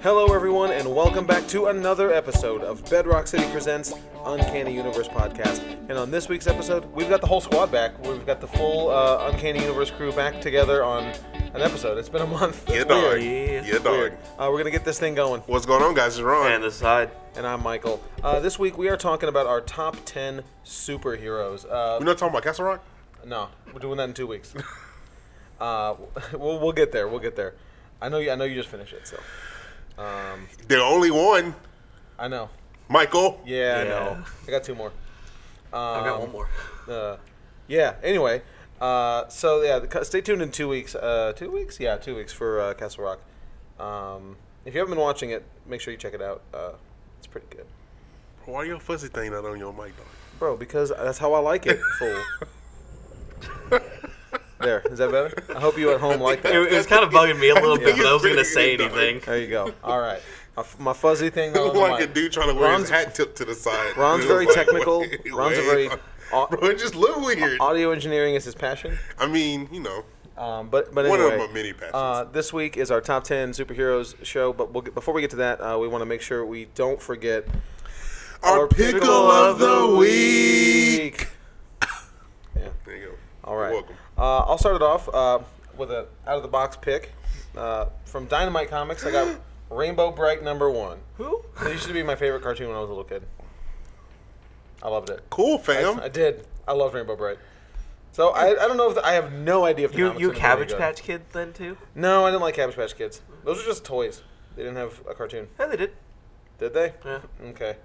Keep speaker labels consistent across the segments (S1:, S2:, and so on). S1: Hello, everyone, and welcome back to another episode of Bedrock City Presents Uncanny Universe Podcast. And on this week's episode, we've got the whole squad back. We've got the full uh, Uncanny Universe crew back together on an episode. It's been a month.
S2: Yeah,
S1: It's
S2: dog.
S1: weird.
S2: Yeah, dog.
S1: Weird. Uh, we're going to get this thing going.
S2: What's going on, guys? It's Ron.
S3: And the side.
S1: And I'm Michael. Uh, this week, we are talking about our top 10 superheroes. Uh,
S2: We're not talking about Castle Rock.
S1: No, we're doing that in two weeks. Uh, we'll, we'll get there. We'll get there. I know. You, I know you just finished it. So
S2: The only one,
S1: I know.
S2: Michael.
S1: Yeah,
S3: Yeah.
S1: I know. I got two more.
S3: I got one more.
S1: Uh, yeah. Anyway, uh, so yeah, the, co- stay tuned in two weeks. Uh, two weeks? Yeah, two weeks for uh, Castle Rock. Um, if you haven't been watching it, make sure you check it out. Uh, it's pretty good,
S2: Why your fuzzy thing not on your mic, dog?
S1: bro. Because that's how I like it. Fool. there. Is that better? I hope you at home like that.
S3: It, it was kind of bugging me a little bit,
S2: think
S3: but I
S2: it's
S3: wasn't
S2: pretty
S3: gonna say
S2: good, dog.
S3: anything.
S1: There you go. All right. My, f- my fuzzy thing. on the
S2: like a
S1: mic.
S2: dude trying to wear
S1: Ron's,
S2: his hat tipped to the side.
S1: Ron's
S2: Dude,
S1: very
S2: like,
S1: technical.
S2: wait,
S1: Ron's a
S2: wait.
S1: very au-
S2: Bro, it just look weird.
S1: audio engineering is his passion.
S2: I mean, you know,
S1: Um, but but
S2: One of
S1: anyway,
S2: my many passions.
S1: Uh, this week is our top ten superheroes show. But we'll get, before we get to that, uh, we want to make sure we don't forget
S2: our pickle, of the week.
S1: yeah.
S2: There you go.
S1: All right.
S2: You're welcome.
S1: Uh, I'll start it off uh, with a out of the box pick uh, from Dynamite Comics. I got Rainbow Bright number one.
S3: Who?
S1: It used to be my favorite cartoon when I was a little kid. I loved it.
S2: Cool, fam.
S1: I did. I loved Rainbow Bright. So I, I don't know if the, I have no idea if the
S3: You
S1: comics
S3: you
S1: are
S3: a
S1: any
S3: Cabbage
S1: good.
S3: Patch Kid then too?
S1: No, I didn't like Cabbage Patch Kids. Those are just toys. They didn't have a cartoon,
S3: Yeah, they did.
S1: did they?
S3: Yeah.
S1: Okay.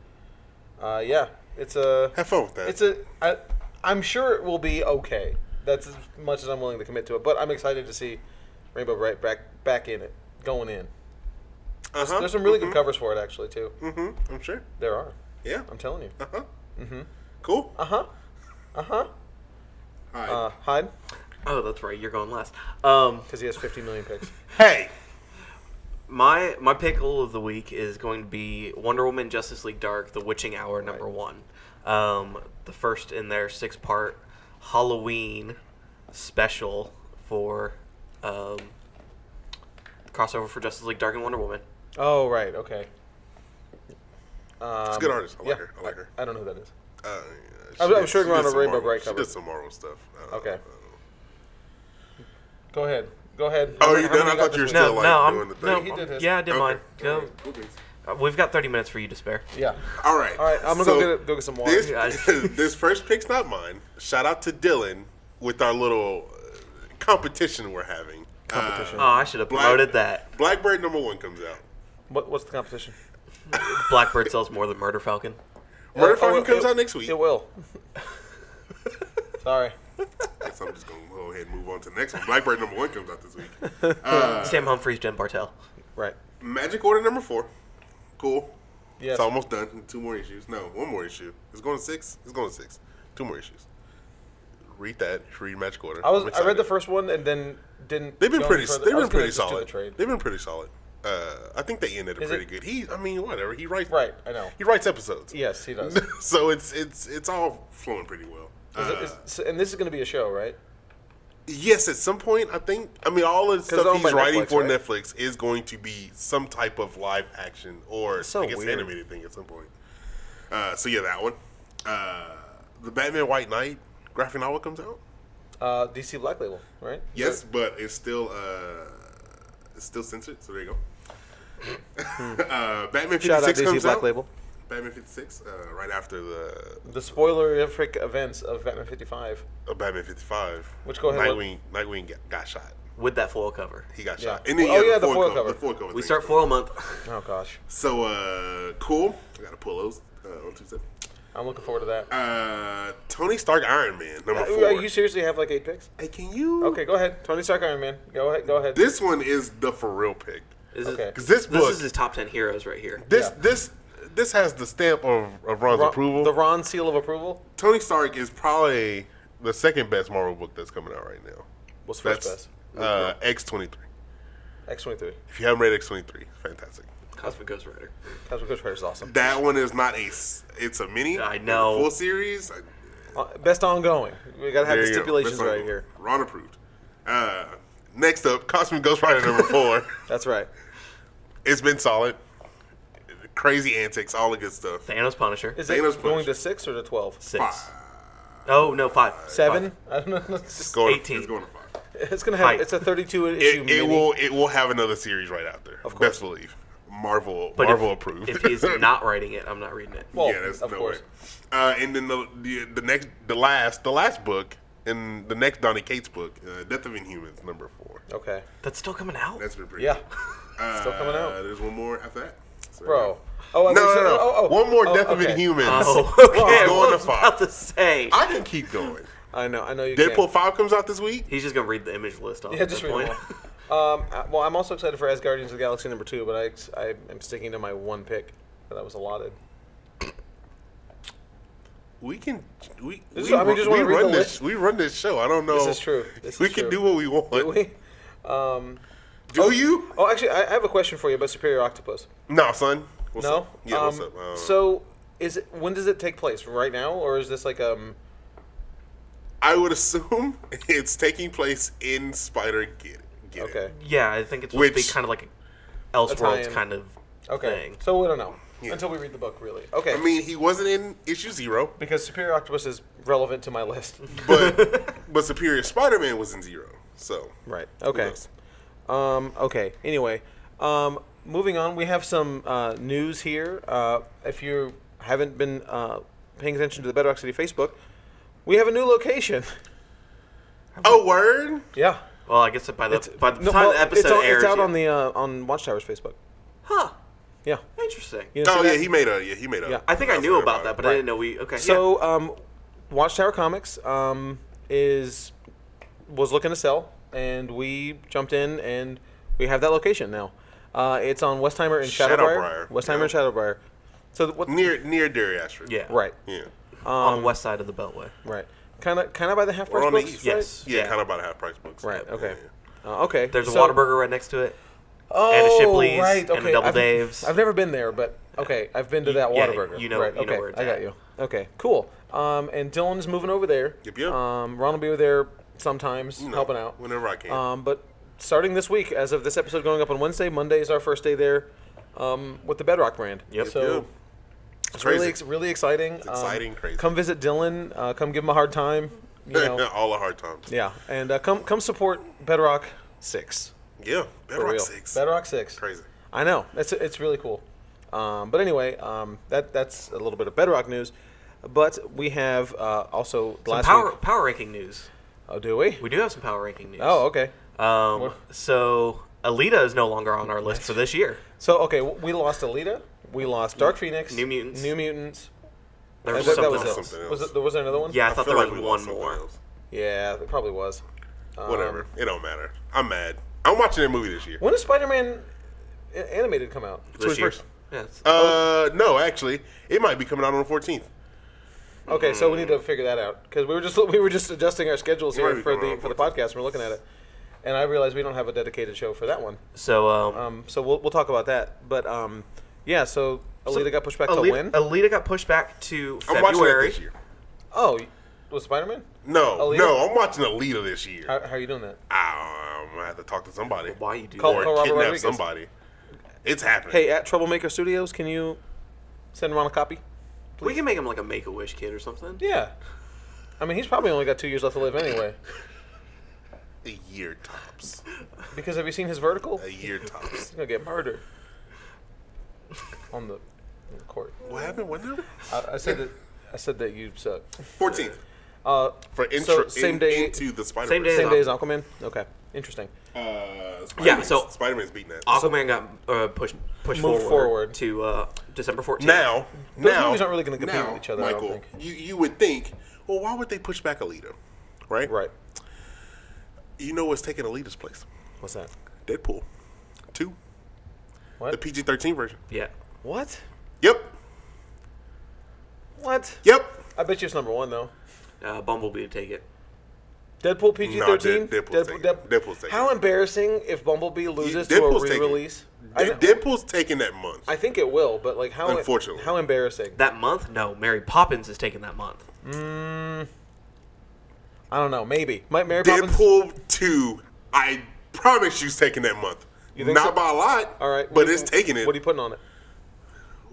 S1: Uh, yeah, it's a.
S2: Have fun with that.
S1: It's a. I, I'm sure it will be okay. That's as much as I'm willing to commit to it. But I'm excited to see Rainbow Bright back back in it, going in.
S2: uh-huh.
S1: There's some really good covers for it actually too.
S2: hmm I'm sure.
S1: There are.
S2: Yeah.
S1: I'm telling you.
S2: Uh huh. Cool.
S1: Um, Uh huh. Uh huh.
S2: All right.
S1: Uh, Hyde,
S3: Oh, that's right. You're going last. Um,
S1: because he has 50 million picks.
S2: hey.
S3: my my pickle of the week is going to be Wonder Woman, Justice League Dark, The Witching Hour number one. Um, the first in their six part Halloween special for um, crossover for Justice League Dark and Wonder Woman.
S1: Oh right, okay. Um,
S2: She's a good artist. I like her. I like her.
S1: I don't know who that is.
S2: Uh,
S1: I was- I was
S2: she
S1: showing
S2: did
S1: around a
S2: some
S1: Rainbow
S2: Marvel-
S1: Bright
S2: She
S1: cover.
S2: did some Marvel stuff. Uh, I don't know.
S1: Okay.
S2: I don't know.
S1: Go ahead. Go ahead.
S2: Oh,
S1: How many-
S2: you
S1: how
S2: done?
S1: many
S2: I
S1: got
S2: thought you
S1: this
S2: were
S1: week?
S2: still,
S3: No,
S2: like,
S3: no,
S2: doing
S3: I'm,
S2: the thing.
S3: no,
S1: He did his.
S3: yeah, I did
S2: Okay.
S3: mine. No, Uh, We've got 30 minutes for you to spare.
S1: Yeah.
S2: All right.
S1: All right. I'm gonna go get a, go get some water.
S2: This,
S3: Guys.
S2: this first pick's not mine. Shout out to Dylan with our little uh, competition we're having. Uh,
S1: Competition.
S3: Oh, I should have
S2: Black-
S3: promoted that.
S2: Blackbird number one comes out.
S1: What, what's the competition?
S3: Blackbird sells more than Murder Falcon.
S2: Murder
S1: Oh,
S2: Falcon
S1: it-
S2: comes
S1: it-
S2: out next week.
S1: It will. Sorry.
S2: Guess I'm just gonna go ahead and move on to the next one. Blackbird number one comes out this week.
S1: Uh.
S3: Sam Humphries, Jen Bartel.
S1: Right.
S2: Magic Order number four. Cool.
S1: Yes.
S2: It's almost done. Two more issues. No, one more issue. It's going to six. It's going to six. Two more issues. Read that. Read Magic Order.
S1: I was.
S2: I'm
S1: I read the
S2: excited.
S1: first one and then didn't.
S2: They've been
S1: go
S2: pretty.
S1: any further.
S2: They've
S1: I was
S2: been
S1: gonna
S2: pretty
S1: just do the
S2: solid.
S1: trade.
S2: They've been pretty solid. Uh, I think they ended it
S1: Is
S2: pretty
S1: it-
S2: good. He, I mean, whatever. He writes.
S1: Right. I know.
S2: He writes episodes.
S1: Yes, he does. Is it-
S2: so it's it's it's all flowing pretty well. Uh,
S1: is- so- and this is going to be a show, right?
S2: yes, at some point, I think. I mean, all of the
S1: it's
S2: stuff
S1: owned by
S2: he's writing
S1: Netflix,
S2: for
S1: right?
S2: Netflix is going to be some type of live action or
S1: so
S2: I guess
S1: weird.
S2: animated thing at some point. Uh, so yeah, that one. Uh, the Batman White Knight graphic novel comes out.
S1: Uh, DC Black Label, right?
S2: Yes, but it's still uh, it's still censored. So there you go. uh, Batman
S1: Hmm. Shout out
S2: 56
S1: DC
S2: comes
S1: Black
S2: out.
S1: Label.
S2: Batman 56, uh, right after the
S1: The spoilerific events of Batman 55.
S2: uh, Batman 55.
S1: Which, go ahead, what-
S2: Nightwing, Nightwing got, got shot.
S3: With that foil cover.
S2: He got
S1: Yeah.
S2: shot. And then,
S1: Oh, yeah, the
S2: foil
S1: foil cover.
S2: The foil cover thing.
S3: We start foil month.
S1: Oh gosh,
S2: So uh, cool. I gotta pull those uh, on Tuesday.
S1: I'm looking forward to that.
S2: Uh, Tony Stark Iron Man number
S1: Uh,
S2: four.
S1: you seriously have like eight picks?
S2: hey, can you?
S1: Okay, go ahead. Tony Stark, Iron Man. Go ahead. Go ahead.
S2: This one is the for real pick.
S3: This
S1: Okay.
S3: is,
S2: 'Cause this book-
S3: is his top 10 heroes right here.
S2: This
S1: Yeah.
S2: this this has the stamp of, of Ron's
S1: Ron-
S2: approval.
S1: The Ron seal of approval
S2: Tony Stark is probably the second best Marvel book that's coming out right now.
S1: was first
S2: That's
S1: best.
S2: uh, X twenty three.
S1: X twenty three.
S2: If you haven't read X twenty three, fantastic.
S3: Cosmic Ghost Rider.
S1: Cosmic Ghost Rider is awesome.
S2: That one is not a. s- It's a mini.
S3: I know.
S2: Full series. I,
S1: Uh, best ongoing. We gotta have
S2: there
S1: the
S2: you go.
S1: stipulations
S2: That's what
S1: right
S2: I'm doing.
S1: here.
S2: Ron approved. Uh, next up, Cosmic Ghost Rider number four.
S1: That's right.
S2: It's been solid. Crazy antics, all the good stuff.
S3: Thanos Punisher.
S1: Is it
S2: Thanos
S1: going
S2: push.
S1: to six or to twelve?
S3: Six. Oh no, five.
S1: Seven?
S3: Five.
S1: I don't know. It's, just-
S2: It's going,
S3: 18.
S2: It's going to five.
S1: it's gonna have.
S3: Five.
S1: It's a thirty-two issue.
S2: It,
S1: mini.
S2: it will. It will have another series right after. Of
S1: course.
S2: Best believe. Marvel.
S3: But
S2: Marvel
S3: if,
S2: approved.
S3: if he's not writing it, I'm not reading it.
S1: Well,
S2: yeah, that's
S1: of
S2: no
S1: course.
S2: way. Uh, and then the, the the next, the last, the last book, and the next Donny Cates book, uh, Death of Inhumans, number four.
S1: Okay.
S3: That's still coming out.
S2: That's been pretty.
S1: Yeah.
S2: good. Uh,
S1: Still coming out.
S2: There's one more after that, So-
S1: Bro. Oh, I
S2: No, no,
S1: think so-
S2: no. no.
S1: oh, oh.
S2: One more
S1: Oh,
S2: Death of
S1: okay.
S2: Inhumans.
S3: Oh, okay.
S2: It's
S3: what I
S2: going to
S3: was about
S2: five.
S3: to say.
S2: I can keep going.
S1: I know. I know you.
S2: Deadpool
S1: Can.
S2: five comes out this week.
S3: He's just gonna read the image list off
S1: Yeah,
S3: at
S1: just
S3: that
S1: read
S3: point.
S1: them all. Um, I- well, I'm also excited for As Guardians of the Galaxy number two, but I, I am sticking to my one pick that I was allotted.
S2: We can we
S1: This
S2: we,
S1: is- I mean, just
S2: we
S1: wanna read
S2: run
S1: the
S2: this
S1: list.
S2: we run this show. I don't know.
S1: This is true. This
S2: we
S1: is
S2: can
S1: true.
S2: do what we want.
S1: Do we? Um,
S2: Do you?
S1: oh, actually, I, I have a question for you about Superior Octopus.
S2: No, son. What's
S1: no.
S2: Up? Yeah. what's
S1: Um,
S2: up? Uh, I don't know.
S1: so, is it when does it take place? Right now, or is this like um?
S2: I would assume it's taking place in Spider Get Get It.
S1: Okay.
S3: Yeah, I think it's supposed to
S2: Which-
S3: be kind of like a Elseworlds
S1: Italian.
S3: kind of
S1: Okay.
S3: thing.
S1: So we don't know
S2: Yeah.
S1: until we read the book, really. Okay.
S2: I mean, he wasn't in issue zero,
S1: because Superior Octopus is relevant to my list.
S2: but but Superior Spider Man was in zero. So
S1: right. Okay.
S2: knows?
S1: Um, okay. Anyway, um, moving on, we have some uh, news here. Uh, if you haven't been uh, paying attention to the Bedrock City Facebook, we have a new location.
S2: oh word.
S1: yeah.
S3: Well, I guess by the by the
S1: No,
S3: time
S1: well,
S3: the episode
S1: it's, out-
S3: airs,
S1: it's out
S3: yeah.
S1: on the uh, on Watchtower's Facebook.
S3: huh?
S1: Yeah.
S3: Interesting.
S1: You didn't
S2: Oh
S1: see
S2: yeah,
S1: that?
S2: he made a yeah he made a.
S1: Yeah.
S3: I think I knew about that, but
S1: Right.
S3: I didn't know we. Okay. yeah.
S1: So, um, Watchtower Comics um, is was looking to sell, and we jumped in, and we have that location now. Uh, it's on Westheimer and Shadowbriar.
S2: Shadowbriar,
S1: Westheimer
S2: yeah.
S1: and Shadowbriar. So th- what?
S2: near near Derry Ashford.
S3: yeah,
S1: Right, um,
S2: Yeah.
S3: on the west side of the Beltway.
S1: right. Kind of, kind of by the half
S2: Or
S1: price
S2: on the
S1: books.
S2: east.
S1: right?
S3: Yes.
S2: Yeah,
S3: Yeah.
S2: kind of about half price books.
S1: Right.
S2: Yeah,
S1: okay.
S2: yeah, yeah.
S1: Uh, okay.
S3: There's a
S1: so-
S3: Whataburger right next to it.
S1: oh,
S3: and a Shipley's
S1: right,
S3: and a
S1: okay.
S3: Double
S1: I've,
S3: Dave's.
S1: I've never been there, but okay, I've been to that
S3: yeah,
S1: Whataburger.
S3: you know-
S1: right,
S3: you know
S1: okay,
S3: where it's
S1: I got
S3: at.
S1: you. Okay, cool. Um, and Dylan's moving over there.
S2: Yep, yep.
S1: Um, Ron will be over there sometimes
S2: You know,
S1: helping out.
S2: whenever I can.
S1: Um, but starting this week, as of this episode going up on Wednesday, Monday is our first day there um, with the Bedrock brand.
S3: Yep.
S1: So
S2: Yeah.
S1: it's
S2: crazy.
S1: really ex- really exciting. It's
S2: exciting, crazy.
S1: Come visit Dylan. Uh, come give him a hard time. You know.
S2: all the hard times.
S1: yeah. And uh, come come support Bedrock Six.
S2: Yeah,
S1: For
S2: Bedrock
S1: real.
S2: Six.
S1: Bedrock Six.
S2: Crazy.
S1: I know. It's it's really cool. Um, but anyway, um, that that's a little bit of Bedrock news. But we have uh, also
S3: Some
S1: last
S3: power
S1: week.
S3: power ranking news.
S1: Oh, do we?
S3: We do have some power ranking news.
S1: Oh, okay.
S3: Um,
S1: What-
S3: so Alita is no longer on our list for this year.
S1: So okay, w- we lost Alita. We lost Dark Phoenix.
S3: New Mutants.
S1: New Mutants.
S3: There
S1: That,
S3: was
S1: that- that
S3: something
S1: was it.
S3: else.
S2: Something
S1: Was
S2: else.
S1: it, there was there another one?
S3: Yeah, I thought
S2: feel
S3: there
S2: like
S3: was
S2: we
S3: one
S2: lost something
S3: more.
S2: else.
S1: Yeah, it probably was. Um,
S2: Whatever. it don't matter. I'm mad. I'm watching that movie this year.
S1: When does Spider-Man a- animated come out?
S3: This year.
S2: 21st.
S3: Yeah, it's-
S2: Uh, no, actually, it might be coming out on the 14th.
S1: Okay, so we need to figure that out because we were just we were just adjusting our schedules
S2: It might
S1: here
S2: be
S1: for
S2: coming
S1: the
S2: out
S1: for the
S2: on 14th.
S1: podcast. We're looking at it, and I realized we don't have a dedicated show for that one.
S3: so um,
S1: Um, so we'll we'll talk about that. But um, yeah, so Alita got pushed back to
S3: Alita,
S1: when?
S3: Alita got pushed back to
S2: I'm watching it
S3: February.
S2: this year.
S1: oh, was Spider-Man?
S2: No,
S1: Alita?
S2: no, I'm watching Alita this year.
S1: How, how are you doing that?
S2: I, am gonna have to talk to somebody
S3: Why you do
S1: Call-
S2: or
S1: call Robert
S2: kidnap
S1: Rodriguez.
S2: somebody. It's happening.
S1: Hey, at Troublemaker Studios, can you send Ron a copy?
S3: that? We can make him like a Make a Wish kid or something.
S1: Yeah. I mean, he's probably only got two years left to live anyway.
S2: a year tops.
S1: Because have you seen his vertical?
S2: A
S1: He's
S2: year tops.
S1: gonna get murdered on the on the court.
S2: what happened? When now?
S1: I, I said that. I said that you suck.
S2: 14th
S1: Uh,
S2: for intro
S1: same
S2: in-
S1: day-
S2: into the Spider
S3: Same day
S1: same day as Aquaman. Okay, interesting.
S2: Uh,
S3: Yeah, so-
S2: Spider Man's beating that.
S3: Aquaman got uh, pushed pushed
S1: Moved
S3: forward,
S1: forward.
S3: to uh, December 14th.
S2: Now,
S1: Those
S2: now,
S1: movies aren't really gonna compete
S2: now,
S1: with each other, I don't
S2: Michael,
S1: think.
S2: you you would think, well, why would they push back Alita, right?
S1: Right.
S2: You know what's taking Alita's place?
S1: What's that?
S2: Deadpool, two,
S1: What?
S2: the PG thirteen version.
S3: yeah,
S1: what?
S2: Yep,
S1: What?
S2: yep.
S1: I bet you it's number one though.
S3: uh, Bumblebee to take it.
S1: Deadpool PG
S2: Nah,
S1: thirteen.
S2: Dead- Deadpool's taking it. Deadpool's taking
S1: How
S2: it.
S1: embarrassing if Bumblebee loses
S2: Deadpool's
S1: to a
S2: taking it.
S1: re-release. I,
S2: De-
S1: kn-
S2: Deadpool's taking that month.
S1: I think it will, but like how
S2: Unfortunately.
S1: how embarrassing.
S3: That month? No, Mary Poppins is taking that month.
S1: I don't know. Maybe might Mary Poppins.
S2: Deadpool two, I promise you's taking that month.
S1: You think
S2: Not
S1: so?
S2: by a lot.
S1: All right. what
S2: But
S1: do you-
S2: it's taking it.
S1: What are you putting on it?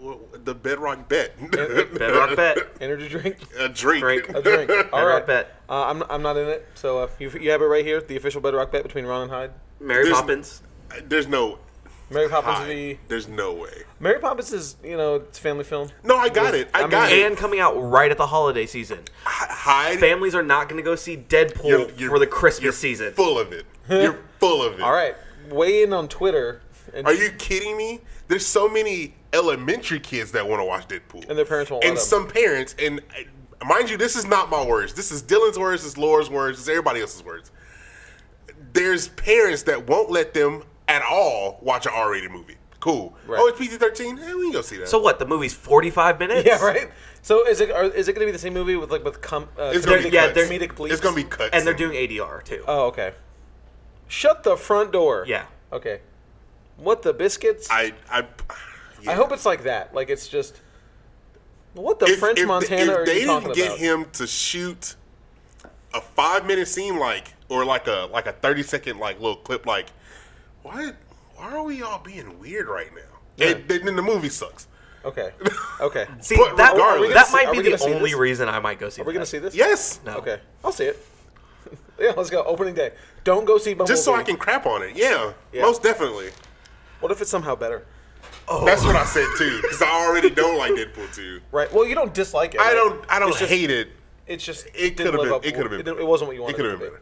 S2: Wh- the bedrock bet.
S3: Bedrock bet.
S1: Energy drink?
S2: A drink.
S3: Drink.
S1: A drink. All
S3: Bedrock
S1: right.
S3: bet.
S1: Uh, I'm, I'm not in it. So uh, you, you have it right here. The official bedrock bet between Ron and Hyde.
S3: Mary
S2: There's-
S3: Poppins.
S2: There's no.
S1: Mary Poppins.
S2: high.
S1: The
S2: There's no way.
S1: Mary Poppins is you know it's a family film.
S2: No, I got it. I,
S1: I
S2: got it.
S3: And coming out right at the holiday season.
S2: Hide.
S3: Families are not going to go see Deadpool
S2: You're- you're-
S3: for the Christmas
S2: you're
S3: season.
S2: Full of it. You're full of it.
S1: All right. Weigh in on Twitter. And,
S2: Are you kidding me? There's so many elementary kids that want to watch Deadpool,
S1: And their parents won't let
S2: And
S1: them.
S2: some parents, and uh, mind you, this is not my words. This is Dylan's words. This is Laura's words. This is everybody else's words. There's parents that won't let them at all watch an R-rated movie. Cool.
S1: Right.
S2: Oh, it's PG-13. Eh, we can go see that.
S3: So what? The movie's forty-five minutes.
S1: Yeah. Right. So is it are, is it going to be the same movie with like with com, uh,
S2: it's gonna
S1: comedic,
S2: be
S3: yeah,
S2: cuts.
S3: they're-
S1: comedic bleeps?
S2: It's gonna be cuts.
S3: And they're doing ADR too.
S1: Oh, okay. Shut the front door.
S3: Yeah.
S1: Okay. What the biscuits? I,
S2: I. I. yeah.
S1: hope it's like that. Like it's just. What the
S2: If-
S1: French
S2: if-
S1: Montana
S2: if
S1: are
S2: they
S1: you talking
S2: didn't get
S1: about?
S2: him to shoot a five minute scene like or like a like a 30 second like little clip like why why are we all being weird right now and then then the movie sucks
S1: Okay. Okay.
S3: see,
S2: but
S3: that,
S2: regardless-
S3: that
S1: Are
S3: might
S1: we
S3: be
S1: gonna
S3: the
S1: see
S3: only
S1: this?
S3: reason I might go see.
S1: Are we
S3: that.
S1: gonna see this?
S2: yes
S3: No.
S1: Okay. I'll see it. yeah. Let's go. Opening day. Don't go see Bumblebee.
S2: just so i can crap on it yeah, most definitely
S1: What if it's somehow better? Oh.
S2: that's what i said too because i already don't like deadpool 2
S1: Right. Well, you don't dislike it.
S2: i
S1: right?
S2: don't i don't
S1: It's just-
S2: hate it
S1: It's just didn't
S2: it could have
S1: live
S2: been
S1: up-
S2: it could have been
S1: It,
S2: better.
S1: didn't- it wasn't what you
S2: it
S1: wanted.
S2: could
S1: it
S2: have
S1: to
S2: been
S1: be.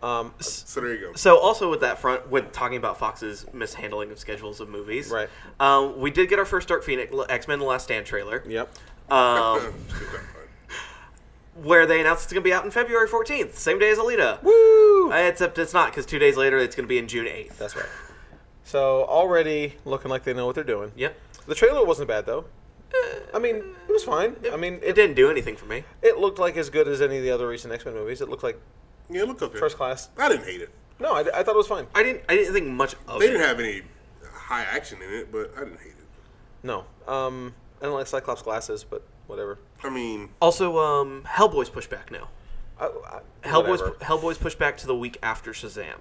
S2: better
S1: Um,
S2: so there you go
S3: So also with that front, with talking about Fox's mishandling of schedules of movies,
S1: Right.
S3: Um, we did get our first Dark Phoenix, X Men: The Last Stand trailer,
S1: Yep.
S3: um, where they announced it's going to be out in February 14th, same day as Alita.
S1: Woo!
S3: Uh, Except it's not because two days later it's going to be in June 8th.
S1: That's right. So already looking like they know what they're doing.
S3: yep.
S1: The trailer wasn't bad though. I mean, it was fine. I mean,
S3: Uh, It
S1: it,
S3: didn't do anything for me.
S1: it looked like as good as any of the other recent X Men movies. It looked like
S2: yeah look up there.
S1: first class.
S2: i didn't hate it
S1: No, I, I thought it was fine.
S3: I didn't. I didn't think much of
S2: They
S3: it.
S2: didn't have any high action in it, but I didn't hate it.
S1: No, um, I don't like Cyclops glasses, but whatever.
S2: I mean,
S3: also, um, Hellboy's pushed back now.
S1: I, I,
S3: Hellboy's
S1: whatever.
S3: Hellboy's pushed back to the week after Shazam,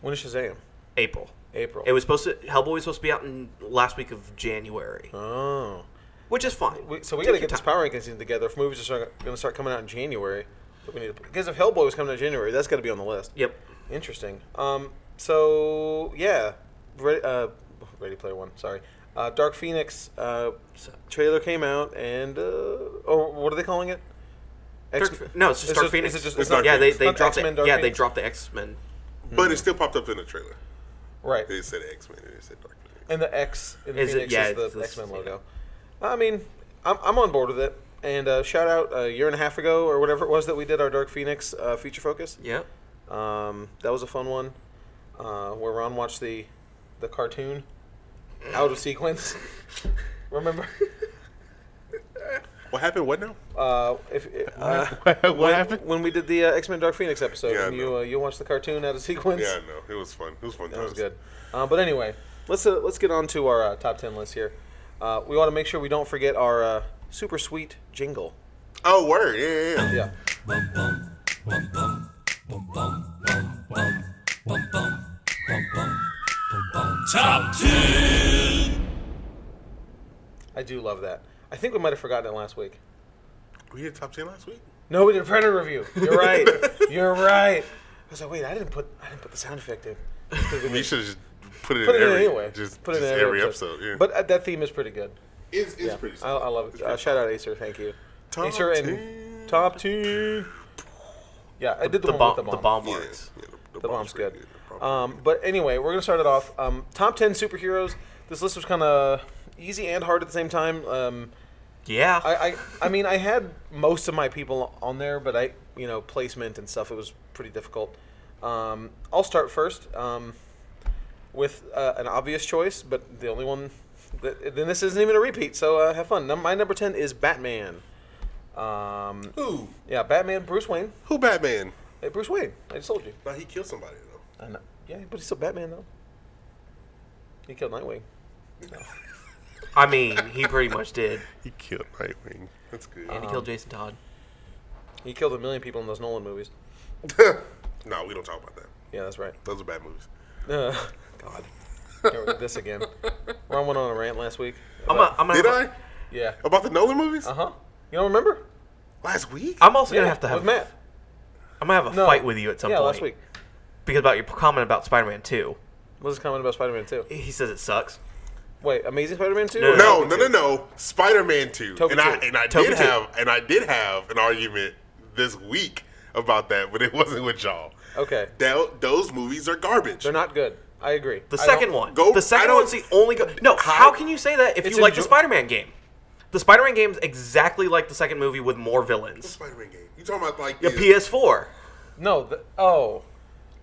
S1: When is Shazam?
S3: April.
S1: April.
S3: It was supposed to Hellboy was supposed to be out in last week of January,
S1: Oh.
S3: which is fine.
S1: We, so we got to
S3: Take your
S1: get this
S3: time.
S1: Power Rankings thing together. If movies are start, going to start coming out in January, that we need to, because if Hellboy was coming out in January, that's got to be on the list.
S3: Yep.
S1: Interesting. Um, so yeah, Re- uh, Ready Player One. Sorry, uh, Dark Phoenix uh,
S3: So-
S1: trailer came out, and uh, or what are they calling it? X-
S3: Dark, no, it's just Dark Phoenix.
S1: It's just,
S2: It's
S1: it's
S2: Dark
S1: not-
S3: yeah, they,
S2: Phoenix.
S3: they
S1: Not
S3: dropped
S1: X-Men,
S3: the,
S1: Dark
S3: yeah they
S1: Phoenix.
S3: dropped the X Men.
S2: but it still popped up in the trailer.
S1: right.
S2: It said X Men. It said Dark Phoenix.
S1: And the X in
S3: Is it-
S1: Phoenix
S3: yeah,
S1: is
S3: it's-
S1: the X
S3: it's-
S1: Men
S3: yeah.
S1: logo. I mean, I'm, I'm on board with it. And uh, shout out a year and a half ago or whatever it was that we did our Dark Phoenix uh, feature focus.
S3: Yep.
S1: Um, that was a fun one, uh, where Ron watched the the cartoon out of sequence. Remember?
S2: What happened? What now?
S1: Uh, if uh,
S2: What
S1: when,
S2: happened?
S1: when we did the uh, X Men Dark Phoenix episode,
S2: Yeah, I
S1: and you
S2: know.
S1: uh, you watched the cartoon out of sequence.
S2: Yeah, no, it was fun. It was fun.
S1: That was
S2: times.
S1: good. Uh, but anyway, let's uh, let's get on to our uh, top ten list here. Uh, we want to make sure we don't forget our uh, super sweet jingle.
S2: Oh, word. Yeah, yeah, yeah.
S1: Yeah.
S4: Top two.
S1: I do love that. I think we might have forgotten it last week.
S2: We did top ten last week.
S1: No, we did a Predator review. You're right. You're right. I was like, wait, I didn't put I didn't put the sound effect in.
S2: You should have just put it
S1: Put
S2: in
S1: it in
S2: every
S1: anyway.
S2: just
S1: put it
S2: just
S1: in
S2: every episode. Yeah.
S1: But uh, that theme is pretty good.
S2: it's, it's
S1: Yeah.
S2: pretty.
S1: I, I love it. Uh, shout out Acer, thank you.
S2: Top
S1: Acer and
S2: ten.
S1: top two. Yeah, I did the,
S3: The
S1: one
S3: bomb.
S1: with
S3: The bomb
S2: yeah,
S3: works.
S2: yeah,
S1: The bomb's
S2: pretty
S1: good.
S2: The bomb's
S1: Um, but anyway, we're gonna start it off. Um, top ten superheroes. This list was kind of easy and hard at the same time. Um,
S3: Yeah.
S1: I, I, I mean, I had most of my people on there, but I, you know, placement and stuff. It was pretty difficult. Um, I'll start first um, with uh, an obvious choice, but the only one. That, then this isn't even a repeat, so uh, have fun. Num- my number ten is Batman. Um,
S2: good. Who?
S1: yeah, Batman. Bruce Wayne.
S2: Who? Batman?
S1: Hey, Bruce Wayne. I just told you.
S2: Now he killed somebody though.
S1: I know. Yeah, but he's still Batman though. He killed Nightwing.
S3: I mean, he pretty much did,
S2: He killed Nightwing. That's good.
S1: Oh.
S3: and he killed Jason Todd.
S1: He killed a million people in those Nolan movies. Uh-huh.
S2: no, we don't talk about that.
S1: Yeah, that's right.
S2: Those are bad movies.
S1: Uh, God. Doing this again. Ron went on a rant last week.
S3: I'm, a, I'm, gonna
S2: Did
S3: have
S2: I?
S3: a-
S1: Yeah.
S2: About the Nolan movies?
S1: Uh huh. You don't remember?
S2: Last week?
S3: I'm also gonna
S1: Yeah,
S3: have to have.
S1: with Matt.
S3: I'm gonna have a
S1: No.
S3: fight with you at some
S1: yeah,
S3: point.
S1: last week.
S3: because about your comment about Spider-Man Two.
S1: What was his comment about Spider-Man 2?
S3: He says it sucks.
S1: Wait, Amazing Spider-Man 2?
S3: No,
S2: no, no, no, no. Spider Man Two,
S1: Toby
S2: and I
S1: two.
S2: and I
S3: Toby
S2: did
S3: two.
S2: have and I did have an argument this week about that, but it wasn't with y'all.
S1: Okay.
S2: That, those movies are garbage.
S1: They're not good. I agree.
S3: The
S1: I
S3: second
S1: don't-
S3: one.
S2: go-
S3: the
S2: I
S3: second
S2: don't-
S3: one's the only. Go- no, how can you say that if
S1: It's
S3: you like the
S1: enjoy-
S3: Spider-Man game? The Spider-Man game's exactly like the second movie with more villains.
S2: Spider Man game. You talking about like
S3: The
S2: the-
S3: PS4.
S1: No. The, oh.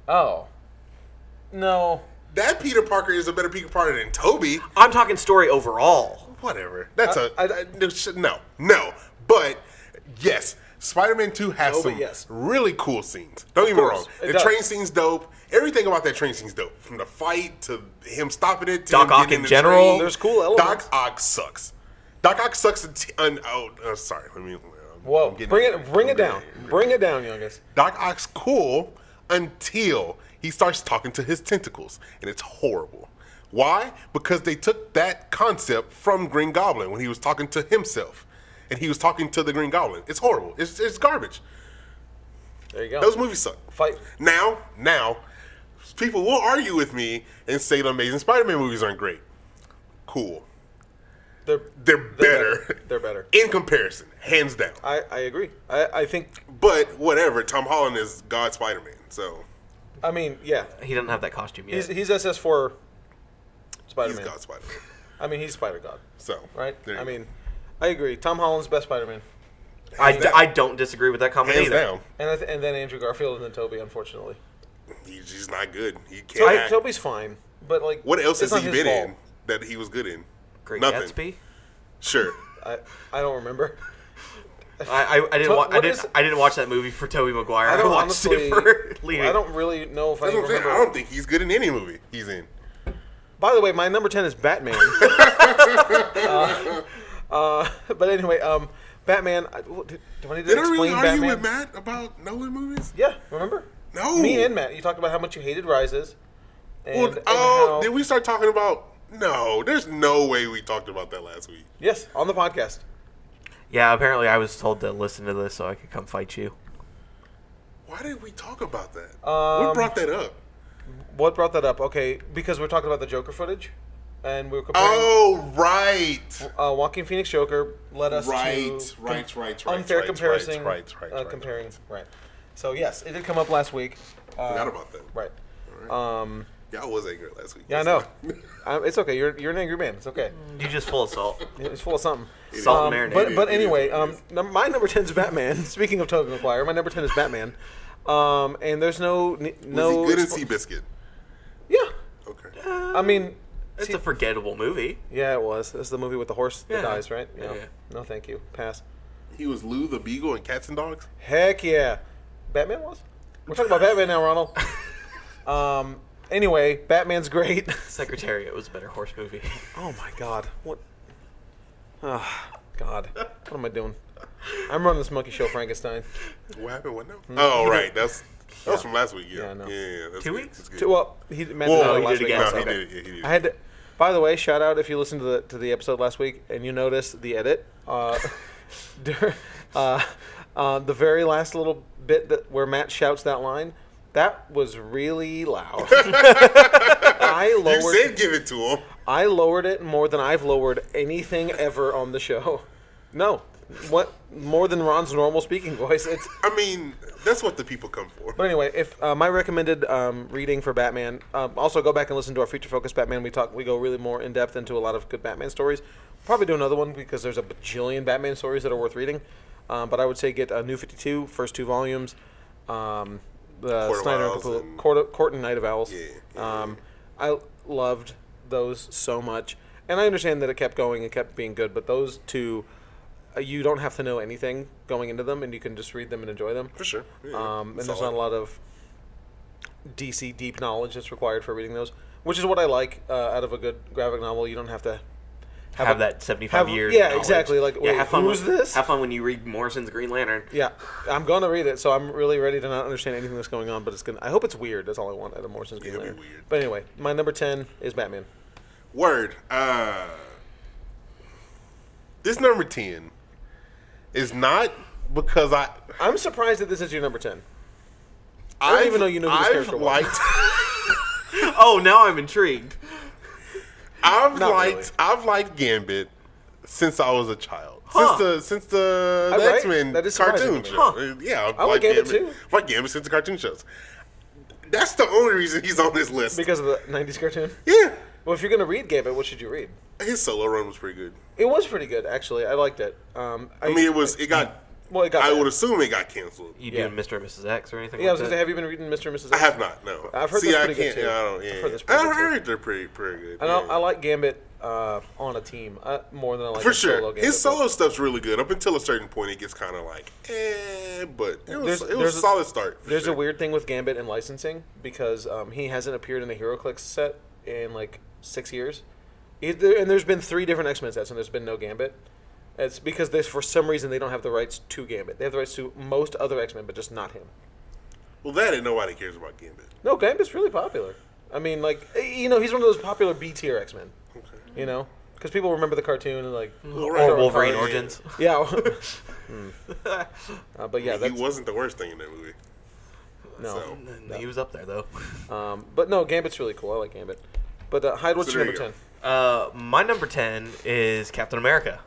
S1: Oh. No.
S2: that Peter Parker is a better Peter Parker than Toby?
S3: I'm talking story overall.
S2: Whatever. That's a
S1: I- I-
S2: no, sh- no, no. But yes, Spider Man Two has
S1: No, Oh, but
S2: some
S1: yes.
S2: really cool scenes. Don't get me
S1: course,
S2: wrong.
S1: it
S2: The
S1: does.
S2: train scene's dope. Everything about that train scene's dope. From the fight to him stopping it to
S3: Doc
S2: him
S3: Ock
S2: getting
S3: in
S2: the
S3: general.
S2: train.
S1: There's cool elements.
S2: Doc Ock sucks. Doc Ock sucks. T- un- oh, uh, sorry. Let me. I'm-
S1: Whoa.
S2: I'm getting-
S1: Bring it. Bring
S2: I'm
S1: it down.
S2: getting-
S1: Bring it down, youngest.
S2: Doc Ock's cool until he starts talking to his tentacles, and it's horrible. Why? Because they took that concept from Green Goblin when he was talking to himself, and he was talking to the Green Goblin. It's horrible. It's, it's garbage.
S1: There you go.
S2: Those movies suck.
S1: Fight.
S2: Now, now, people will argue with me and say the Amazing Spider-Man movies aren't great. Cool.
S1: They're
S2: They're better.
S1: They're better.
S2: In comparison, hands down.
S1: I, I agree. I, I think.
S2: But whatever. Tom Holland is God Spider-Man, so
S1: I mean, yeah.
S3: He doesn't have that costume yet.
S1: He's he's SS4.
S2: he's
S1: Spider-Man.
S2: God Spider-Man.
S1: I mean, he's Spider God,
S2: So
S1: right?
S2: there you
S1: I
S2: go.
S1: mean, I agree. Tom Holland's best Spider-Man,
S3: I,
S2: hands
S3: d-
S2: down.
S3: I don't disagree with that comment
S2: hands
S3: either.
S2: down,
S1: and I th- and then Andrew Garfield and then Toby, unfortunately.
S2: he's just not good. He can't.
S1: Toby,
S2: act.
S1: Toby's fine, but like,
S2: what else
S1: it's
S2: has he
S1: not
S2: been
S1: his
S2: in that he was good in?
S3: Great
S2: Nothing.
S3: Gatsby.
S2: Sure.
S1: fault. I I don't remember.
S3: I, I, I didn't
S1: What-
S3: wa- I
S1: what
S3: didn't
S1: is-
S3: I didn't watch that movie for Toby Maguire. I,
S1: I don't
S3: watched
S1: honestly.
S3: it for Leading.
S1: I don't really know if I
S2: That's what I'm saying.
S1: remember.
S2: I don't think he's good in any movie he's in.
S1: By the way, my number ten is Batman. Uh, uh, but anyway, um, Batman. I, w- do, do I need to
S2: Did I
S1: explain
S2: really argue
S1: Batman?
S2: with Matt about Nolan movies?
S1: Yeah, remember?
S2: No.
S1: Me and Matt, you talked about how much you hated Rises. And,
S2: Well,
S1: and
S2: oh,
S1: how-
S2: did we start talking about? No, there's no way we talked about that last week.
S1: Yes, on the podcast.
S3: Yeah, apparently I was told to listen to this so I could come fight you.
S2: Why did we talk about that?
S1: Um,
S2: what brought that up?
S1: What brought that up? Okay, because we're talking about the Joker footage, and we were comparing
S2: Oh, right.
S1: uh, Walking Phoenix Joker led us
S2: Right,
S1: to
S2: right, right, right,
S1: unfair
S2: right,
S1: comparison,
S2: right, right, right,
S1: uh,
S2: right,
S1: comparing, right. So yes, it did come up last week. Uh,
S2: Forgot about that.
S1: Right. Um,
S2: Y'all was angry last week.
S1: yeah, I know. um, it's okay. You're you're an angry man. It's okay.
S3: You just full of salt.
S1: It's full of something.
S3: Salt
S1: Um,
S3: and marinade.
S1: but but
S2: It is, it
S1: anyway,
S2: is.
S1: um, num- my number ten is Batman. Speaking of Tobey Maguire, my number ten is Batman. Um, and there's no n-
S2: Was
S1: no
S2: he good in
S1: expl-
S2: Seabiscuit?
S1: Yeah,
S2: Okay.
S1: I mean,
S3: It's
S1: see-
S3: a forgettable movie.
S1: yeah, it was. This is the movie with the horse that
S3: Yeah.
S1: dies, right?
S3: Yeah, yeah.
S1: No, thank you. Pass.
S2: He was Lou the Beagle in Cats and Dogs.
S1: Heck yeah, Batman was. We're talking about Batman now, Ronald. um. Anyway, Batman's great.
S3: Secretariat was a better horse movie.
S1: oh my God, what? Ah, God, what am I doing? I'm running this monkey show, Frankenstein.
S2: What happened? What now?
S1: Hmm?
S2: Oh, right. That's that was from last week. Yeah,
S1: Yeah, I know.
S2: yeah, yeah, that's
S3: Two
S2: good.
S3: weeks?
S2: That's good.
S1: Two, well, he meant
S2: Whoa,
S1: another
S2: he
S1: last
S3: did it
S1: week.
S3: again.
S2: No,
S1: so-
S2: he
S3: okay.
S2: did it. Yeah, he did it.
S1: I had to. By the way, shout out if you listened to the to the episode last week and you noticed the edit, uh, dur- uh, uh, the very last little bit that where Matt shouts that line, that was really loud. I
S2: you
S1: lowered
S2: said give it to him.
S1: I lowered it more than I've lowered anything ever on the show. No, what more than Ron's normal speaking voice? It's
S2: I mean, that's what the people come for.
S1: but anyway, if uh, my recommended um, reading for Batman, um, also go back and listen to our feature focus Batman. We talk, we go really more in depth into a lot of good Batman stories. Probably do another one because there's a bajillion Batman stories that are worth reading. Um, but I would say get a New Fifty Two, first two volumes, um, the
S2: Court of
S1: Snyder and
S2: Owls
S1: Capullo,
S2: and-
S1: Court, of- Court and Night of Owls.
S2: Yeah, yeah.
S1: Um, I loved those so much, and I understand that it kept going and kept being good. But those two, uh, you don't have to know anything going into them, and you can just read them and enjoy them.
S2: for sure. Yeah,
S1: Um, and
S2: it's
S1: there's
S2: all-
S1: not a lot of DC deep knowledge that's required for reading those, which is what I like uh, out of a good graphic novel. You don't have to
S3: have,
S1: a-
S3: that 75
S1: have-
S3: years.
S1: yeah,
S3: of knowledge.
S1: exactly, like,
S3: yeah,
S1: wait,
S3: have fun
S1: who's
S3: with,
S1: this?
S3: Have fun when you read Morrison's Green Lantern.
S1: Yeah, I'm gonna read it, so I'm really ready to not understand anything that's going on. But it's gonna. I hope it's weird. That's all I want out of Morrison's Green
S2: It'll be
S1: Lantern.
S2: weird.
S1: But anyway, my number ten is Batman.
S2: Word. Uh, this number ten is not because I.
S1: I'm surprised that this is your number ten.
S2: I
S1: don't even know you know who this
S2: I've
S1: character was.
S2: liked,
S3: Oh, now I'm intrigued.
S2: I've
S1: Not
S2: liked.
S1: really.
S2: I've liked Gambit since I was a child.
S3: Huh.
S2: Since the since the,
S1: Uh,
S2: the
S1: right?
S2: X Men
S1: That is surprising
S2: cartoon
S1: to me.
S2: show.
S3: Huh.
S2: Uh, Yeah, I've
S1: I like Gambit too.
S2: I've liked Gambit since the cartoon shows. That's the only reason he's on this list.
S1: Because of the '90s cartoon.
S2: yeah,
S1: Well, if you're gonna read Gambit, what should you read?
S2: his solo run was pretty good.
S1: It was pretty good, actually. I liked it. Um,
S2: I mean, it was. It got.
S1: Well, it got.
S2: I
S1: bad.
S2: would assume it got canceled.
S3: You
S1: Yeah.
S3: doing Mr. and Mrs. X or anything
S1: Yeah, I was
S3: like
S1: gonna
S3: that?
S1: say, have you been reading Mr. and Mrs.
S2: I have not. No,
S1: I've heard
S2: See,
S1: that's
S2: I
S1: pretty good,
S2: can't-
S1: too.
S2: I don't, yeah,
S1: I've heard that's pretty
S2: I
S1: good, too.
S2: heard they're pretty pretty good.
S1: I, don't,
S2: yeah.
S1: I like Gambit uh, on a team uh, more than I like
S2: for
S1: his
S2: sure.
S1: Solo Gambit,
S2: His
S1: but-
S2: solo stuff's really good up until a certain point. It gets kind of like, eh, but it was
S1: There's-
S2: it
S1: there's
S2: was
S1: a-
S2: a solid start. for
S1: There's
S2: sure.
S1: a weird thing with Gambit and licensing because um, he hasn't appeared in a HeroClix set in like six years, He- there- and there's been three different X Men sets, and there's been no Gambit. It's because there's for some reason they don't have the rights to Gambit. They have the rights to most other X Men, but just not him.
S2: Well, that and nobody cares about Gambit.
S1: No, Gambit's really popular. I mean, like eh, you know, he's one of those popular B tier X Men. You know, because people remember the cartoon and like,
S2: Well, right.
S3: Or Wolverine
S1: Yeah.
S3: Origins.
S1: yeah. Hmm. Uh, but
S3: Oh,
S1: yeah,
S2: he
S1: that's
S2: wasn't the worst thing in that movie.
S1: no.
S2: So
S3: He was up there, though.
S1: Um, but no, Gambit's really cool. I like Gambit. But uh, Hyde, what's
S2: So
S1: your
S2: there
S1: number
S2: you
S1: ten?
S2: go.
S3: Uh, my number 10 is Captain America.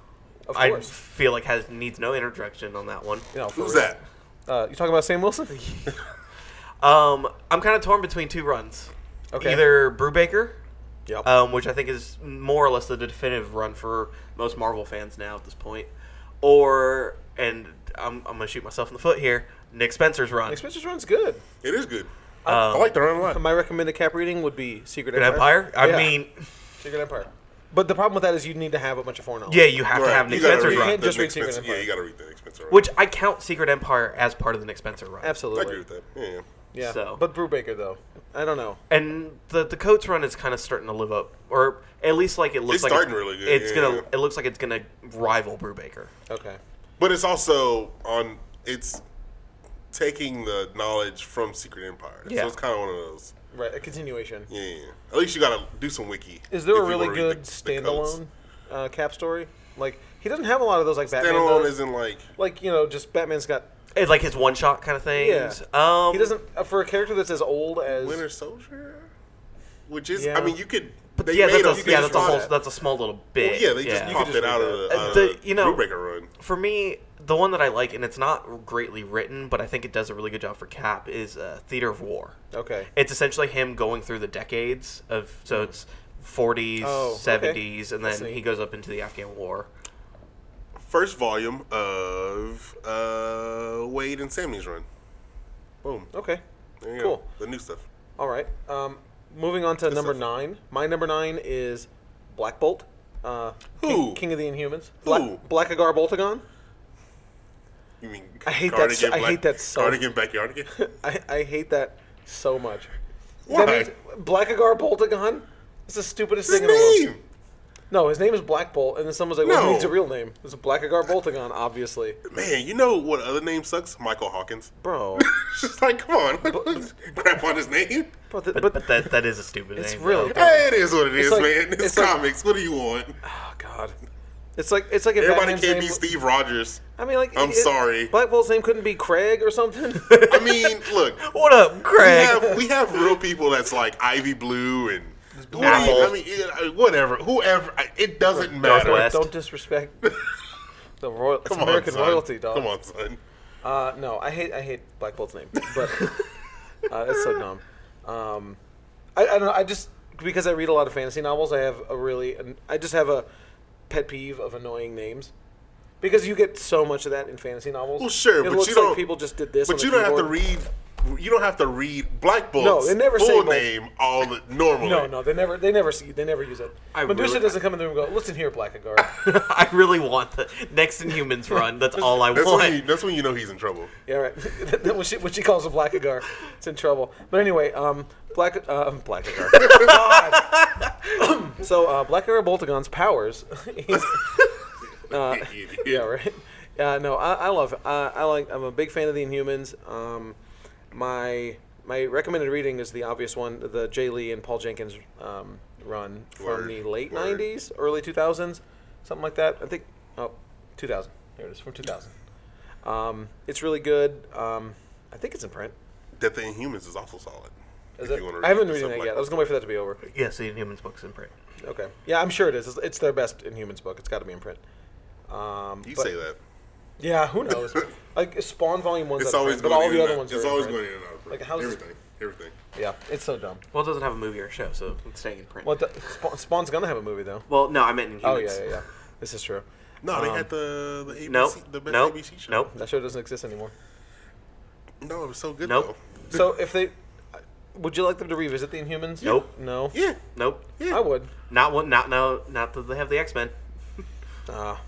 S1: Of
S3: I
S1: course.
S3: feel like has needs no introduction on that one.
S1: No, for
S2: who's
S1: real.
S2: that?
S1: Uh, you talking about Sam Wilson?
S3: Um, I'm kind of torn between two runs.
S1: Okay.
S3: Either Brubaker,
S1: yep.
S3: um, which I think is more or less the definitive run for most Marvel fans now at this point, or and I'm, I'm gonna shoot myself in the foot here. Nick Spencer's run.
S1: Expenses run's good.
S2: It is good. I
S3: Um,
S2: like the run a lot.
S1: My recommended cap reading would be Secret
S3: Secret
S1: Empire.
S3: Empire. I
S1: Yeah,
S3: mean,
S1: Secret Empire. But the problem with that is you need to have a bunch of foreknowledge.
S3: yeah, you have
S2: Right,
S3: to have Nick
S2: you gotta
S3: Spencer's
S2: read
S1: You
S3: run,
S1: can't
S2: the
S1: just
S2: Nick
S1: read Secret
S2: Spencer-
S1: Empire.
S2: Yeah, you gotta read the Nick Spencer run.
S3: which I count Secret Empire as part of the Nick Spencer run.
S2: I
S1: absolutely.
S2: agree with that. Yeah, yeah.
S1: Yeah.
S3: So-
S1: But Brubaker though, I don't know.
S3: And the the Coates run is kind of starting to live up, or at least like it looks
S2: It's
S3: like
S2: starting really good,
S3: It's
S2: yeah,
S3: gonna.
S2: yeah.
S3: It looks like it's gonna rival Brubaker.
S1: Okay.
S2: But it's also on. It's taking the knowledge from Secret Empire.
S3: Yeah.
S2: So it's kind of one of those.
S1: Right. A continuation.
S2: Yeah, yeah. At least you gotta do some wiki.
S1: Is there
S2: if
S1: a
S2: you
S1: really
S2: wanna
S1: good
S2: read the- the codes.
S1: standalone uh, cap story? Like he doesn't have a lot of those like Batman
S2: Standalone
S1: does.
S2: isn't like
S1: Like you know, just Batman's got.
S3: It's like his one shot kind of
S1: Yeah.
S3: things. Um,
S1: he doesn't uh, for a character that's as old as.
S2: Winter Soldier, which is
S1: Yeah.
S2: I mean you could.
S3: But
S2: they
S3: yeah,
S2: made
S3: that's
S2: a,
S3: a, yeah, that's a
S1: draw
S3: whole
S1: that.
S3: that's a small little
S2: Well,
S3: bit.
S2: yeah, they just popped
S1: You could
S2: it
S1: just
S2: out
S1: read
S2: of the,
S3: that.
S2: uh,
S3: Uh, the- you know-
S2: Brubaker run.
S3: for me, the one that I like, and it's not greatly written, but I think it does a really good job for Cap, is uh, Theater of War.
S1: Okay.
S3: It's essentially him going through the decades of, so it's 40s,
S1: Oh, okay.
S3: 70s, and
S1: I
S3: then
S1: see.
S3: he goes up into the Afghan War.
S2: First volume of uh, Wade and Sammy's run. Boom.
S1: Okay.
S2: There you
S1: Cool.
S2: Go. The new stuff.
S1: All right. Um, moving on to number
S2: stuff.
S1: nine. My number nine is Black Bolt. Uh,
S2: Who?
S1: King, King of the Inhumans. Black,
S2: Who?
S1: Blackagar Boltagon.
S2: You mean
S1: I hate that so-
S2: Cardigan,
S1: I hate that so-
S2: Cardigan backyard again.
S1: I, I hate that so much.
S2: Why?
S1: That means Blackagar Boltagon. It's the stupidest
S2: His
S1: thing in the world.
S2: name.
S1: No, his name is Black Bolt, and then someone's like, "Well,
S2: No.
S1: he needs a real name." It's Blackagar Boltagon, obviously.
S2: Man, you know what other name sucks? Michael Hawkins.
S1: Bro,
S2: It's just like, come on, let's crap on his name.
S1: Bro, th-
S3: But,
S1: but,
S3: but that that is a stupid
S1: it's
S3: name.
S1: really.
S3: though.
S2: Hey, it is what it is,
S1: like-
S2: man. It's,
S1: it's like-
S2: comics. what do you want?
S1: Oh God. It's like it's like if
S2: Everybody
S1: Batman's
S2: can't be
S1: name-
S2: Steve Rogers.
S1: I mean, like
S2: I'm sorry.
S1: Black Bolt's name couldn't be Craig or something.
S2: I mean, look,
S3: What up,
S2: we
S3: Craig?
S2: have we have real people that's like Ivy Blue and who do you- I
S3: Apple.
S2: mean, it- I- whatever, whoever. I- It doesn't matter.
S3: Northwest.
S1: Don't disrespect the royal. It's
S2: Come on,
S1: American
S2: son.
S1: royalty, dog.
S2: Come on, son.
S1: Uh, no, I hate I hate Black Bolt's name, but uh, that's so dumb. Um, I, I don't know. I just because I read a lot of fantasy novels, I have a really an, I just have a pet peeve of annoying names because you get so much of that in fantasy novels.
S2: Well, sure,
S1: it
S2: but
S1: looks
S2: you
S1: like
S2: don't-
S1: people just did this. on
S2: But
S1: the
S2: you don't have to
S1: keyboard.
S2: read You don't have to read Black Bolt's
S1: they never say
S2: full
S1: Bolt.
S2: name all the, normally.
S1: No, no, they never, they never see, they never use it.
S3: I
S1: Medusa
S3: really-
S1: doesn't come in the room and go, "Listen here, Blackguard."
S3: I really want the next in humans run. That's all I
S2: That's when, you,
S3: want.
S2: that's when you know he's in trouble.
S1: yeah, right. That- that- when, she, when she calls him Blackagar, it's in trouble. But anyway, um, Black, uh, Blackagar. God. so uh, Blackagar Boltagon's powers. he's- yeah, right. Yeah, no, I, I love. Uh, I like. I'm a big fan of the Inhumans. Um, my my recommended reading is the obvious one, the Jay Lee and Paul Jenkins um, run from
S2: Word,
S1: the late
S2: word.
S1: '90s, early 2000s, something like that. I think. Oh, 2000. Here it is from 2000. Um, it's really good. Um, I think it's in print.
S2: That the Inhumans is also solid.
S1: Is
S2: If
S1: it?
S2: you wanna
S1: I haven't
S2: read
S1: read
S2: some
S1: it
S2: Black
S1: yet. I was gonna wait for that to be over.
S3: Yes, the Inhumans books in print.
S1: Okay. Yeah, I'm sure it is. It's, it's their best Inhumans book. It's got to be in print. Um,
S2: You
S1: but-
S2: say that.
S1: Yeah, who knows? like Spawn Volume One's
S2: It's
S1: out of
S2: always
S1: print, but
S2: going
S1: all
S2: in
S1: the
S2: and
S1: other
S2: out.
S1: ones.
S2: It's
S1: are in
S2: always
S1: print.
S2: going in and out. of print.
S1: Like, how's this-
S2: everything? Everything.
S1: Yeah, it's so dumb.
S3: Well, it doesn't have a movie or a show, so it's staying in print.
S1: Well, the, Spawn, Spawn's gonna have a movie though.
S3: Well, no, I meant in humans.
S1: Oh yeah, yeah, yeah. This is true.
S2: No,
S1: Um,
S2: they had the the ABC,
S3: Nope.
S2: the best
S3: nope.
S2: ABC show.
S3: Nope.
S1: That show doesn't exist anymore.
S2: No, it was so good
S3: Nope.
S1: So if they, uh, would you like them to revisit the Inhumans?
S3: Nope.
S1: No.
S2: though. Yeah.
S3: Nope.
S2: Yeah.
S1: I would.
S3: Not one. Not no. Not that they have the X Men.
S1: Ah.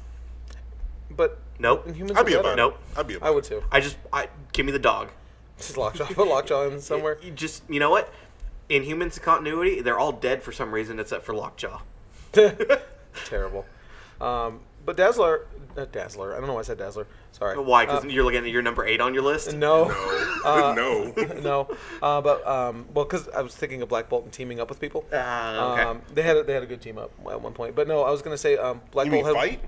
S1: but
S3: Nope.
S1: Inhumans.
S2: I'd be
S1: are
S2: about
S1: better.
S2: it.
S3: Nope.
S2: I'd be about
S1: I would too.
S3: I just. I give me the dog.
S1: Just lockjaw. Put lockjaw in somewhere.
S3: You just you know what? In humans continuity, they're all dead for some reason except for Lockjaw.
S1: Terrible. Um, but Dazzler, uh, Dazzler. I don't know why I said Dazzler. Sorry. Uh,
S3: Why? Because you're looking at your number eight on your list.
S1: No.
S2: No. no.
S1: no, uh, but um, well, because I was thinking of Black Bolt and teaming up with people.
S3: Ah, okay.
S1: Um, they had a, they had a good team up at one point, but no, I was gonna say um, Black
S2: You
S1: Bolt
S2: mean
S1: had
S2: fight?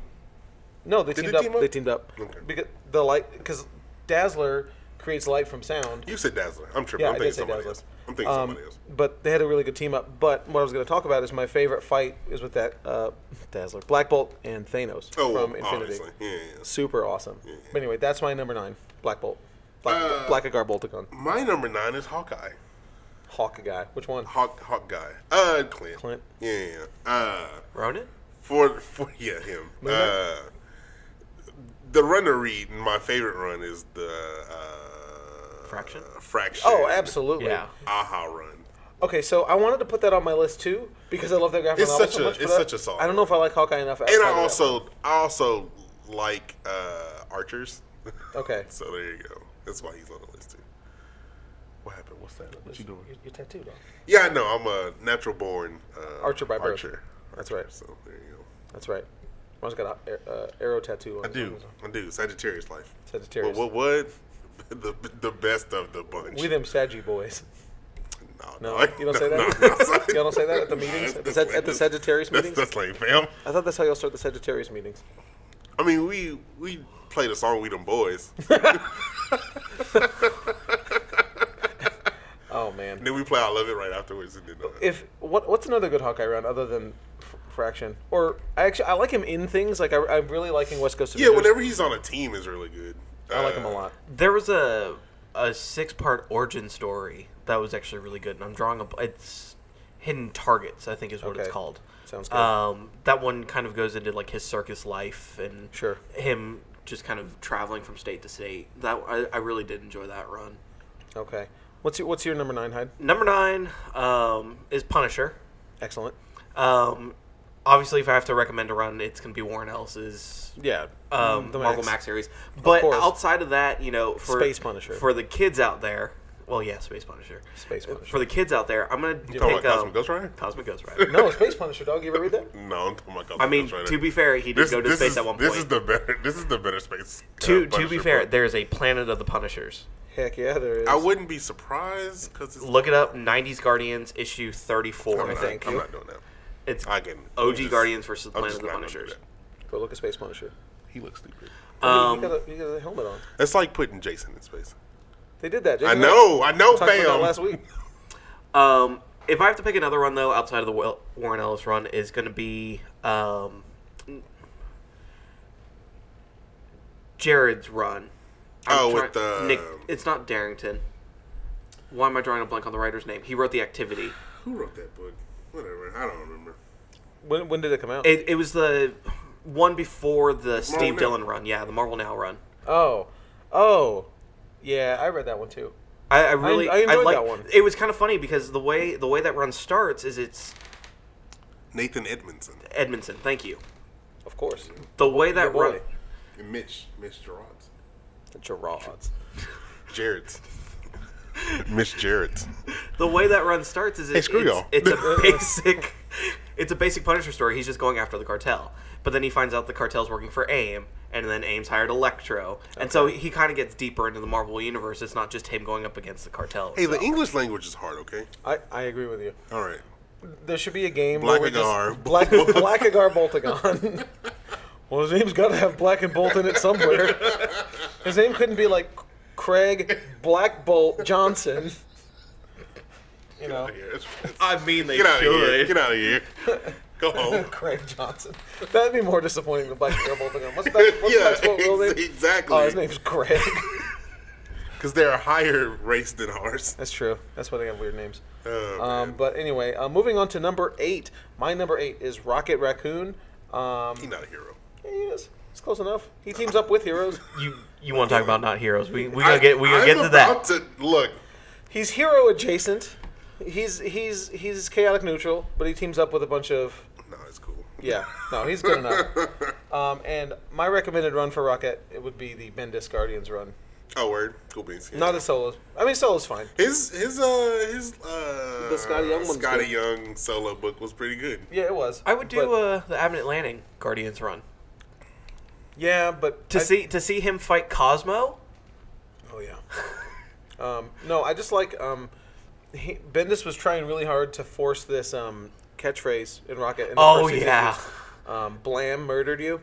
S1: no, they
S2: Did
S1: teamed
S2: they
S1: up,
S2: team up?
S1: They teamed up
S2: Okay.
S1: because the light because Dazzler creates light from sound.
S2: You said Dazzler. I'm tripping.
S1: yeah,
S2: I'm
S1: I
S2: thinking
S1: did say
S2: somebody
S1: Dazzler.
S2: else. I'm thinking
S1: Um,
S2: somebody else.
S1: But they had a really good team up. But what I was going to talk about is my favorite fight is with that uh, Dazzler, Black Bolt, and Thanos
S2: Oh,
S1: from
S2: well,
S1: Infinity.
S2: obviously. Yeah, yeah, yeah.
S1: Super awesome. But anyway, that's my number nine, Black Bolt, Black,
S2: Uh,
S1: Black Agar Boltagon,
S2: My number nine is Hawkeye.
S1: Hawk guy. Which one?
S2: Hawk, Hawk guy. Uh, Clint.
S1: Clint.
S2: Yeah, yeah, yeah. Uh,
S3: Ronan?
S2: for for yeah, him. Uh, the runner read. My favorite run is the uh,
S3: Fraction?
S2: Fraction.
S1: Oh, absolutely.
S3: Yeah.
S2: Aha run.
S1: Okay, so I wanted to put that on my list too because I love that graphic
S2: It's
S1: novel
S2: such
S1: so
S2: a-
S1: much. but
S2: it's
S1: I-
S2: such a solid
S1: I don't know if I like Hawkeye enough.
S2: And
S1: outside
S2: I
S1: of that
S2: also I also like uh, archers.
S1: one. okay.
S2: so there you go. That's why he's on the list too. What happened? What's that? What you doing?
S1: You're, you're tattooed. on.
S2: Yeah, I know. I'm a natural born uh,
S1: Archer by birth.
S2: Archer.
S1: That's right.
S2: So there you go.
S1: That's right. One's got an uh, arrow tattoo. On
S2: I do. I do. Sagittarius life.
S1: Sagittarius.
S2: What? What? what? the the best of the bunch.
S1: We them Saggy boys.
S2: no,
S1: No, you don't say that. Y'all don't say that at the meetings? At the Sag- at the Sagittarius meetings?
S2: That's, that's lame, fam.
S1: I thought that's how y'all start the Sagittarius meetings.
S2: I mean, we we played a song. We them boys.
S1: Oh man.
S2: And then we play I Love It right afterwards. And then, uh,
S1: If what what's another good Hawkeye run other than F- Fraction? Or I actually I like him in things like I, I'm really liking West Coast.
S2: yeah,
S1: Avengers.
S2: whenever he's on a team is really good. Uh,
S1: I like him a lot.
S3: There was a a six part origin story that was actually really good, and I'm drawing a. It's hidden targets, I think, is what it's
S1: Okay.
S3: called.
S1: Sounds good.
S3: Um, that one kind of goes into like his circus life and
S1: Sure.
S3: him just kind of traveling from state to state. That I, I really did enjoy that run.
S1: Okay. What's your what's your number nine, Hyde?
S3: Number nine um, is Punisher.
S1: Excellent.
S3: Um, obviously, if I have to recommend a run, it's going to be Warren Ellis's
S1: Yeah.
S3: um,
S1: the
S3: Marvel
S1: Max.
S3: Max series. But
S1: course.
S3: outside of that, you know, for
S1: Space Punisher.
S3: for the kids out there. Well, yeah, Space Punisher. Uh,
S1: Space Punisher.
S3: For the kids out there, I'm gonna
S2: You talking
S3: pick
S2: about
S3: um,
S2: Cosmic Ghost Rider?
S3: Cosmic Ghost Rider.
S1: No, Space Punisher, dog. You ever read that?
S2: No, I'm talking about Cosmic
S3: I mean,
S2: Ghost Rider.
S3: to be fair, he did
S2: this,
S3: go to
S2: this
S3: space
S2: is,
S3: at one
S2: This
S3: point.
S2: is the better. This is the better space. uh,
S3: to to be
S2: Punisher
S3: fair,
S2: book.
S3: there's a Planet of the Punishers.
S1: Heck yeah, there is.
S2: I wouldn't be surprised because it's.
S3: Look it up. '90s Guardians issue 34.
S2: I'm not,
S1: thank
S2: I'm
S1: you.
S2: not doing that.
S3: It's
S2: I can.
S3: OG
S2: I'm just-
S3: Guardians versus
S2: I'm
S3: Planet
S2: just
S3: of the
S2: not gonna do
S3: Punishers.
S2: that.
S1: Go look at Space Punisher.
S2: He looks stupid.
S1: Um, he, got a, he got a helmet on.
S2: It's like putting Jason in space.
S1: They did that.
S2: I
S1: Jason
S2: know, I know,
S1: Talked about that
S2: fam.
S1: last week.
S3: Um, if I have to pick another run though, outside of the Wa- Warren Ellis run, is going to be um, Jared's run.
S2: Oh, with the-
S3: Nick. It's not Darrington. Why am I drawing a blank on the writer's name? He wrote the activity.
S2: Who wrote that book? Whatever, I don't remember.
S1: When, when did it come out?
S3: It, it was the one before the Steve
S2: Now.
S3: Dillon run. Yeah, the Marvel Now run.
S1: oh, oh, yeah, I read that one too.
S3: I, I really
S1: I enjoyed
S3: like,
S1: that one.
S3: It was kind of funny because the way the way that run starts is it's
S2: Nathan Edmondson
S3: Edmondson. Thank you.
S1: Of course.
S3: The way
S1: Your
S3: that run.
S1: boy.
S2: and Mitch Mitch Gerard's
S1: Gerard's.
S2: Jared's Mitch Jared's.
S3: the way that run starts is it,
S2: screw
S3: it's,
S2: y'all.
S3: it's a basic it's a basic punisher story he's just going after the cartel but then he finds out the cartel's working for aim and then aim's hired electro and so he kind of gets deeper into the marvel universe it's not just him going up against the cartel
S2: Hey, the
S3: itself.
S2: English language is hard. Okay,
S1: I, I agree with you.
S2: all right.
S1: There should be a game where we just
S2: Blackagar.
S1: Black Blackagar Boltagon. well, his name's got to have Black and Bolt in it somewhere. His name couldn't be like Craig Black Bolt Johnson. You know,
S3: i mean they
S2: Get out of here!
S3: should
S2: Get out of here! Go home.
S1: Craig Johnson. That'd be more disappointing than Black Bolt Boltagon. What's that? What's yeah,
S2: yeah,
S1: what real name?
S2: exactly.
S1: Oh, his name's Craig.
S2: Because they're a higher race than ours.
S1: That's true. That's why they have weird names.
S2: Oh,
S1: um, but anyway, uh, moving on to number eight. My number eight is Rocket Raccoon. Um,
S2: He's not a hero.
S1: he is. It's close enough. He teams up with heroes.
S3: you you want to talk about not heroes we we
S2: I-
S3: gonna get we gonna
S2: I'm
S3: get to
S2: about
S3: that
S2: to- look,
S1: He's hero adjacent. He's he's he's chaotic neutral, but he teams up with a bunch of
S2: no, it's cool.
S1: yeah. No, he's good enough. Um, and my recommended run for Rocket it would be the Bendis Guardians run,
S2: Oh, word. Cool beans. yeah.
S1: not a solo. I mean, solo's fine.
S2: his his uh his uh
S1: The Scotty Young one's
S2: Scotty
S1: good.
S2: Young solo book was pretty good.
S1: Yeah, it was.
S3: i would do
S1: But,
S3: uh, the abnett landing guardians run
S1: yeah, but
S3: to
S1: I-
S3: see to see him fight cosmo
S1: Oh yeah. um, no, I just like um, he, Bendis was trying really hard to force this um, catchphrase in Rocket. In the
S3: Oh,
S1: first six
S3: yeah.
S1: issues. Um, Blam murdered you,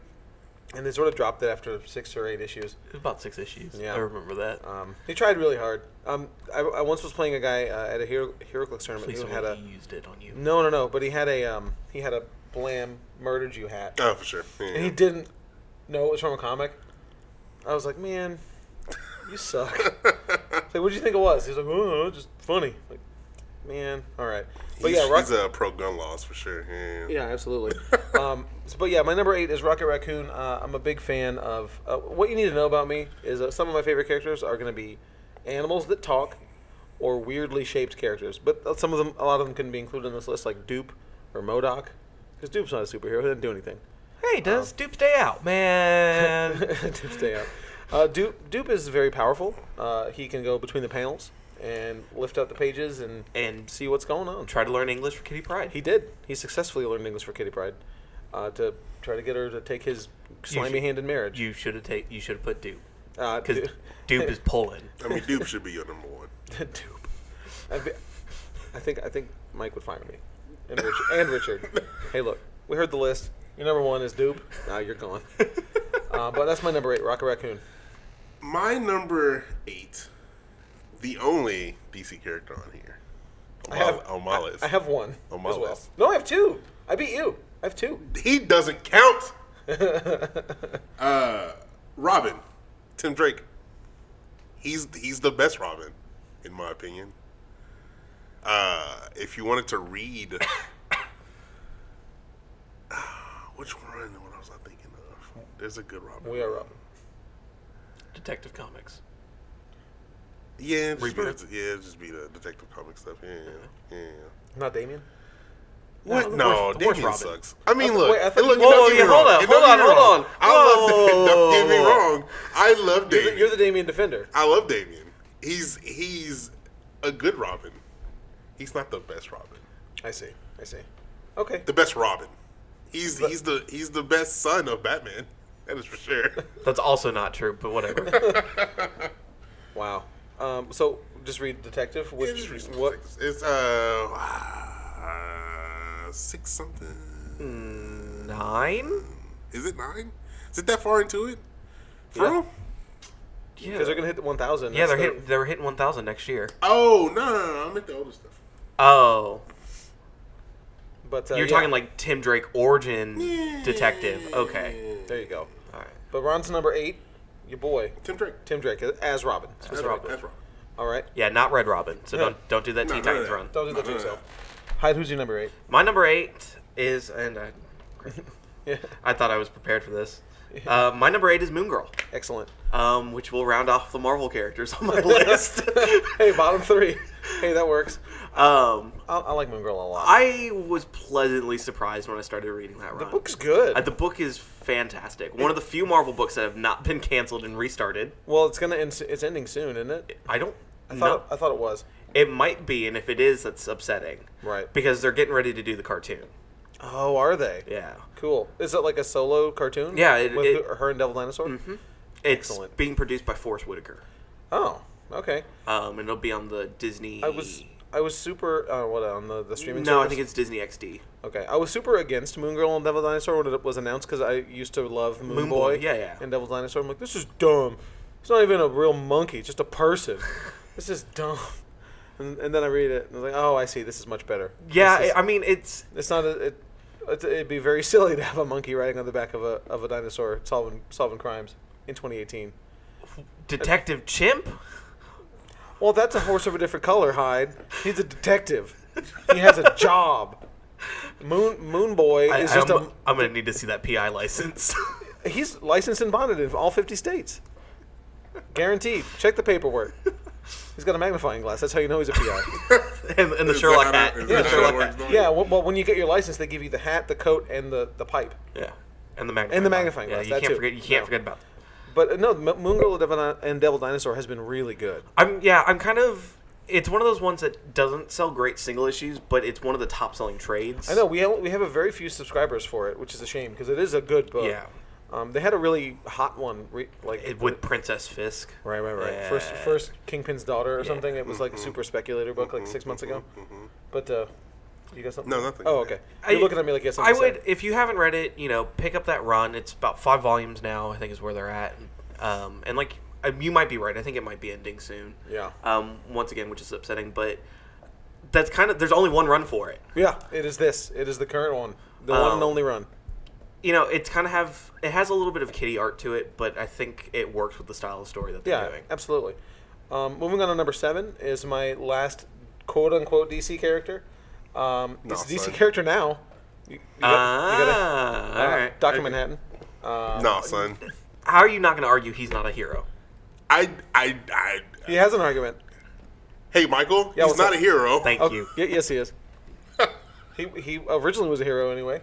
S1: and they sort of dropped it after six or eight issues.
S3: about six issues
S1: Yeah.
S3: i remember that
S1: Um, he tried really hard. Um, I, I once was playing a guy uh, at a Hero, Heroclix tournament
S3: please
S1: who
S3: don't
S1: had a
S3: he used it on you
S1: no, no, no, but he had a um, he had a Blam murdered you hat,
S2: Oh, for sure. Yeah.
S1: and he didn't know it was from a comic. I was like, man, you suck. It's like, what do you think it was? He's like, oh, it's just funny. Like, man, all right. But
S2: he's,
S1: yeah, Rock-
S2: he's uh, pro gun laws for sure. Yeah.
S1: yeah, absolutely. um, s- but yeah, my number eight is Rocket Raccoon. Uh, I'm a big fan of. Uh, what you need to know about me is uh, some of my favorite characters are going to be animals that talk or weirdly shaped characters. But uh, some of them, a lot of them, couldn't be included in this list, like Dupe or Modoc, because Dupe's not a superhero. He didn't do anything.
S3: Hey, does Dupe stay out, man?
S1: Dupe stay up. Uh, Dupe, Dupe is very powerful. Uh, he can go between the panels and lift up the pages and
S3: And-
S1: see what's going on.
S3: Try to learn English for Kitty Pride.
S1: He did. He successfully learned English for Kitty Pride uh, to try to get her to take his slimy
S3: should-
S1: hand in marriage.
S3: you should have take. You should have put Dupe
S1: uh,
S3: because
S1: Du-
S3: Dupe is Poland.
S2: I mean, Dupe should be your number one.
S1: Dupe. I'd be- I think I think Mike would fire me, and, Rich- and Richard. Hey, look, we heard the list. Your number one is Dupe. Now you're gone. Uh, but that's my number eight, Rocket Raccoon.
S2: My number eight, the only DC character on here. On my, on my list.
S1: I have one.
S2: On my
S1: as well.
S2: list.
S1: No, I have two. I beat you. I have two.
S2: he doesn't count. uh, Robin, Tim Drake. He's he's the best Robin, in my opinion. Uh, if you wanted to read, which one? What was I thinking of? There's a good Robin.
S1: We are up.
S3: Detective Comics.
S2: Yeah, just be
S3: Rebirth.
S2: the, yeah, just be the Detective comic stuff. Yeah, yeah.
S1: Not Damien.
S2: What?
S3: the
S2: No,
S3: worst- the worst
S2: Damien
S3: Robin.
S2: sucks. I mean, look.
S1: wait, I thought
S2: look,
S1: you-
S2: don't get me
S3: Whoa, yeah, hold
S2: wrong.
S3: on,
S2: Don't
S3: hold
S2: get
S3: on,
S2: me
S3: hold
S2: wrong.
S3: on.
S2: I love. Don't get me
S3: Whoa.
S2: wrong. I love
S1: You're the,
S2: Damien.
S1: you're the Damien defender.
S2: I love Damien. He's he's a good Robin. He's not the best Robin.
S1: I see. I see. Okay.
S2: The best Robin. He's he's the he's the best son of Batman. That is for sure.
S3: That's also not true, but whatever.
S1: Wow. Um, so just read detective. Which
S2: It's recent.
S1: what?
S2: It's uh, uh six
S1: Hmm.
S2: something.
S3: Nine?
S2: Is it nine? Is it that far into it? For
S1: Yeah.
S2: real?
S3: Yeah,
S1: Because they're gonna hit the one thousand.
S3: yeah, they're hit, they're hitting one thousand next year.
S2: Oh no, no, no! I'm at the older stuff.
S3: Oh,
S1: But uh,
S3: you're
S1: yeah,
S3: talking like Tim Drake origin detective. Okay,
S1: There you go.
S3: all right.
S1: But we're on to number eight. Your boy
S2: Tim Drake.
S1: Tim Drake as Robin.
S3: That's Robin.
S2: That's Robin.
S1: All right.
S3: Yeah, not Red Robin. So
S1: Yeah.
S3: don't don't do that
S2: No,
S3: Teen
S2: no,
S3: Titans
S2: no.
S3: run.
S1: Don't do that to
S2: No, no, no.
S1: yourself. Hyde, who's your number eight?
S3: My number eight is, and I,
S1: Yeah.
S3: I thought I was prepared for this. Uh, my number eight is Moon Girl,
S1: Excellent.
S3: um, which will round off the Marvel characters on my list.
S1: hey, bottom three. Hey, that works.
S3: um,
S1: I, I like Moon Girl a lot.
S3: I was pleasantly surprised when I started reading that run.
S1: the book's good.
S3: Uh, the book is fantastic. One of the few Marvel books that have not been canceled and restarted.
S1: well, it's gonna end. s- It's ending soon, isn't it?
S3: I don't
S1: I
S3: know.
S1: thought. uh, I thought it was.
S3: It might be, and if it is, that's upsetting.
S1: Right.
S3: Because they're getting ready to do the cartoon.
S1: Oh, are they?
S3: Yeah.
S1: Cool. Is it like a solo cartoon?
S3: Yeah, it-
S1: with
S3: it- Mm-hmm.
S1: her and Devil Dinosaur.
S3: It's
S1: Excellent.
S3: being produced by Forrest Whitaker.
S1: Oh, okay.
S3: Um, and it'll be on the Disney.
S1: I was I was super uh, what on the, the streaming.
S3: No, I
S1: service?
S3: think it's Disney XD.
S1: okay. I was super against Moon Girl and Devil Dinosaur when it was announced because I used to love Moon,
S3: Moon
S1: Boy,
S3: Boy, yeah, yeah.
S1: and Devil Dinosaur. I'm like, this is dumb. It's not even a real monkey, it's just a person. this is dumb. And, and then I read it and I was like, oh, I see. This is much better.
S3: Yeah,
S1: This is-
S3: I I mean it's
S1: it's not a. It, it's- It'd be very silly to have a monkey riding on the back of a, of a dinosaur solving solving crimes in 2018.
S3: Detective Chimp.
S1: Well, that's a horse of a different color, Hyde. He's a detective. He has a job. Moon Moon Boy
S3: I,
S1: is just
S3: I'm, I'm gonna need to see that PI license.
S1: a he's licensed and bonded in all 50 states. Guaranteed. Check the paperwork. He's got a magnifying glass. That's how you know he's a PI.
S3: and, and the
S2: Is
S3: Sherlock
S2: that
S3: hat.
S2: how that- is
S3: Yeah,
S2: that how
S3: Sherlock
S2: that
S3: hat.
S2: works?
S1: yeah, well, well, when you get your license, they give you the hat, the coat, and the, the pipe.
S3: Yeah. And the magnifying.
S1: And the
S3: glass.
S1: magnifying
S3: yeah,
S1: glass,
S3: You
S1: that
S3: can't
S1: too.
S3: forget. You can't
S1: No.
S3: forget about.
S1: But uh, no, M- Moon Girl and Devil- and Devil Dinosaur has been really good.
S3: I'm yeah. I'm kind of. It's one of those ones that doesn't sell great single issues, but it's one of the top selling trades.
S1: I know we have, we have a very few subscribers for it, which is a shame because it is a good book.
S3: Yeah.
S1: Um, they had a really hot one, re- like
S3: It, with Princess Fisk.
S1: Right, right, right.
S3: Yeah. Mm-hmm.
S1: First, first Kingpin's daughter or something. It was like super speculator book like six months ago. But uh, you got something?
S2: No, nothing.
S1: Oh, okay.
S3: I-
S1: You're looking at me like you got
S3: I
S1: something. to say.
S3: would, if you haven't read it, you know, pick up that run. It's about five volumes now. I think is where they're at. Um, and like I- you might be right. I think it might be ending soon.
S1: Yeah.
S3: Um, once again, which is upsetting, but that's kind of there's only one run for it.
S1: Yeah, it is this. It is the current one, the one and
S3: Oh.
S1: only run.
S3: You know, it's kind of have it has a little bit of kitty art to it, but I think it works with the style of story that they're
S1: Yeah,
S3: doing.
S1: absolutely. Um, moving on to number seven is my last quote unquote DC character. Um, it's a DC
S2: son.
S1: character now. You, you got- you gotta-
S3: Ah, all
S1: uh,
S3: right.
S1: Doctor Manhattan.
S2: nah, son.
S3: How are you not going to argue he's not a hero?
S2: I, I, I.
S1: He has an argument.
S2: Hey, Michael.
S1: Yeah,
S2: he's
S1: what's
S2: not
S1: up?
S2: a hero.
S3: Thank
S1: Oh,
S3: you.
S1: y- yes, he is. he he originally was a hero anyway,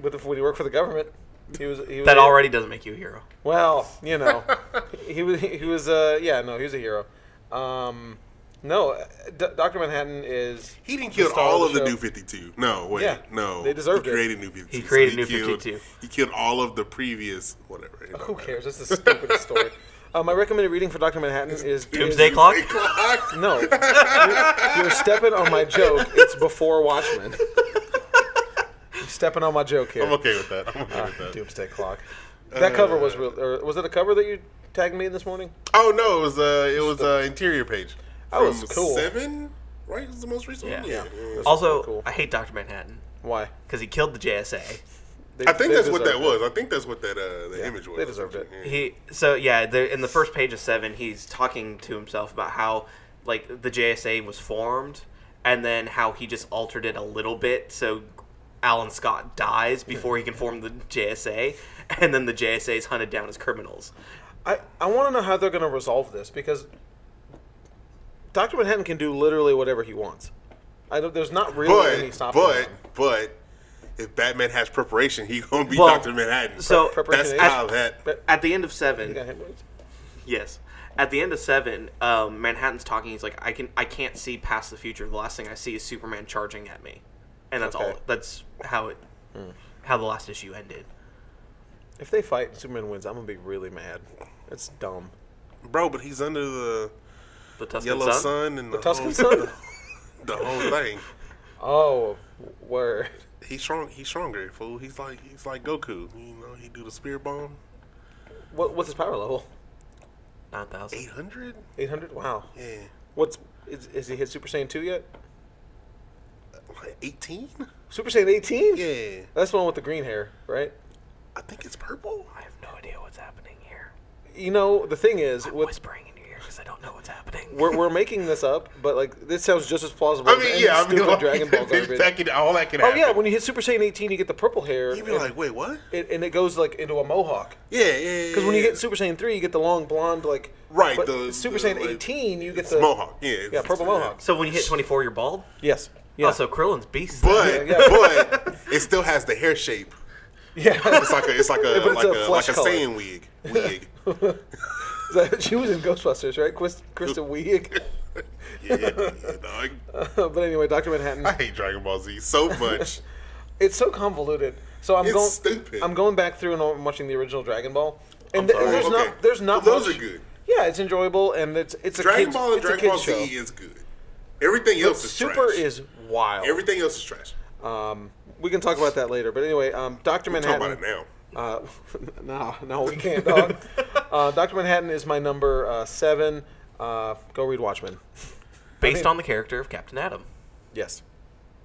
S1: but if, when he worked for the government, he was he was
S3: That already doesn't make you a hero.
S1: Well, you know, he was he was uh yeah no he was a hero. Um, no, Doctor Manhattan is
S2: He didn't
S1: the
S2: kill
S1: star
S2: all of the
S1: show.
S2: New Fifty Two. No, wait,
S1: Yeah,
S2: no.
S1: they deserved
S2: he
S1: it.
S2: created New Fifty Two.
S3: He created New 52.
S2: He killed all of the previous whatever. it don't
S1: Who
S2: matter.
S1: cares? That's the stupidest story. Uh, my recommended reading for Doctor Manhattan is
S3: Doomsday Clock?
S2: Clock.
S1: No, you're, you're stepping on my joke. It's before Watchmen. You're stepping on my joke here.
S2: I'm okay with that. I'm okay with that.
S1: Doomsday Clock.
S2: Uh,
S1: That cover was real. Or was it a cover that you tagged me in this morning?
S2: Oh no, it was uh, it was uh, interior page.
S1: That was
S2: From
S1: cool.
S2: Seven, right? It was the most recent
S3: Yeah.
S2: one.
S3: Yeah.
S2: yeah.
S3: Also,
S1: pretty cool.
S3: I hate Doctor Manhattan
S1: Why?
S3: because he killed the JSA.
S1: They-
S2: I think
S1: they
S2: that's what
S1: deserved
S2: that
S1: it.
S2: was. I think that's what that uh, the image was.
S1: they deserved it.
S2: Yeah.
S3: He so yeah, the, in the first page of seven, he's talking to himself about how like the JSA was formed, and then how he just altered it a little bit so Alan Scott dies before he can form the JSA, and then the JSA is hunted down as criminals.
S1: I, I want to know how they're going to resolve this because Doctor Manhattan can do literally whatever he wants. I don't, there's not really any
S2: But
S1: stopping
S2: but
S1: him.
S2: but if Batman has preparation, he gonna be
S3: Well,
S2: Doctor Manhattan.
S3: So
S1: Preparation
S2: that's
S1: is-
S2: how that.
S1: But-
S3: at the end of seven,
S1: You got hit words?
S3: Yes. At the end of seven, um, Manhattan's talking. He's like, "I can, I can't see past the future. The last thing I see is Superman charging at me," and that's all.
S1: Okay.
S3: That's how it,
S2: Hmm.
S3: how the last issue ended.
S1: If they fight and Superman wins, I'm going to be really mad. It's dumb.
S2: Bro, but he's under the
S3: The Tuscan
S2: yellow
S3: Sun.
S2: sun and the,
S1: Tuscan
S2: whole,
S1: Sun?
S2: the whole thing.
S1: Oh, word.
S2: He's strong. He's stronger, fool. He's like he's like Goku. You know, he do the spear bomb.
S1: What, what's his power level?
S3: Nine thousand.
S2: Eight hundred.
S1: 800? Wow.
S2: Yeah,
S1: What's is, is he hit Super Saiyan 2 yet?
S2: like eighteen.
S1: Super Saiyan 18?
S2: Yeah,
S1: That's the one with the green hair, right?
S2: I think it's purple.
S3: I have no idea what's happening here.
S1: You know, the thing is,
S3: I'm
S1: with
S3: whispering in your ear because because I don't know what's happening.
S1: We're, we're making this up, but like this sounds just as plausible.
S2: I
S1: as
S2: mean,
S1: any
S2: yeah, I mean,
S1: stupid
S2: like,
S1: Dragon Ball garbage.
S2: that can, all that can
S1: Oh
S2: happen.
S1: yeah, when you hit Super Saiyan 18, you get the purple hair,
S2: You'd be
S1: and,
S2: like, wait, what?
S1: it, and it goes like into a mohawk.
S2: Yeah, yeah, yeah.
S1: Because when you
S2: yeah.
S1: get Super Saiyan 3, you get the long blonde like.
S2: Right,
S1: But
S2: the-
S1: Super
S2: the,
S1: Saiyan
S2: like,
S1: 18, you get
S2: it's
S1: the
S2: mohawk, yeah, it's-
S1: yeah, purple
S2: it's-
S1: mohawk.
S3: So when you hit 24, you're bald.
S1: Yes. Yeah.
S3: Also, Krillin's beast.
S2: But
S1: Yeah, yeah.
S2: but it still has the hair shape.
S1: yeah.
S2: It's like a it's like a
S1: Yeah, but it's
S2: like
S1: a
S2: a, like
S1: flesh
S2: a
S1: color.
S2: Saiyan wig wig.
S1: she was in Ghostbusters, right? Chris, Krista Wiig.
S2: yeah, yeah, dog.
S1: but anyway, Doctor Manhattan.
S2: I hate Dragon Ball Z so much.
S1: It's so convoluted. So I'm
S2: It's
S1: going.
S2: stupid.
S1: I'm going back through and I'm watching the original Dragon Ball. And th-
S2: sorry.
S1: there's
S2: Okay.
S1: not. There's not.
S2: Those
S1: much-
S2: are good.
S1: Yeah, it's enjoyable and it's it's a
S2: Dragon
S1: kid's,
S2: Ball and
S1: it's a
S2: Dragon
S1: kid's
S2: Ball Z
S1: show.
S2: is good. Everything else is
S1: Super
S2: trash.
S1: is wild.
S2: Everything else is trash.
S1: um, we can talk about that later. But anyway, um, Doctor
S2: Talk
S1: Manhattan.
S2: about it now.
S1: Uh, no, no, we can't. Dog. uh, Doctor Manhattan is my number uh, seven. Uh, go read Watchmen.
S3: based on the character of Captain Atom.
S1: Yes.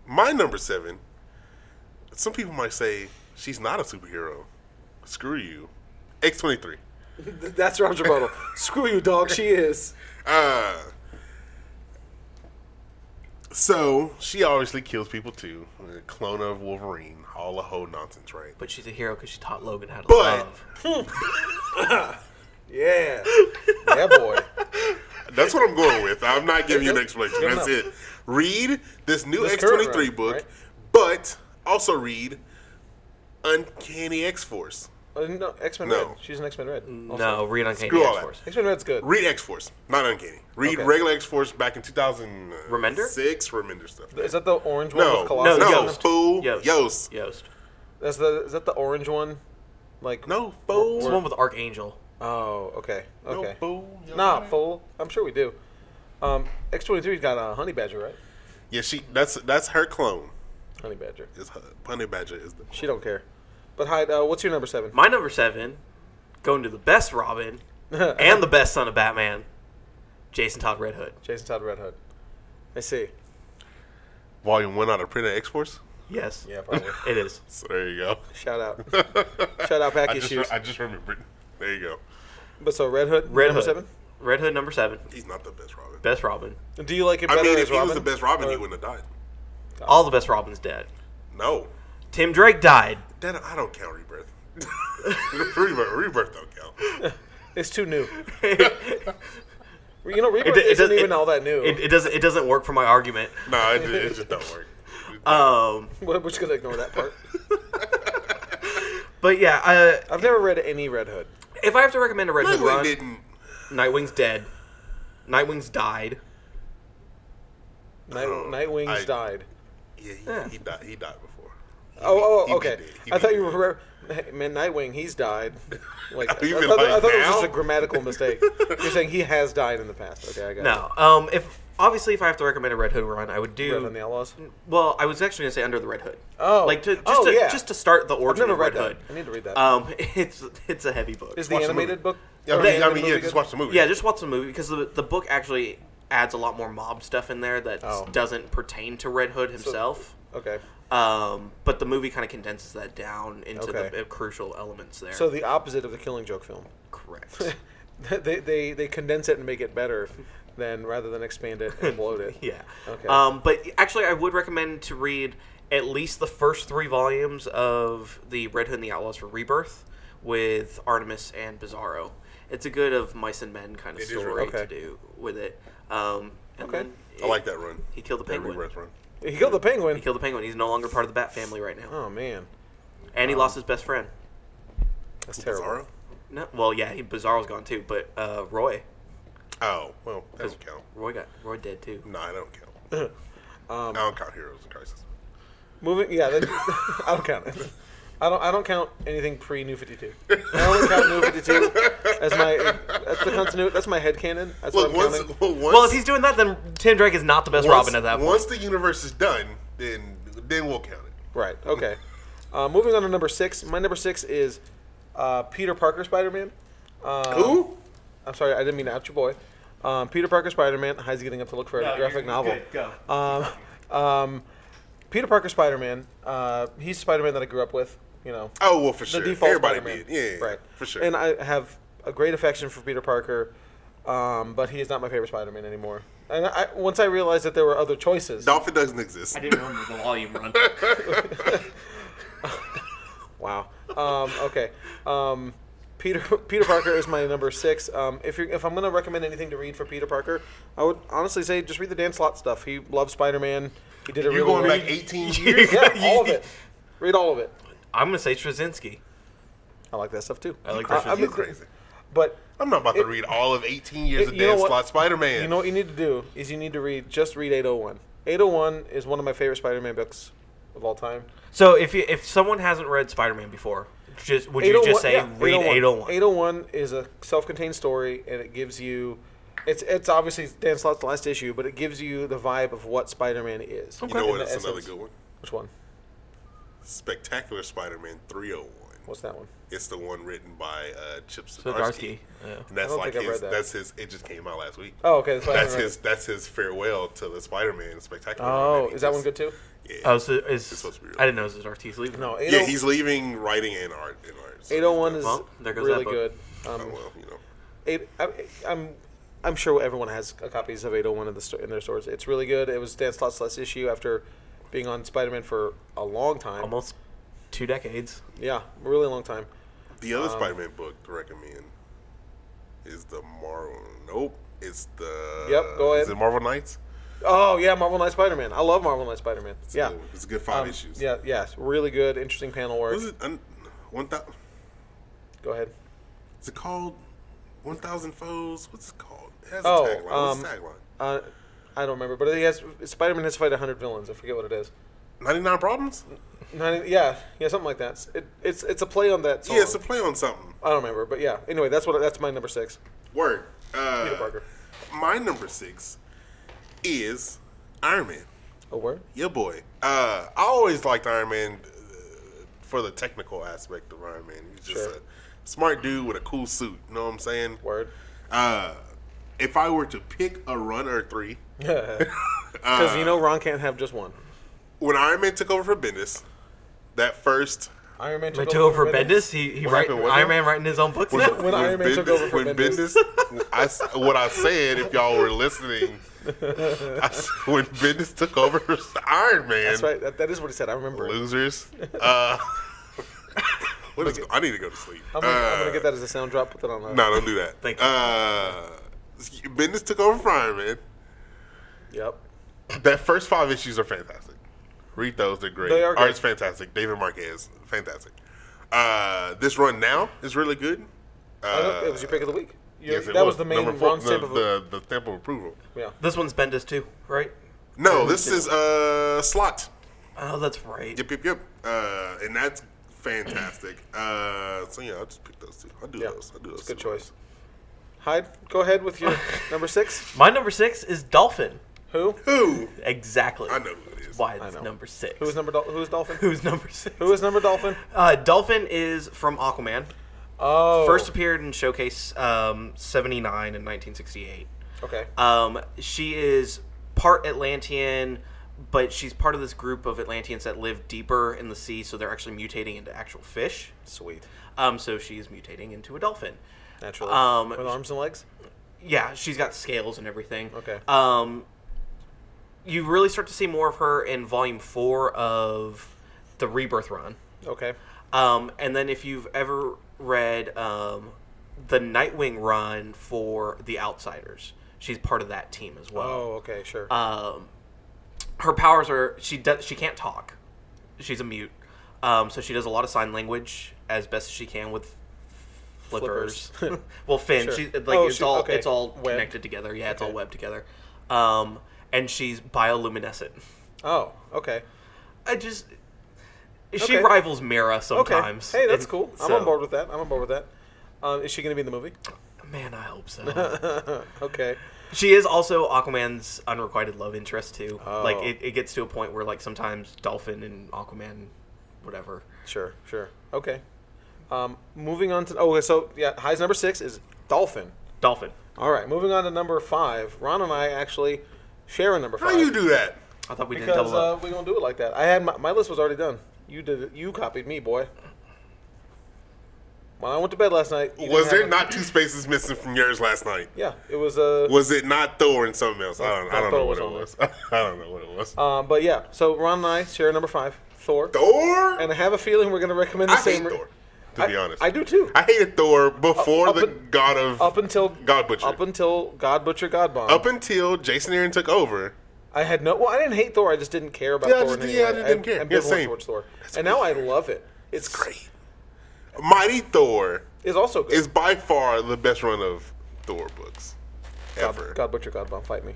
S2: My number seven. Some people might say she's not a superhero. Screw you. X twenty three.
S1: Th- That's Rob Gerboto. Screw you, dog. She is.
S2: Uh, so she obviously kills people too. A clone of Wolverine, all the whole nonsense, right?
S3: But she's a hero because she taught Logan how to
S2: But-
S3: love.
S1: Yeah. Yeah, boy.
S2: That's what I'm going with. I'm not giving you an explanation.
S1: Good
S2: That's
S1: enough.
S2: it. Read this new
S1: This current
S2: X23
S1: run,
S2: book,
S1: right?
S2: but also read Uncanny X Force.
S1: Uh, no, X Men
S2: No.
S1: Red. She's an X Men Red.
S3: Mm, No, read on Candy
S2: Screw all
S3: X
S2: that.
S3: Force.
S1: X Men Red's good.
S2: Read X Force, not Uncanny. Read
S1: Okay.
S2: regular X Force back in 2006.
S3: Remender?
S2: Remender stuff.
S1: Is that the orange one
S2: no,
S1: with
S2: no,
S1: Colossus?
S3: No,
S2: no,
S3: Yost.
S2: fool,
S3: Yost.
S2: Yost.
S3: Yost.
S1: That's the. Is that the orange one? Like.
S2: No,
S3: It's
S2: fool.
S3: the one with Archangel.
S1: Oh, okay. Okay.
S2: No, fool.
S1: nah, fool. I'm sure we do. Um, X 23's got a honey badger, right?
S2: Yeah, she. That's that's her clone.
S1: Honey badger.
S2: Is her, Honey Badger is the
S1: She don't care. But Hyde, uh, what's your number seven?
S3: My number seven, going to the best Robin and the best son of Batman, Jason Todd Red Hood.
S1: Jason Todd Red Hood. I see.
S2: volume one out of print at X Force.
S3: Yes,
S1: Yeah, probably.
S3: it is.
S2: So there you go.
S1: Shout out. Shout out
S2: I
S1: Packy
S2: just,
S1: Shoes.
S2: I just remembered. There you go.
S1: But so Red Hood,
S3: Red
S1: number
S3: Hood.
S1: seven.
S3: Red Hood number seven,
S2: He's not the best Robin.
S3: best Robin.
S1: Do you like it better
S2: I mean,
S1: as
S2: if he
S1: Robin?
S2: was the best Robin, he
S1: Or-
S2: wouldn't have died.
S3: All the best Robins dead.
S2: No,
S3: Tim Drake died.
S2: that I don't count rebirth. rebirth, rebirth don't count.
S1: It's too new. you know, Rebirth
S3: It- it
S1: isn't
S3: does-
S1: even
S3: it-
S1: all that new.
S3: It, it doesn't. It doesn't work for my argument.
S2: No, it, ju- it just don't work.
S3: Um,
S1: We're just gonna ignore that part.
S3: but yeah, I,
S1: I've never read any Red Hood.
S3: if I have to recommend a Red Hood
S2: Nightwing
S3: run,
S2: didn't.
S3: Nightwing's dead. Nightwing's died.
S1: Night,
S2: Oh,
S1: Nightwings
S2: I-
S1: died.
S2: Yeah, he,
S3: Yeah.
S2: he died. He died before. He
S1: Oh,
S2: be-
S1: oh,
S2: he
S1: okay.
S2: be dead. He
S1: I
S2: be
S1: thought you
S2: dead.
S1: were. Hey, man, Nightwing, he's died. Like, I,
S2: You mean
S1: thought, I
S2: like
S1: thought it was just
S2: now?
S1: a grammatical mistake. You're saying he has died in the past. Okay, I got it.
S3: No. Um, if obviously if I have to recommend a Red Hood run, I would do.
S1: Red on the Outlaws.
S3: Well, I was actually gonna say Under the Red Hood.
S1: Oh.
S3: like to, just
S1: Oh,
S3: to
S1: yeah.
S3: just to start the origin
S1: never
S3: of
S1: read
S3: Red
S1: that.
S3: Hood.
S1: I need to read that.
S3: Um, it's it's a heavy book.
S1: Is the
S2: watch the
S1: animated
S2: movie.
S1: book?
S2: Yeah, I
S1: or
S2: mean,
S1: the
S2: I
S1: animated
S2: mean, yeah,
S1: movie
S2: just
S1: good?
S2: watch the movie.
S3: yeah, just watch the movie because the the book actually adds a lot more mob stuff in there that
S1: Oh.
S3: doesn't pertain to Red Hood himself.
S1: Okay.
S3: um, but the movie kind of condenses that down into
S1: Okay.
S3: the uh, crucial elements there.
S1: So the opposite of the Killing Joke film.
S3: correct.
S1: they, they they condense it and make it better, than rather than expand it and bloat it.
S3: Yeah.
S1: Okay.
S3: Um, but actually, I would recommend to read at least the first three volumes of the Red Hood and the Outlaws for Rebirth with Artemis and Bizarro. It's a good of mice and men kind of
S2: It is
S3: story
S2: really-
S1: Okay.
S3: to do with it. Um, and
S1: Okay.
S3: then
S2: I like that run.
S3: He killed the
S2: That
S3: penguin.
S2: rebirth run.
S1: He killed the penguin.
S3: He killed the penguin. He's no longer part of the Bat family right now,
S1: oh man,
S3: and
S2: Um.
S3: he lost his best friend.
S1: that's terrible.
S2: Bizarro.
S3: No, well, yeah, he, Bizarro's gone too, but uh, Roy,
S2: Oh well, that doesn't count.
S3: Roy got Roy dead too.
S2: No, I don't count.
S1: Um,
S2: I don't count heroes in crisis.
S1: Moving, yeah, that, I don't count it. I don't. I don't count anything pre New Fifty Two. I only count New Fifty Two as my. That's the continuity. That's my head canon. That's
S2: Look,
S1: what I'm
S2: once,
S1: counting.
S2: well, once
S3: Well, if he's doing that, then Tim Drake is not the best
S2: once,
S3: Robin at that point.
S2: once the universe is done, then then we'll count it.
S1: Right. Okay. Uh, moving on to number six. My number six is uh, Peter Parker Spider Man.
S2: Who?
S1: I'm sorry, I didn't mean to out your boy. Um, Peter Parker Spider Man. Hei's getting up to look for a graphic novel. Um, um, Peter Parker Spider Man. Uh, he's Spider Man that I grew up with. You know.
S2: Oh well, for sure.
S1: the default
S2: Everybody
S1: Spider-Man.
S2: did. Yeah,
S1: right.
S2: for sure.
S1: And I have a great affection for Peter Parker. Um, but he is not my favorite Spider-Man anymore. And I, once I realized that there were other choices,
S2: Dolphin doesn't exist.
S5: I didn't remember the volume run.
S1: Wow. Um, okay. Um, Peter Peter Parker is my number six. Um, if you're, if I'm gonna recommend anything to read for Peter Parker, I would honestly say just read the Dan Slott stuff. He loves Spider Man. He did a
S2: You're
S1: really
S2: going
S1: read,
S2: back 18 years.
S1: yeah, all of it. Read all of it.
S3: I'm gonna say Straczynski.
S1: I like that stuff too. I
S3: like that
S1: I,
S3: shit.
S1: mean,
S2: You're crazy.
S1: But
S2: I'm not about
S1: It-
S2: to read all of 18 years
S1: it-
S2: of
S1: you know
S2: Dan
S1: what?
S2: Slott Spider-Man.
S1: you know what you need to do is you need to read just read 801. 801 is one of my favorite Spider Man books of all time.
S3: So if you, if someone hasn't read Spider-Man before, just would you just say
S1: oh yeah,
S3: read 801.
S1: 801 is a self-contained story, and it gives you. It's it's obviously Dan Slott's last issue, but it gives you the vibe of what Spider-Man is.
S2: You know
S1: In
S2: what?
S1: the
S2: That's another
S1: essence.
S2: good one.
S1: Which one?
S2: Spectacular Spider-Man 301.
S1: What's that one?
S2: It's the one written by uh, Chip
S3: So
S2: Zdarsky.
S3: Darsky. Yeah.
S2: And that's
S1: don't
S2: like
S1: think I've
S2: his.
S1: read that.
S2: That's his. It just came out last week.
S1: Oh, okay. The
S2: That's
S1: Spider-Man.
S2: his. That's his farewell to the Spider-Man Spectacular.
S1: Oh,
S2: he
S1: is that
S2: just-
S1: one good too?
S2: Yeah.
S3: Oh, so is
S2: supposed to be real.
S3: I didn't know it was Darsky's leaving.
S1: No. oh,
S2: yeah,
S1: 80-
S2: he's leaving writing and art. And art. so-
S1: 801 is
S3: Well, there goes
S1: really
S3: that
S1: good.
S3: book.
S2: Oh,
S1: Um,
S2: well, you know.
S1: eight, I, I'm I'm sure everyone has uh, copies of 801 in, the, sto- in their stores. It's really good. It was Dan Slott's last issue after being on Spider-Man for a long time.
S3: almost two decades.
S1: Yeah, a really long time.
S2: The
S1: um,
S2: other Spider-Man book to recommend is the Marvel. Nope, it's the.
S1: Yep, go
S2: Is
S1: ahead.
S2: it Marvel Knights?
S1: Oh yeah, Marvel Knight Spider-Man. I love Marvel Knight Spider-Man.
S2: It's a
S1: Yeah.
S2: good- Oh, it's a good five
S1: Um,
S2: issues.
S1: Yeah, yes, really good, interesting panel work.
S2: was it un, one thousand?
S1: Go ahead.
S2: Is it called One Thousand Foes? What's it called? It has
S1: Oh,
S2: a tagline. What's the
S1: um,
S2: tagline?
S1: Uh, I don't remember, but he has Spider-Man has to fight hundred villains. I forget what it is.
S2: Ninety Nine Problems?
S1: 90, yeah, yeah, something like that. It, it's it's a play on that song.
S2: Yeah, it's a play on something.
S1: I don't remember, but yeah. Anyway, that's what that's my number six.
S2: Word. Uh,
S1: Peter Parker.
S2: My number six is Iron Man.
S1: A word?
S2: Yeah, boy. Uh, I always liked Iron Man uh, for the technical aspect of Iron Man. He's just
S1: Sure.
S2: a smart dude with a cool suit. You know what I'm saying?
S1: Word.
S2: Uh, if I were to pick a run or three,
S1: Because
S2: Uh,
S1: you know Ron can't have just one.
S2: when Iron Man took over for Bendis, that first
S1: Iron Man
S3: They
S1: took
S3: took over
S1: for
S3: Bendis. He he write,
S2: happened? What happened?
S3: Iron Man writing his own books
S2: Was
S3: now.
S2: it-
S1: When Iron Man took over for
S2: when
S1: Bendis.
S2: I s what I said, if y'all were listening, I s when Bendis took over for Iron Man,
S1: That's right. That, that is what he said. I remember. I'm,
S2: losers. Uh, what is, I need to go to sleep.
S1: gonna, I'm gonna
S2: Uh,
S1: get that as a sound drop. Put that on. Uh,
S2: No, don't do that.
S3: Thank you.
S2: Uh, Bendis took over for Iron Man.
S1: Yep.
S2: That first five issues are fantastic. Read those; they're great.
S1: They are
S2: Art's
S1: great.
S2: fantastic. David Marquez, fantastic. Uh, this run now is really good.
S1: I don't-
S2: Uh,
S1: it was your pick of the week. Your-
S2: yes, it
S1: that was. the main
S2: Number four-
S1: Ron stamp
S2: the,
S1: of
S2: the, the stamp of approval.
S1: Yeah.
S3: This one's Bendis too, right?
S2: No, this is uh slot.
S3: Oh, that's right.
S2: Yep, yep, yep. Uh, and that's fantastic. Uh, so yeah, I'll just pick those two. I'll do
S1: Yeah.
S2: those. I'll do those.
S1: It's a good
S2: two.
S1: choice. Hyde, go ahead with your number six.
S3: My number six is Dolphin.
S1: Who?
S2: Who?
S3: Exactly.
S2: I know who it is.
S3: why
S1: I
S3: it's
S1: know.
S3: number six.
S1: Who is number? Dol- who is Dolphin?
S3: Who's number six?
S1: Who is number Dolphin?
S3: Uh, Dolphin is from Aquaman.
S1: Oh,
S3: First appeared in Showcase um, 79 in 1968.
S1: Okay.
S3: Um, she is part Atlantean, but she's part of this group of Atlanteans that live deeper in the sea, so they're actually mutating into actual fish.
S1: Sweet.
S3: Um, so she is mutating into a dolphin.
S1: Naturally.
S3: Um,
S1: with arms and legs.
S3: Yeah, she's got scales and everything.
S1: Okay.
S3: Um, you really start to see more of her in Volume Four of the Rebirth run.
S1: Okay.
S3: Um, and then if you've ever read um, the Nightwing run for The Outsiders, she's part of that team as well.
S1: Oh, okay. Sure.
S3: um, her powers are she does she can't talk she's a mute um, so she does a lot of sign language as best as she can with flippers, well finn
S1: Sure.
S3: she like
S1: Oh,
S3: it's
S1: she-
S3: all
S1: okay.
S3: it's all
S1: Webbed.
S3: connected together yeah it's all
S1: Okay.
S3: webbed together um, and she's bioluminescent
S1: oh, okay.
S3: i just she
S1: Okay.
S3: rivals mira
S1: Okay.
S3: sometimes
S1: Hey, that's
S3: and
S1: cool. I'm
S3: so-
S1: on board with that. I'm on board with that. Um, is she going to be in the movie?
S3: man i hope so
S1: Okay.
S3: She is also Aquaman's unrequited love interest too.
S1: Oh.
S3: Like it, it gets to a point where like sometimes Dolphin and Aquaman, whatever.
S1: Sure. Sure. Okay. Um, moving on to. Oh, okay, so yeah, Hyde's number six is Dolphin.
S3: Dolphin.
S1: All right. Moving on to number five. Ron and I actually share a number five.
S2: How you do that?
S3: I thought we did
S1: Because
S3: double
S1: uh,
S3: up.
S1: we don't do it like that. I had my, my list was already done. You did it. You copied me, boy. When I went to bed last night, you didn't
S2: Was there
S1: have a-
S2: not two spaces missing from yours last night?
S1: Yeah, it was uh,
S2: Was it not Thor and something else? I don't, I
S1: Not
S2: don't
S1: Thor
S2: know what
S1: was
S2: it
S1: on
S2: was. I don't know what it was.
S1: um, but yeah. So Ron and I share number five, Thor,
S2: Thor?
S1: and I have a feeling we're gonna recommend the
S2: I
S1: same.
S2: hate
S1: re-
S2: Thor, to be
S1: I-
S2: honest.
S1: I do too.
S2: I hated Thor before
S1: Up- up
S2: the
S1: un-
S2: God of
S1: up until
S2: God Butcher.
S1: Up until God Butcher God Bomb.
S2: up until Jason Aaron took over.
S1: I had no. Well, I didn't hate Thor. I just didn't care about
S2: Yeah, I
S1: Thor.
S2: just-
S1: in any
S2: yeah, I
S1: way.
S2: didn't care.
S1: I'm
S2: Yeah,
S1: ambivalent
S2: same.
S1: towards Thor, and now I love it. It's
S2: Great. Mighty Thor
S1: Is also good.
S2: is by far the best run of Thor books ever.
S1: God, God Butcher God Bomb. Fight me.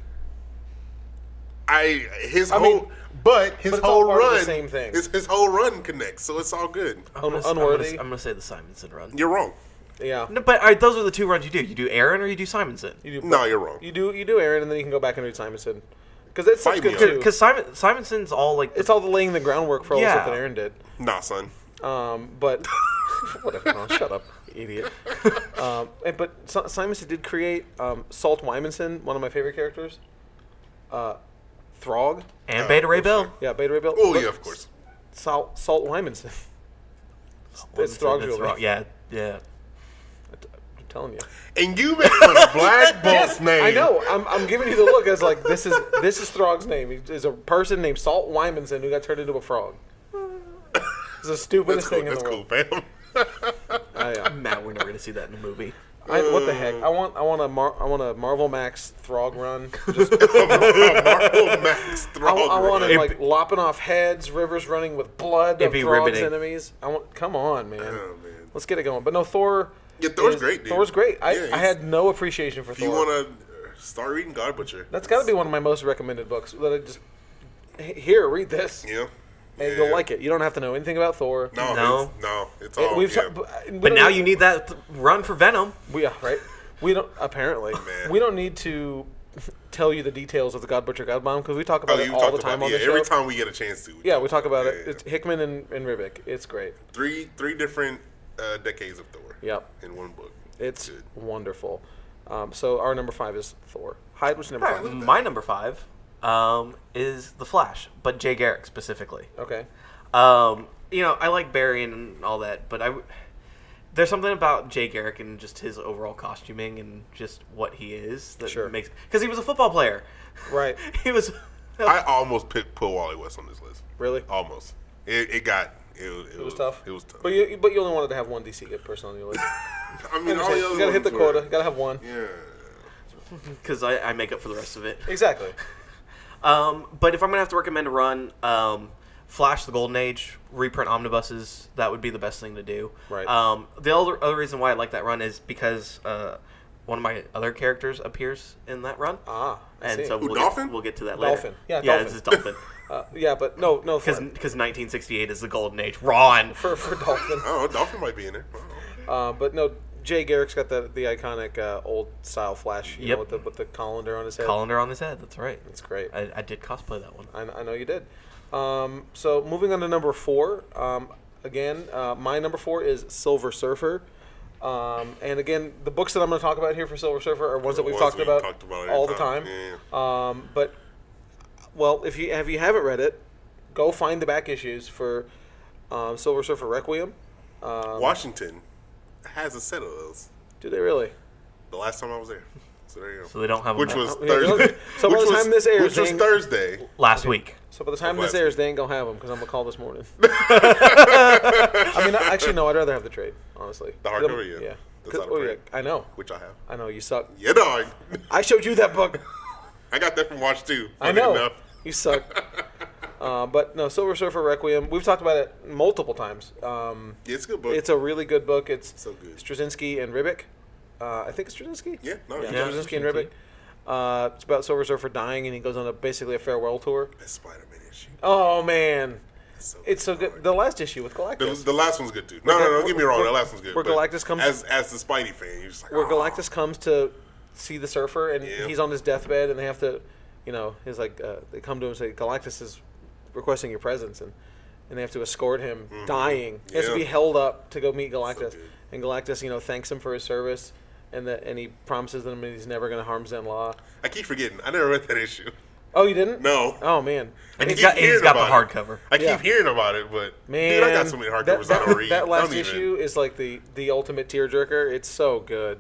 S2: I his
S1: I
S2: whole
S1: mean,
S2: but his
S1: but it's all
S2: whole
S1: part of the
S2: run
S1: same thing.
S2: His, his whole run connects, so it's all good.
S3: I'm gonna, I'm gonna-
S1: uh, Unworthy.
S3: I'm gonna say the Simonson run.
S2: You're wrong.
S1: Yeah.
S3: No, but all right, those are the two runs you do. You do Aaron or you do Simonson.
S1: You do.
S2: No, you're wrong.
S1: You do. You do Aaron, and then you can go back and do Simonson, because that's such
S2: Fight
S1: good
S2: me on it.
S1: too.
S3: Because Simon Simonson's all like the,
S1: It's all the laying the groundwork for all the
S3: Yeah.
S1: stuff that Aaron did.
S2: Nah, son.
S1: Um, but whatever. Ron, shut up, idiot. Um, and, but Si- Simonson did create um, Salt Wymanson, one of my favorite characters. Uh, Throg.
S3: and Beta Ray Bill.
S1: Yeah, Beta Ray Bill.
S2: Oh
S1: But
S2: yeah, of course.
S1: Salt Salt Wymanson. It's Throg's real name.
S3: Yeah, yeah.
S1: I'm telling you.
S2: And you make fun of Black Bolt's name.
S1: I know. I'm, I'm giving you the look as like this is this is Throg's name. He is a person named Salt Wymanson who got turned into a frog. It's the
S2: That's
S1: stupidest
S2: cool.
S1: thing in
S2: That's
S1: the
S2: cool,
S1: world.
S2: fam.
S1: I, uh,
S3: Matt, we're never gonna see that in a movie.
S1: I, what the heck? I want I want a Mar- I want a Marvel Max Throg run. Just,
S2: Marvel Max
S1: I,
S2: Throg.
S1: I want
S2: run.
S1: it like lopping off heads, rivers running with blood
S3: It'd
S1: of
S3: be
S1: Throg's
S3: riveting.
S1: enemies. I want. Come on, man.
S2: Oh, man.
S1: Let's get it going. But no, Thor.
S2: Yeah, Thor's
S1: is-
S2: great, dude.
S1: Thor's great. I,
S2: Yeah,
S1: I
S2: he's-
S1: had no appreciation for
S2: If you
S1: Thor.
S2: want to start reading God Butcher,
S1: That's got to be one of my most recommended books. That I just "H- here, read this,
S2: yeah.
S1: and
S2: yeah.
S1: you'll like it. You don't have to know anything about Thor.
S2: No,
S3: No.
S2: it's, no, it's
S1: It-
S2: all.
S1: we've
S2: yeah.
S1: ta- but, I- we
S3: But
S1: don't
S3: now you need that th- run for Venom.
S1: We yeah, right. We don't apparently.
S2: Oh, Man.
S1: We don't need to tell you the details of the God Butcher God Bomb because we talk
S2: oh,
S1: about
S2: you
S1: it all
S2: talked
S1: the time
S2: about
S1: on
S2: yeah,
S1: the show.
S2: every time we get a chance to.
S1: Yeah, we talk about
S2: Yeah,
S1: it.
S2: yeah.
S1: It's Hickman and, and Ribic. It's great.
S2: three three different uh, decades of Thor.
S1: Yep.
S2: in one book.
S1: It's
S2: Good.
S1: wonderful. Um, so our number five is Thor. Hyde was number five.
S3: My number five um, is the Flash, but Jay Garrick specifically.
S1: Okay.
S3: Um, you know, I like Barry and all that, but I w- there's something about Jay Garrick and just his overall costuming and just what he is that
S1: Sure.
S3: makes because he was a football player.
S1: Right.
S3: he was.
S2: I almost picked put Wally West on this list.
S1: Really?
S2: Almost. It, it got. It, it,
S1: It was tough.
S2: It was tough.
S1: But you, but you only wanted to have one DC good person on your list.
S2: I mean, all the other
S1: you gotta hit the
S2: ones were-
S1: quota. You gotta have one.
S2: Yeah.
S3: because I, I make up for the rest of it.
S1: Exactly.
S3: Um, but if I'm gonna have to recommend a run, um, Flash the Golden Age reprint omnibuses that would be the best thing to do.
S1: Right.
S3: Um, the other, other reason why I like that run is because uh, one of my other characters appears in that run.
S1: Ah, I
S3: and
S1: see.
S3: so we'll
S2: Dolphin?
S3: Get, we'll get to that
S1: Dolphin.
S3: later.
S1: Yeah,
S3: yeah,
S1: Dolphin.
S3: this is Dolphin.
S1: Uh, yeah, but no, no
S3: Because
S1: for,
S3: 1968 is the golden age. Ron.
S1: for for Dolphin.
S2: Oh, Dolphin might be in there. I don't know.
S1: Uh, but no, Jay Garrick's got the the iconic uh, old style flash. You
S3: Yep.
S1: know, with the with the colander on his head.
S3: Colander on his head. That's right.
S1: It's great. I,
S3: I, I did cosplay that one.
S1: I know you did. Um, so moving on to number four. Um, again, uh, my number four is Silver Surfer. Um, and again, the books that I'm going to talk about here for Silver Surfer are ones that we've
S2: Ones
S1: talked
S2: we've
S1: about,
S2: talked about every
S1: all the
S2: time,
S1: time. Um, but well, if you if you haven't read it, go find the back issues for um, Silver Surfer Requiem. Um,
S2: Washington has a set of those.
S1: do they really?
S2: The last time I was there. So there you go.
S3: So they don't have
S2: Which
S3: them
S2: was
S1: now. Yeah, look,
S2: Thursday.
S1: so by
S2: which
S1: the
S2: was-
S1: time this airs,
S2: which was
S1: dang-
S2: Thursday.
S3: Last week.
S1: So by the time
S2: Last
S1: this airs,
S2: week.
S1: they ain't gonna have them because I'm gonna call this morning. I mean, I- actually, no. I'd rather have the trade, honestly.
S2: The hardcover, yeah.
S1: Yeah.
S2: That's
S1: 'Cause-
S2: not a
S1: oh, yeah.
S2: trade.
S1: I know.
S2: Which I have.
S1: I know you suck.
S2: Yeah, dog.
S1: I showed you that book.
S2: I got that from Watch Two.
S1: I
S2: funny
S1: know
S2: enough.
S1: you suck. Uh, but no, Silver Surfer Requiem. We've talked about it multiple times. Um,
S2: Yeah, it's a good book.
S1: it's a really good book. It's
S2: So good.
S1: Straczynski and Ribic. Uh, I think it's Straczynski.
S2: Yeah, no,
S1: yeah,
S2: yeah.
S1: Straczynski and Ribic. Uh, it's about Silver Surfer dying, and he goes on a basically a farewell tour.
S2: That's Spider-Man issue.
S1: Oh man,
S2: so
S1: it's so good. The last issue with Galactus.
S2: The, the last one's good too. No, no, no. Don't get me wrong. The last one's good.
S1: Where
S2: but
S1: Galactus comes-
S2: as as the Spidey fan, you're just like
S1: where
S2: "Aw."
S1: Galactus comes to see the Surfer, and
S2: Yeah.
S1: he's on his deathbed, and they have to, you know, he's like, uh, they come to him and say, Galactus is requesting your presence, and and they have to escort him, dying. He has to
S2: Yeah.
S1: be held up to go meet Galactus,
S2: Mm-hmm. good.
S1: and Galactus, you know, thanks him for his service, and that and he promises them that he's never going to harm Zenla.
S2: "Oh, I keep forgetting. I never read that issue.
S1: Oh, you didn't?
S2: No.
S1: Oh man.
S3: And
S2: Keep
S3: he's got, and he's
S2: hearing
S3: got the
S2: about it.
S3: hardcover.
S2: I keep
S1: Yeah.
S2: hearing about it, but
S1: Man,
S2: dude, I got so many hardcovers
S1: that,
S2: I
S1: that-
S2: don't read.
S1: that
S2: I
S1: last
S2: don't even-
S1: issue is like the the ultimate tearjerker. It's so good,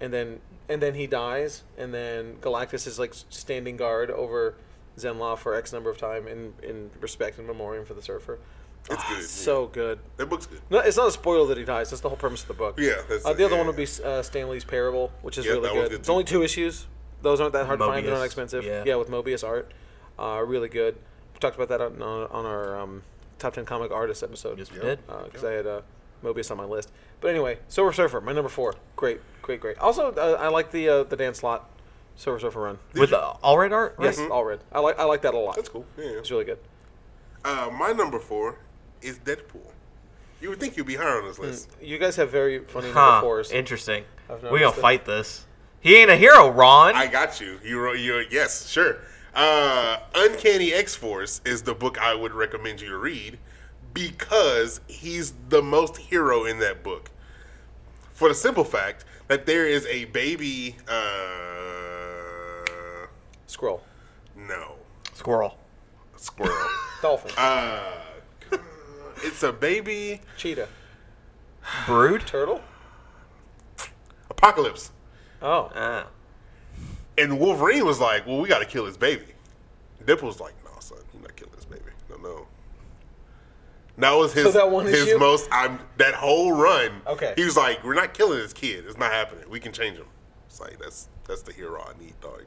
S1: and then and then he dies, and then Galactus is like standing guard over Zenla for X number of time in in respect and memoriam for the Surfer. Ah,
S2: It's good.
S1: So good.
S2: that book's good.
S1: No, it's not a spoiler that he dies. That's the whole premise of the book.
S2: Yeah, that's
S1: uh,
S2: it,
S1: the other
S2: yeah,
S1: one would be uh, Stanley's Parable, which is
S2: Yeah,
S1: really
S2: that one's
S1: good.
S2: good
S1: It's
S2: too.
S1: only two issues. Those aren't that hard to find. They're
S3: Mobius,
S1: not expensive.
S3: yeah.
S1: with Mobius art, uh, really good. We talked about that on, on, on our um, top ten comic artist episode.
S3: Yes, we Yep. did.
S1: Because I had uh, Mobius on my list. But anyway, Silver Surfer, my number four. Great, great, great. Also, uh, I like the uh, the Dan Slott Silver Surfer run.
S3: With the all right art? Right?
S1: Yes, all red. I like I like that a lot.
S2: Mm-hmm. That's cool. Yeah.
S1: It's really good.
S2: Uh, my number four is Deadpool. You would think you'd be higher on this list.
S1: You guys have very funny number
S3: Huh.
S1: fours.
S3: Interesting.
S1: I've
S3: We gonna
S1: noticed it.
S3: fight this. He ain't a hero, Ron.
S2: I got you. You wrote you yes, sure. Uh, Uncanny X Force is the book I would recommend you to read because he's the most hero in that book. For the simple fact that there is a baby uh
S1: Scroll,
S2: no.
S3: Squirrel.
S2: Squirrel.
S1: dolphin,
S2: uh it's a baby
S1: cheetah,
S3: Brood.
S1: turtle.
S2: apocalypse.
S1: Oh,
S3: Ah.
S2: And Wolverine was like, "Well, we got to kill his baby." Deadpool's like, "No, son, you're not killing his baby. No, no." That was his
S1: So that one
S2: his
S1: issue?
S2: most I'm that whole run.
S1: Okay.
S2: he was like, "We're not killing this kid. It's not happening. We can change him." It's like that's that's the hero I need, dog.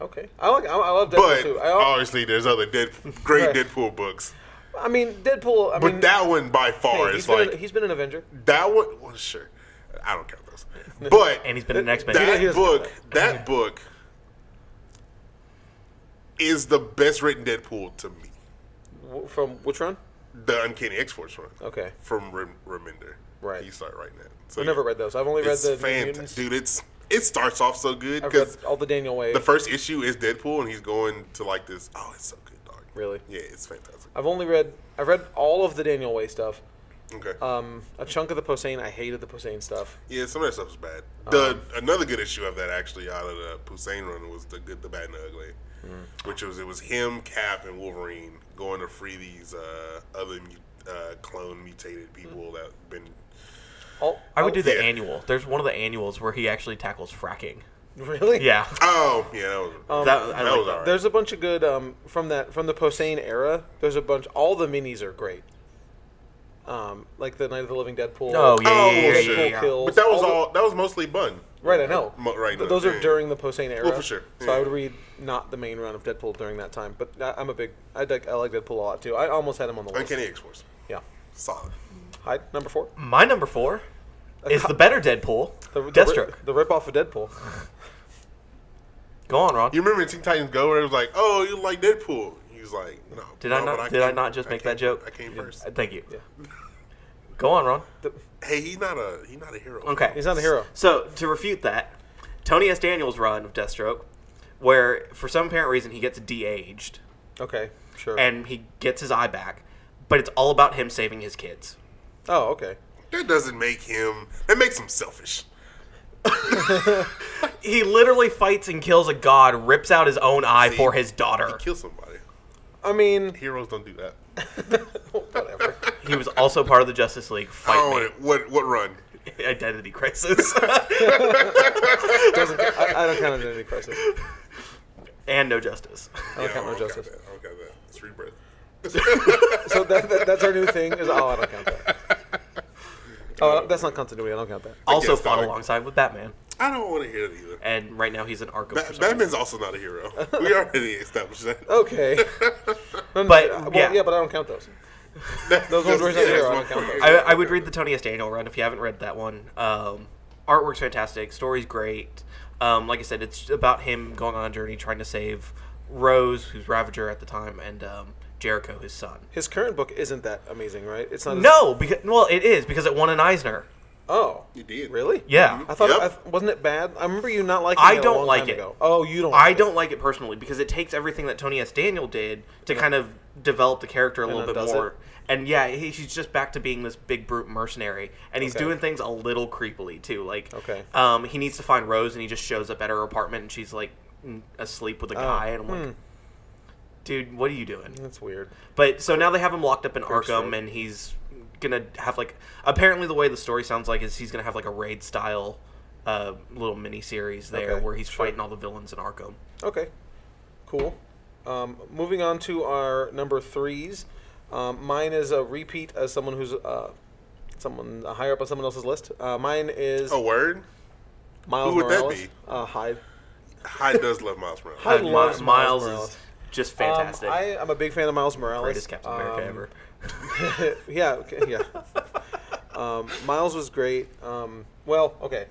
S1: okay. I like. I, I love Deadpool
S2: But uh,
S1: too. I, al-
S2: obviously, there's other dead great
S1: Right.
S2: Deadpool books,
S1: I mean, Deadpool. I
S2: but
S1: mean,
S2: that one by
S1: hey,
S2: far
S1: he's
S2: is
S1: been
S2: like
S1: an- he's been an Avenger.
S2: that one. Well, sure, I don't count those, but
S3: And he's been an X Men.
S1: That- He
S2: that
S1: doesn't
S2: book
S1: count
S2: that book is the best written Deadpool to me.
S1: W- From which run?
S2: The Uncanny X Force run.
S1: Okay.
S2: From Rem- Reminder.
S1: Right.
S2: You start writing that. So
S1: I never read those. I've only read
S2: It's
S1: the New Mutants.
S2: fantastic, dude. It's it starts off so good
S1: I've read
S2: because
S1: all the Daniel Way.
S2: the first issue is Deadpool and he's going to like this. Oh, it's so good, dog.
S1: Really?
S2: Yeah, it's fantastic.
S1: I've only read. I've read all of the Daniel Way stuff.
S2: Okay.
S1: Um, a chunk of the Posehn. I hated the Posehn stuff.
S2: yeah, some of that stuff's bad. The
S3: Um,
S2: another good issue of that actually out of the Poussin run was the good, the bad, and the ugly,
S3: Mm.
S2: which was it was him, Cap, and Wolverine going to free these uh, other mu- uh, clone mutated
S3: Mm.
S2: people that been.
S1: All,
S3: I would do the
S2: Yeah.
S3: annual. There's one of the annuals where he actually tackles fracking.
S1: Really?
S3: Yeah.
S2: Oh yeah, that was
S1: Um,
S3: that,
S2: that was
S3: I like that.
S2: all right.
S1: There's a bunch of good um, from that from the Posehn era. There's a bunch. All the minis are great. Um, like the Night of the Living Deadpool.
S3: Oh, yeah,
S2: Oh,
S3: yeah, yeah,
S2: sure.
S3: yeah, yeah.
S1: Kills,
S2: But that was
S1: all the-
S2: all. That was mostly Bun.
S1: Right, I know.
S2: Mo- right,
S1: Th-
S2: no,
S1: those
S2: yeah.
S1: are during the Posehn era.
S2: Well, for sure,
S1: So
S2: yeah.
S1: I would read not the main run of Deadpool during that time. But I, I'm a big. I like, I like Deadpool a lot too. I almost had him on the list.
S2: Uncanny X Force,
S1: Yeah.
S2: solid.
S1: Hyde number four.
S3: My number four is the better Deadpool.
S1: The, the,
S3: Deathstroke.
S1: rip- the rip off of Deadpool.
S3: Go on, Ron.
S2: You remember in Teen Titans Go where it was like, "Oh, you like Deadpool?" He was like, "No."
S3: Did
S2: no,
S3: I not?
S2: but
S3: did I
S2: came-
S3: not just make
S2: came-
S3: that joke?
S2: I came first.
S3: Uh, Thank you. Go on, Ron.
S1: The-
S2: Hey, he's not a he's not a hero.
S3: Okay.
S1: he's not a hero.
S3: So to refute that, Tony S. Daniels' run of Deathstroke, where for some apparent reason he gets de-aged
S1: Okay, sure.
S3: and he gets his eye back, but it's all about him saving his kids.
S1: oh, okay.
S2: That doesn't make him. That makes him selfish.
S3: He literally fights and kills a god, rips out his own eye
S2: See,
S3: for his
S2: He
S3: daughter.
S2: kill somebody.
S1: I mean,
S2: Heroes don't do that.
S1: whatever.
S3: He was also part of the Justice League fight
S2: Oh, and what what run?
S3: me. identity crisis
S1: Doesn't, I, I don't count Identity Crisis.
S3: and no justice.
S1: I don't count no
S2: I don't
S1: justice.
S2: Got that. I don't got that. It's rebirth.
S1: So that, that, that's our new thing. Is oh, I don't count that. Oh, that's not continuity. I don't count that.
S3: Also
S2: guess
S3: fought
S2: not.
S3: alongside with Batman,
S2: I don't want to hear that either.
S1: Eh.
S3: and right now he's in Arkham.
S2: Ba-
S3: for some reason.
S2: Batman's also not a hero. We already established that.
S1: Okay. No, no,
S3: But,
S1: well,
S3: yeah.
S1: yeah. but I don't count those. Those ones
S2: That's-
S1: where he's not
S2: yeah,
S1: a hero. I don't
S2: that's my
S1: count
S2: point.
S1: those.
S3: I, I would read the Tony S. Daniel run if you haven't read that one. Um, artwork's fantastic, story's great. Um, like I said, it's about him going on a journey trying to save Rose, who's Ravager at the time, and um, Jericho, his son.
S1: His current book isn't that amazing, right? It's not. as-
S3: No, because well, it is because it won an Eisner.
S1: Oh,
S2: You did.
S1: really?
S3: Yeah,
S1: I thought
S2: Yep.
S1: I th- wasn't it bad? I remember you not liking
S3: I
S1: it. a
S3: don't
S1: long
S3: like
S1: time
S3: it.
S1: Ago. Oh, you don't.
S3: I
S1: like it.
S3: don't like it personally because it takes everything that Tony S. Daniel did to kind of develop the character a little bit
S1: undoes
S3: more.
S1: it?
S3: And yeah, he, he's just back to being this big brute mercenary, and he's
S1: Okay.
S3: doing things a little creepily too. Like,
S1: Okay.
S3: um, he needs to find Rose, and he just shows up at her apartment, and she's like n- asleep
S1: Oh,
S3: with a guy, and I'm like,
S1: hmm.
S3: dude, what are you doing?
S1: That's weird.
S3: But so now they have him locked up in Arkham,
S1: raid.
S3: and he's gonna have like apparently the way the story sounds like is he's gonna have like a raid style uh, little mini series there
S1: Okay,
S3: where he's
S1: sure.
S3: fighting all the villains in Arkham.
S1: Okay, cool. Um, moving on to our number threes. Um, mine is a repeat as someone who's uh, someone higher up on someone else's list. Uh, mine is
S3: Oh,
S2: A word?
S1: Miles
S2: who would that
S1: Morales.
S2: be?
S1: Uh, Hyde.
S2: Hyde does love Miles Morales.
S1: I
S3: And Mi-
S1: love Miles
S3: Miles
S1: Morales.
S3: is just
S1: Um,
S3: fantastic.
S1: I am a big fan of Miles Morales.
S3: Greatest Captain America
S1: Um,
S3: ever.
S1: yeah, okay, yeah. Um, Miles was great. Um, well, okay.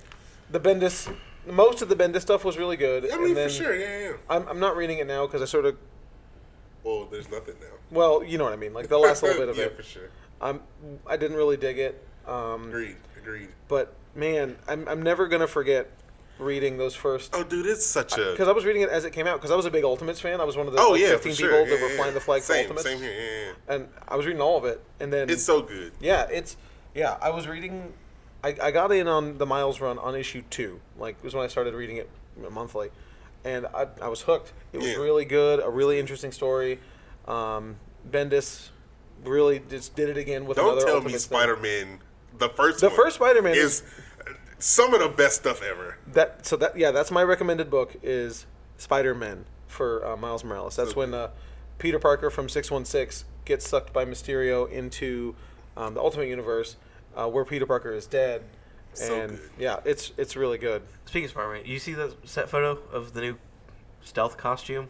S1: The Bendis, most of the Bendis stuff was really good.
S2: I
S1: and
S2: mean,
S1: then-
S2: for sure, yeah, yeah.
S1: I'm, I'm not reading it now because I sort of,
S2: Well, there's nothing now.
S1: well, you know what I mean. Like the last little bit of
S2: yeah,
S1: it.
S2: for sure.
S1: I'm, I didn't really dig it. Um,
S2: Agreed, agreed.
S1: but man, I'm, I'm never gonna forget reading those first.
S2: Oh, dude, it's such a.
S1: Because I was reading it as it came out. Because I was a big Ultimates fan. I was one of the
S2: oh
S1: like,
S2: yeah,
S1: 15
S2: for sure.
S1: people
S2: yeah,
S1: that were
S2: yeah,
S1: flying
S2: yeah.
S1: the flag
S2: same,
S1: for Ultimates.
S2: Same here. Yeah, yeah.
S1: and I was reading all of it, and then
S2: It's so good.
S1: yeah, it's yeah. I was reading, I, I got in on the Miles run on issue two, like it was when I started reading it monthly, and I, I was hooked. It was
S2: Yeah.
S1: really good, a really interesting story. Um, Bendis really just did it again with
S2: Don't
S1: another.
S2: tell
S1: Ultimate thing.
S2: me Spider Man, the first
S1: The
S2: one
S1: first Spider-Man
S2: is some of the best stuff ever.
S1: That so that yeah, that's my recommended book is Spider Man for uh, Miles Morales. That's when uh, Peter Parker from Six One Six gets sucked by Mysterio into um, the Ultimate Universe, uh, where Peter Parker is dead.
S2: So
S1: and
S2: good.
S1: yeah, it's it's really good.
S3: Speaking of Spider-Man, you see that set photo of the new stealth costume?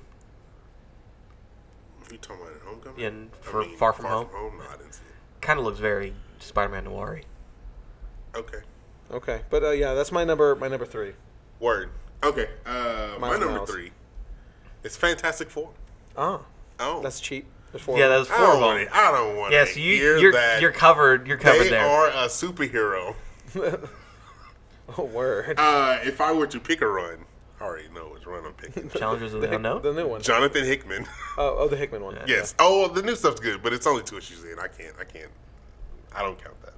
S2: You talking about in Homecoming?
S3: In- for Far From Home?
S2: no, I didn't see it.
S3: Kind of looks very Spider-Man noir.
S2: Okay,
S1: Okay, but uh, yeah, that's my number my number three.
S2: word. Okay, uh, my
S1: Miles
S2: number
S1: Morales.
S2: three. It's Fantastic Four.
S1: Ah,
S2: Oh,
S1: that's cheap. There's four.
S3: Yeah, that was
S2: I don't
S3: horrible.
S2: want it. I don't want
S3: Yeah,
S2: to
S3: so you
S2: hear
S3: you're
S2: that.
S3: you're covered. You're covered
S2: they
S3: there.
S2: are a superhero.
S1: oh, word.
S2: Uh, if I were to pick a run, I already know which run I'm picking.
S3: Challengers of the unknown.
S1: The new one. Oh,
S2: Jonathan Hickman.
S1: oh, the Hickman one.
S2: yes. Oh, the new stuff's good, but it's only two issues in. I can't. I can't. I don't count that.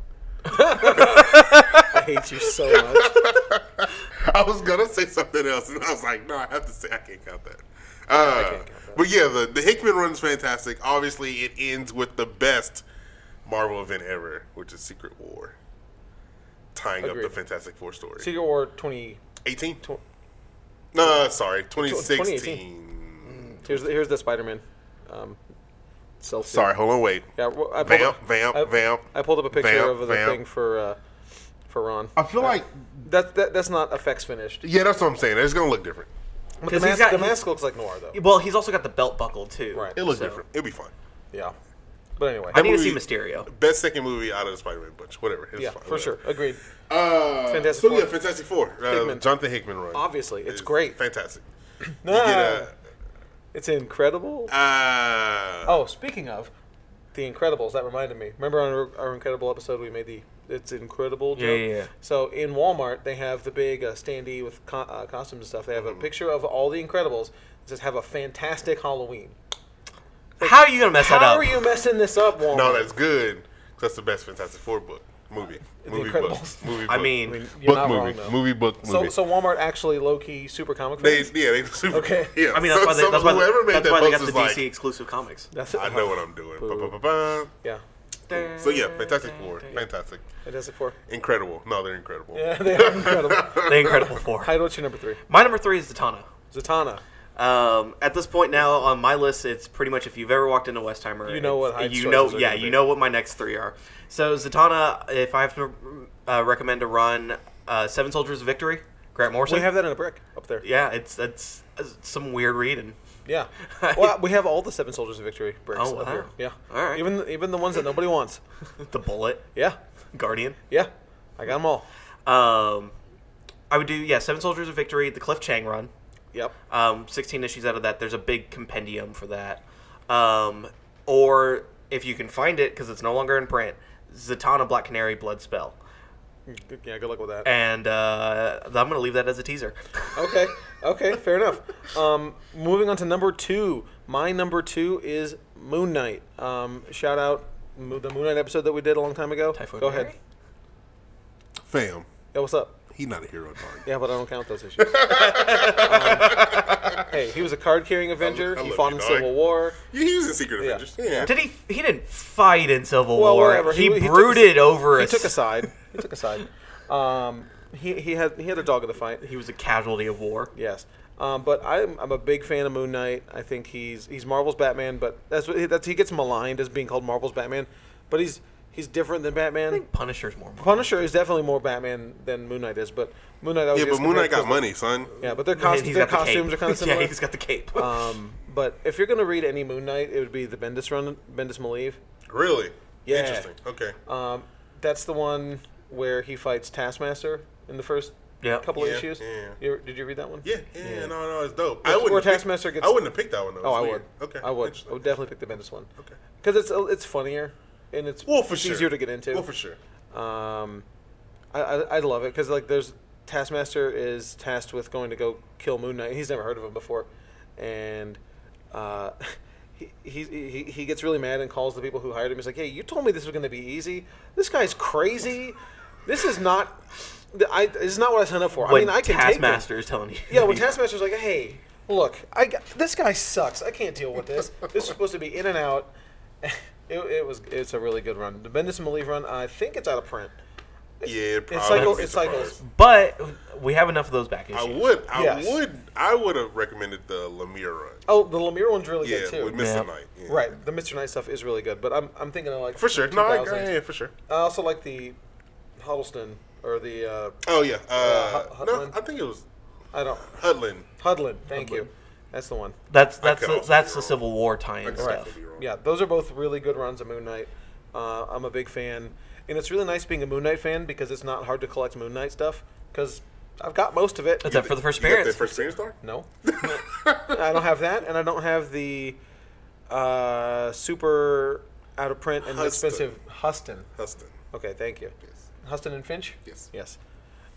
S1: I hate you so much.
S2: I was gonna say something else, and I was like, no, I have to say I can't count that. Uh,
S1: can't count that.
S2: But yeah, the the Hickman run's fantastic. Obviously, it ends with the best Marvel event ever, which is Secret War, tying
S1: Agreed.
S2: up the Fantastic Four story.
S1: Secret War 20.
S2: 18?
S1: Tw-
S2: No, sorry,
S1: 2018.
S2: 2016.
S1: Here's the, here's the Spider Man. Um, self-suit.
S2: Sorry, hold on, wait.
S1: Yeah, well, I pulled
S2: Vamp,
S1: up,
S2: vamp,
S1: I,
S2: vamp.
S1: I pulled up a picture
S2: vamp,
S1: of the
S2: vamp. Uh,
S1: thing for uh, for Ron.
S2: I feel like,
S1: That, that that's not effects finished.
S2: yeah, that's what I'm saying. It's gonna look different.
S1: But the
S3: 'Cause
S1: mask,
S3: he's got-
S1: the
S3: he-
S1: mask looks like noir though.
S3: Well, he's also got the belt buckle too.
S1: Right.
S2: It'll look
S3: So-
S2: different. It'll be fun.
S1: Yeah. But anyway,
S3: I need to see
S2: movie-
S3: Mysterio.
S2: Best second movie out of the Spider-Man bunch. Whatever. It's
S1: yeah,
S2: fine,
S1: for
S2: whatever.
S1: sure, agreed.
S2: Uh,
S1: Fantastic
S2: so
S1: Four.
S2: yeah, Fantastic Four. Uh,
S1: Hickman.
S2: Jonathan Hickman run.
S1: Obviously, it's
S2: Is
S1: great.
S2: Fantastic.
S1: Ah,
S2: Get a,
S1: it's incredible.
S2: uh,
S1: oh, speaking of the Incredibles, that reminded me. Remember on our, our Incredible episode, we made the it's incredible.
S3: Yeah,
S1: joke?
S3: yeah, yeah.
S1: So in Walmart, they have the big uh, standee with co- uh, costumes and stuff. They have
S2: Mm-hmm.
S1: a picture of all the Incredibles. It says "Have a fantastic Halloween."
S3: How are you gonna mess that
S1: How
S3: up?
S1: are you messing this up, Walmart?
S2: no, that's good. 'cause That's the best Fantastic Four book movie. Movie book.
S1: Incredibles.
S2: Movie book.
S3: I mean,
S1: I mean, you're
S2: book
S1: not
S2: movie.
S1: wrong, though.
S2: movie book
S1: So,
S2: movie.
S1: so Walmart actually low key super comic
S2: they,
S1: fans.
S2: yeah, they super.
S1: Okay.
S2: Yeah.
S3: I mean, that's
S2: so,
S3: why they,
S2: so
S3: that's why
S2: whoever made
S3: that's
S2: that
S3: why they
S2: book
S3: got the
S2: was
S3: DC
S2: like,
S3: exclusive comics.
S1: That's it.
S2: I know what I'm doing. Ba,
S1: Boo.
S2: ba, ba,
S1: Yeah,
S2: ba. So yeah, Fantastic Four. Fantastic.
S1: it does it for.
S2: Incredible. No, they're incredible.
S1: Yeah, they are incredible.
S3: The Incredible Four.
S1: Hyde, what's your number three?
S3: My number three is Zatanna.
S1: Zatanna.
S3: Um, at this point now on my list, it's pretty much if you've ever walked into Westheimer,
S1: You know what
S3: it's-
S1: Hyde's
S3: you
S1: choices
S3: know.
S1: are
S3: Yeah,
S1: gonna
S3: you
S1: be.
S3: know what my next three are. So Zatanna, if I have to uh, recommend a run, uh, Seven Soldiers of Victory, Grant Morrison.
S1: We have that in a brick up there.
S3: yeah, it's that's uh, some weird reading.
S1: Yeah. Well, we have all the Seven Soldiers of Victory bricks
S3: Oh,
S1: up
S3: wow.
S1: here. Yeah.
S3: All right.
S1: Even even the ones that nobody wants.
S3: the Bullet,
S1: Yeah.
S3: Guardian.
S1: Yeah. I got them all.
S3: Um, I would do yeah, Seven Soldiers of Victory, the Cliff Chang run.
S1: Yep.
S3: Um, sixteen issues out of that. There's a big compendium for that. Um, or if you can find it because it's no longer in print, Zatanna Black Canary Blood Spell.
S1: Good- Yeah. Good luck with that.
S3: And uh, I'm gonna leave that as a teaser.
S1: Okay. Okay. Fair enough. Um, moving on to number two. My number two is Moon Knight. Um, shout out Mo- the Moon Knight episode that we did a long time ago.
S3: Typhoid
S1: Go
S3: Mary?
S1: ahead.
S2: Fam,
S1: Yeah. What's up?
S2: he not a hero, dog.
S1: Yeah, but I don't count those issues. um, hey, he was a card-carrying Avenger.
S2: I
S1: he
S2: love
S1: fought
S2: you,
S1: in
S2: dog.
S1: Civil War.
S2: Yeah, he was in Secret Avengers. Yeah.
S3: Did he? He didn't fight in Civil
S1: Well,
S3: War.
S1: whatever.
S3: He,
S1: took a-
S3: brooded over.
S1: He
S3: a
S1: took a
S3: s-
S1: side. He took a side. Um, he he had he had a dog in the fight.
S3: He was a casualty of war.
S1: Yes. Um, but I'm, I'm a big fan of Moon Knight. I think he's he's Marvel's Batman, but that's what that's he gets maligned as being called Marvel's Batman, but he's he's different than
S3: I
S1: Batman.
S3: think Punisher's more. Marvel.
S1: Punisher is definitely more Batman than Moon Knight is, but Moon Knight. always
S2: Yeah,
S1: gets
S2: but Moon Knight
S1: compared
S2: got
S1: to-
S2: money, son.
S1: Yeah, but their,
S3: And
S1: cos-
S3: he's
S1: their
S3: got the cape.
S1: costumes are kind of similar.
S3: yeah, he's got the cape.
S1: um, but if you're gonna read any Moon Knight, it would be the Bendis run, Bendis Malieve.
S2: Really?
S1: Yeah.
S2: Interesting. Okay.
S1: Um, that's the one where he fights Taskmaster in the first
S3: Yep.
S1: couple of
S2: Yeah,
S1: issues.
S2: yeah.
S1: You- did you read that one?
S2: yeah, yeah, no, no, it's dope.
S1: Or
S2: I wouldn't. have
S1: Taskmaster
S2: picked,
S1: gets-
S2: I wouldn't have picked that one though.
S1: Oh,
S2: It's
S1: I would.
S2: weird. Okay.
S1: I would. Oh, I
S2: Interesting.
S1: would definitely pick the Bendis one.
S2: Okay.
S1: Because it's it's funnier and it's
S2: Well, for
S1: it's
S2: sure.
S1: easier to get into.
S2: Well, for sure.
S1: Um, I, I, I love it because like there's Taskmaster is tasked with going to go kill Moon Knight. He's never heard of him before, and uh, he, he he he gets really mad and calls the people who hired him. He's like, "Hey, you told me this was going to be easy. This guy's crazy. This is not. th- I this is not what I signed up for.
S3: when
S1: I mean, I can take this."
S3: Taskmaster is telling you.
S1: Yeah, when
S3: He-
S1: Taskmaster's like, "Hey, look, I got- this guy sucks. I can't deal with this. This is supposed to be in and out." It, it was. It's a really good run. The Bendis and Malieve run. I think it's out of print.
S2: Yeah, it
S1: It
S2: probably.
S1: cycles.
S2: would
S1: It
S2: be surprised.
S1: cycles.
S3: But we have enough of those back issues.
S2: I would. I
S1: Yes.
S2: would. I would have recommended the Lemire run.
S1: Oh, the Lemire one's really
S2: yeah,
S1: good too.
S2: with Mr.
S3: Yeah.
S2: Knight. Yeah.
S1: right, the Mister Knight stuff is really good. But I'm, I'm thinking of like
S2: For sure. No, I agree.
S1: 2000s.
S2: Yeah, for sure.
S1: I also like the Huddleston or the uh,
S2: Oh yeah. Uh,
S1: Hu-
S2: no,
S1: Hutland.
S2: I think it was
S1: I don't
S2: Hudlin.
S1: Hudlin. Thank
S2: Hudlin.
S1: you. That's the one.
S3: That's that's
S2: could
S3: the,
S2: also
S3: that's
S2: be
S3: the
S2: wrong.
S3: Civil War tie-in
S2: could
S3: stuff.
S2: also be wrong.
S1: Yeah, those are both really good runs of Moon Knight. Uh, I'm a big fan, and it's really nice being a Moon Knight fan because it's not hard to collect Moon Knight stuff because I've got most of it.
S3: Except for the first
S2: You got the
S3: appearance.
S2: first appearance star.
S1: No, I don't have that, and I don't have the uh, super out of print and
S2: Huston.
S1: expensive Huston.
S2: Huston.
S1: Okay, thank you. Huston and Finch.
S2: Yes.
S1: Yes.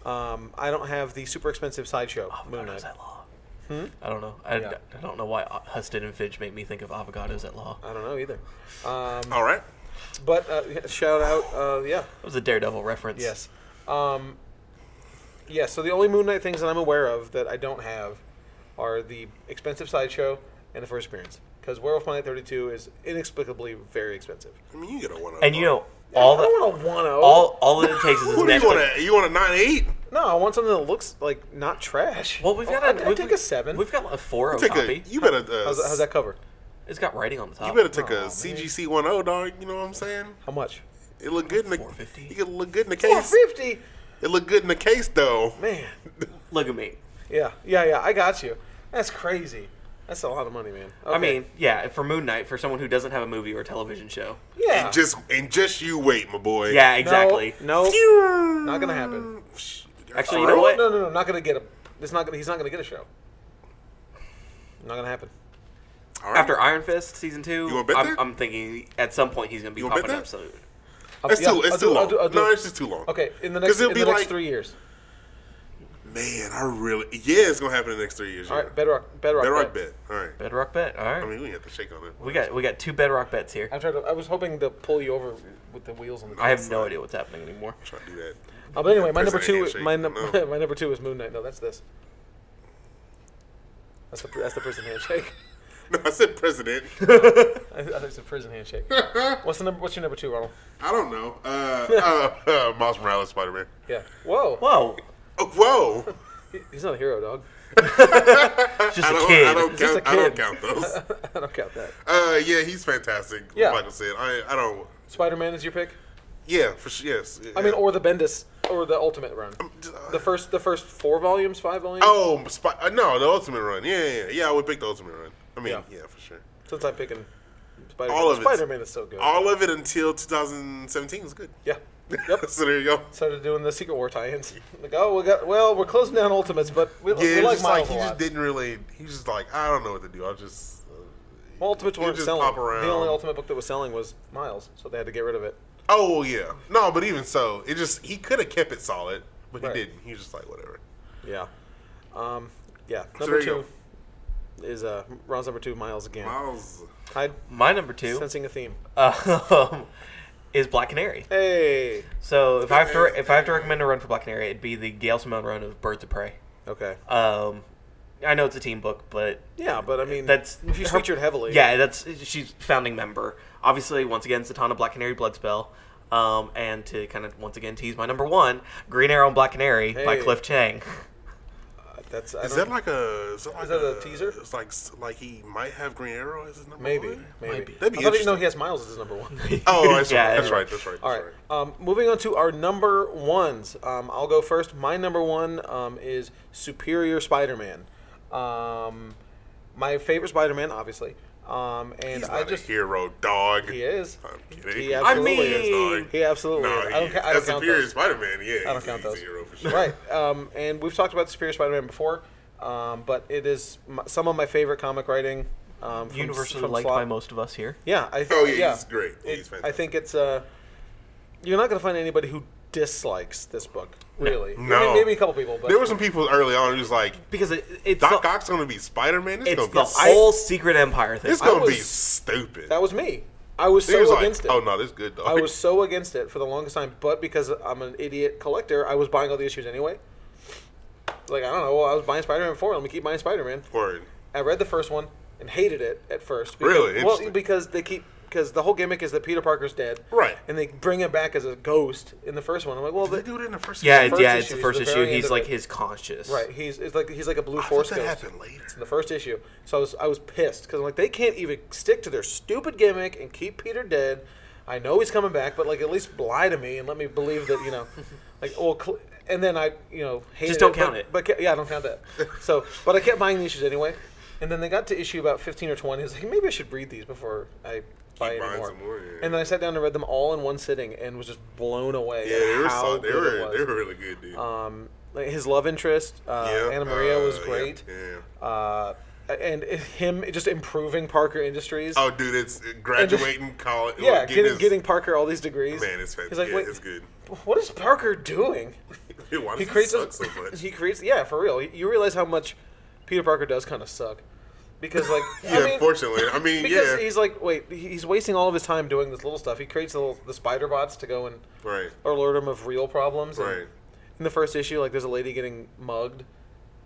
S1: Um, I don't have the super expensive sideshow Moon
S3: Avocados
S1: Knight.
S3: at law. I don't know. I,
S1: Yeah.
S3: I don't know why Huston and Finch make me think of avocados at law.
S1: I don't know either. Um,
S2: All right.
S1: but uh, shout out, uh, yeah.
S3: That was a Daredevil reference.
S1: Yes. Um, yeah, so the only Moon Knight things that I'm aware of that I don't have are the expensive sideshow and the first appearance. Because Werewolf by Night 32 is inexplicably very expensive.
S2: I mean, you get a one.
S3: And you know all
S1: I don't
S3: the
S1: want a 1
S3: all all that it takes is
S2: who do
S3: this
S2: you want?
S3: Netflix.
S2: A, you want a nine eight?
S1: No, I want something that looks like not trash.
S3: Well, we've got
S1: Oh,
S3: a
S1: I'd- I'd
S3: we've,
S1: take a 7.
S3: We've got a four
S2: Take
S3: copy.
S2: a. You better. Uh,
S1: how's, that- how's that cover?
S3: it's got writing on the top.
S2: You better take
S1: Aw,
S2: a CGC one zero, dog. You know what I'm saying?
S1: How much?
S2: It look good in the.
S3: 450.
S2: You could look good in the case.
S1: 450
S2: It look good in the case though.
S1: Man.
S3: Look at me.
S1: Yeah, yeah, yeah. I got you. That's crazy. That's a lot of money, man.
S3: I
S1: Okay.
S3: mean, yeah, for Moon Knight, for someone who doesn't have a movie or a television show.
S1: yeah.
S2: And just and just you wait, my boy.
S3: Yeah, exactly.
S1: No, no
S2: Not
S1: not gonna happen.
S3: Actually,
S2: For
S3: you know
S2: real?
S3: what?
S1: No, no, no. Not gonna get a. It's not gonna. He's not gonna get a show. Not gonna happen.
S2: All right.
S3: After Iron Fist season two,
S2: You wanna bet
S3: I'm,
S2: that?
S3: I'm thinking at some point he's gonna be
S2: You wanna
S3: popping
S2: bet
S3: up.
S2: that?
S3: So
S1: I'll-
S2: It's
S1: yeah,
S2: too. It's
S1: I'll do-
S2: too
S1: I'll
S2: long.
S1: do- I'll do-
S2: No, it's just too long.
S1: Okay, in the
S2: 'Cause
S1: next,
S2: it'll
S1: in the
S2: be
S1: next
S2: like-
S1: three years.
S2: Man, I really. Yeah, it's gonna happen in the next three years.
S1: All
S2: yeah.
S1: right, Bedrock. Bedrock.
S2: Bedrock
S1: bet.
S2: bet. All right.
S3: Bedrock bet. All right,
S2: I mean, we have to shake on it.
S3: we got we got two Bedrock bets here.
S1: I'm trying to, I was hoping to pull you over with the wheels on the.
S3: I have no idea what's happening anymore.
S2: Try to do that.
S1: Uh, but anyway, my number
S2: President
S1: two.
S2: handshake,
S1: My, num-
S2: no.
S1: my number two is Moon Knight. No, that's this. That's the that's the prison handshake.
S2: No, I said president.
S1: I thought it was a prison handshake. What's the number? What's your number two, Ronald?
S2: I don't know. Uh, uh, uh, Miles Morales, Spider Man.
S1: Yeah. Whoa.
S3: Whoa,
S2: Oh, whoa!
S1: He's not a hero, dog.
S3: it's just
S2: I
S3: a
S2: don't,
S3: kid.
S2: I don't
S1: Just a
S2: count. I don't
S1: kid.
S2: count those.
S1: I don't count that.
S2: Uh, yeah, he's fantastic.
S1: Yeah.
S2: like I said, I, I don't.
S1: Spider Man is your pick.
S2: Yeah, for sure. Yes.
S1: I mean, or the Bendis or the Ultimate run. The first, the first four volumes, five volumes.
S2: oh, Sp- uh, no, the Ultimate Run. Yeah, yeah, yeah. I would pick the Ultimate Run. I mean,
S1: Yeah.
S2: yeah, for sure.
S1: Since I'm picking Spider
S2: All
S1: Man,
S2: of it's-
S1: Spider Man is so good.
S2: All of it until 2017 was good.
S1: yeah. Yep.
S2: so there you go.
S1: Started doing the Secret War tie-ins. Like, oh, we got well, we're closing down Ultimates, but we,
S2: Yeah,
S1: we
S2: it's
S1: like
S2: just like
S1: Miles
S2: he
S1: a
S2: just
S1: lot.
S2: didn't really. He just like I don't know what to do. I'll just. Uh,
S1: Well, Ultimates
S2: he
S1: weren't
S2: just
S1: selling.
S2: pop
S1: The only
S2: around.
S1: Ultimate book that was selling was Miles, so they had to get rid of it.
S2: oh well, yeah, no, but even so, it just he could have kept it solid, but
S1: Right.
S2: he didn't. He was just like whatever.
S1: Yeah. Um. Yeah.
S2: So
S1: Number
S2: there you
S1: two is uh Ron's number two, Miles again.
S2: Miles.
S1: Hyde
S3: My number two
S1: sensing a theme.
S3: um, is Black Canary.
S1: Hey.
S3: So if I have
S2: Uh,
S3: to if I have to recommend a run for Black Canary, it'd be the Gail Simone run of Birds of Prey.
S1: Okay.
S3: Um, I know it's a team book, but
S1: Yeah, but I mean,
S3: that's
S1: she's
S3: her-
S1: featured heavily.
S3: Yeah, that's she's founding member. Obviously, once again, Satana, Black Canary, Bloodspell, um, and to kind of once again tease my number one, Green Arrow and Black Canary by
S1: Hey.
S3: Cliff Chang.
S1: that's I
S2: Is
S1: don't-
S2: that like a is that, like
S1: that a teaser?
S2: It's like like he might have Green Arrow as his number
S1: maybe
S2: one?
S1: maybe.
S3: Might be.
S2: That'd be
S1: I thought even
S2: interesting.
S1: though he has Miles as his number one.
S2: Oh, that's,
S3: Yeah,
S2: right.
S3: it
S2: that's
S3: is.
S2: right. That's right. That's
S1: All right.
S2: right.
S1: Um, moving on to our number ones. Um, I'll go first. My number one um, is Superior Spider-Man. Um, my favorite Spider-Man, obviously. Um, and
S2: He's
S1: I
S2: not
S1: just
S2: a hero, dog.
S1: he is.
S2: I'm kidding.
S1: He
S3: I
S1: absolutely is.
S3: mean,
S1: He absolutely
S2: no,
S1: is.
S2: he
S1: I don't,
S2: is.
S1: ca- I don't
S2: That's
S1: count
S2: Superior
S1: those.
S2: Spider-Man. Yeah,
S1: I don't
S2: he's,
S1: count
S2: he's
S1: those.
S2: a hero for sure.
S1: Right. Um, and we've talked about Superior Spider-Man before, um, but it is m some of my favorite comic writing. Um, from,
S3: Universally
S1: from
S3: liked
S1: slot.
S3: by most of us here.
S1: Yeah, I th-
S2: Oh, yeah,
S1: yeah,
S2: he's great.
S1: It-
S2: He's
S1: I think it's uh, you're not going to find anybody who dislikes this book, really.
S2: No.
S1: I mean, maybe a couple people, but
S2: There were some people early on who's like,
S3: Because it, it's
S2: Doc
S3: the,
S2: Ock's gonna be Spider-Man. It's,
S3: it's
S2: gonna be
S3: the
S2: s-
S3: whole Secret Empire thing.
S2: it's gonna be
S1: was-
S2: stupid.
S1: that was me. I was
S2: He
S1: so
S2: was like,
S1: against
S2: oh
S1: it.
S2: no, this good dog.
S1: I was so against it for the longest time, but because I'm an idiot collector, I was buying all the issues anyway. Like I don't know, well, I was buying Spider-Man before. Let me keep buying Spider-Man.
S2: Word.
S1: I read the first one and hated it at first.
S2: Really?
S1: Well,
S2: Interesting.
S1: because they keep because the whole gimmick is that Peter Parker's dead,
S2: Right.
S1: And they bring him back as a ghost in the first one. I'm like, well,
S2: Did
S1: they,
S2: they do it in the first?
S3: Uh, yeah,
S2: season?
S3: it-
S1: first
S3: yeah,
S1: issue
S3: it's the
S1: is
S3: first
S1: the
S3: issue.
S1: very end
S3: He's
S1: of
S3: like
S1: it.
S3: his conscious.
S1: right? He's it's like he's like a blue
S2: Ah, I thought
S1: force
S2: that
S1: ghost.
S2: happened later.
S1: The first issue, so I was I was pissed because I'm like, they can't even stick to their stupid gimmick and keep Peter dead. I know he's coming back, but like at least lie to me and let me believe that you know, like well, cl- and then I you know hated
S3: Just don't
S1: it,
S3: count
S1: but-
S3: it.
S1: But ca- yeah, I don't count that. So, but I kept buying the issues anyway, and then they got to issue about fifteen or twenty. I was like, maybe I should read these before I buy
S2: Keep buying
S1: any more.
S2: some more, yeah.
S1: And then I sat down and read them all in one sitting and was just blown away.
S2: Yeah,
S1: at
S2: they were
S1: how
S2: solid. They
S1: good it
S2: were
S1: was.
S2: they were really good, dude.
S1: Um, like his love interest, uh,
S2: yeah,
S1: Anna Maria, was
S2: uh, yeah,
S1: great.
S2: Yeah.
S1: Uh, and him just improving Parker Industries.
S2: Oh, dude, it's graduating college.
S1: yeah,
S2: getting
S1: getting,
S2: his-
S1: getting Parker all these degrees.
S2: Man, it's fantastic.
S1: He's like,
S2: yeah,
S1: wait,
S2: it's good.
S1: what is Parker doing?
S2: Dude, why does
S1: He
S2: it
S1: creates
S2: suck
S1: this,
S2: so much?
S1: He creates, yeah, for real. You realize how much Peter Parker does kind of suck, because like,
S2: yeah,
S1: I mean,
S2: unfortunately, I mean,
S1: because
S2: yeah,
S1: he's like, wait, he- he's wasting all of his time doing this little stuff. He creates the, little, the spider bots to go and
S2: right,
S1: alert him of real problems. and-
S2: right.
S1: in the first issue, like there's a lady getting mugged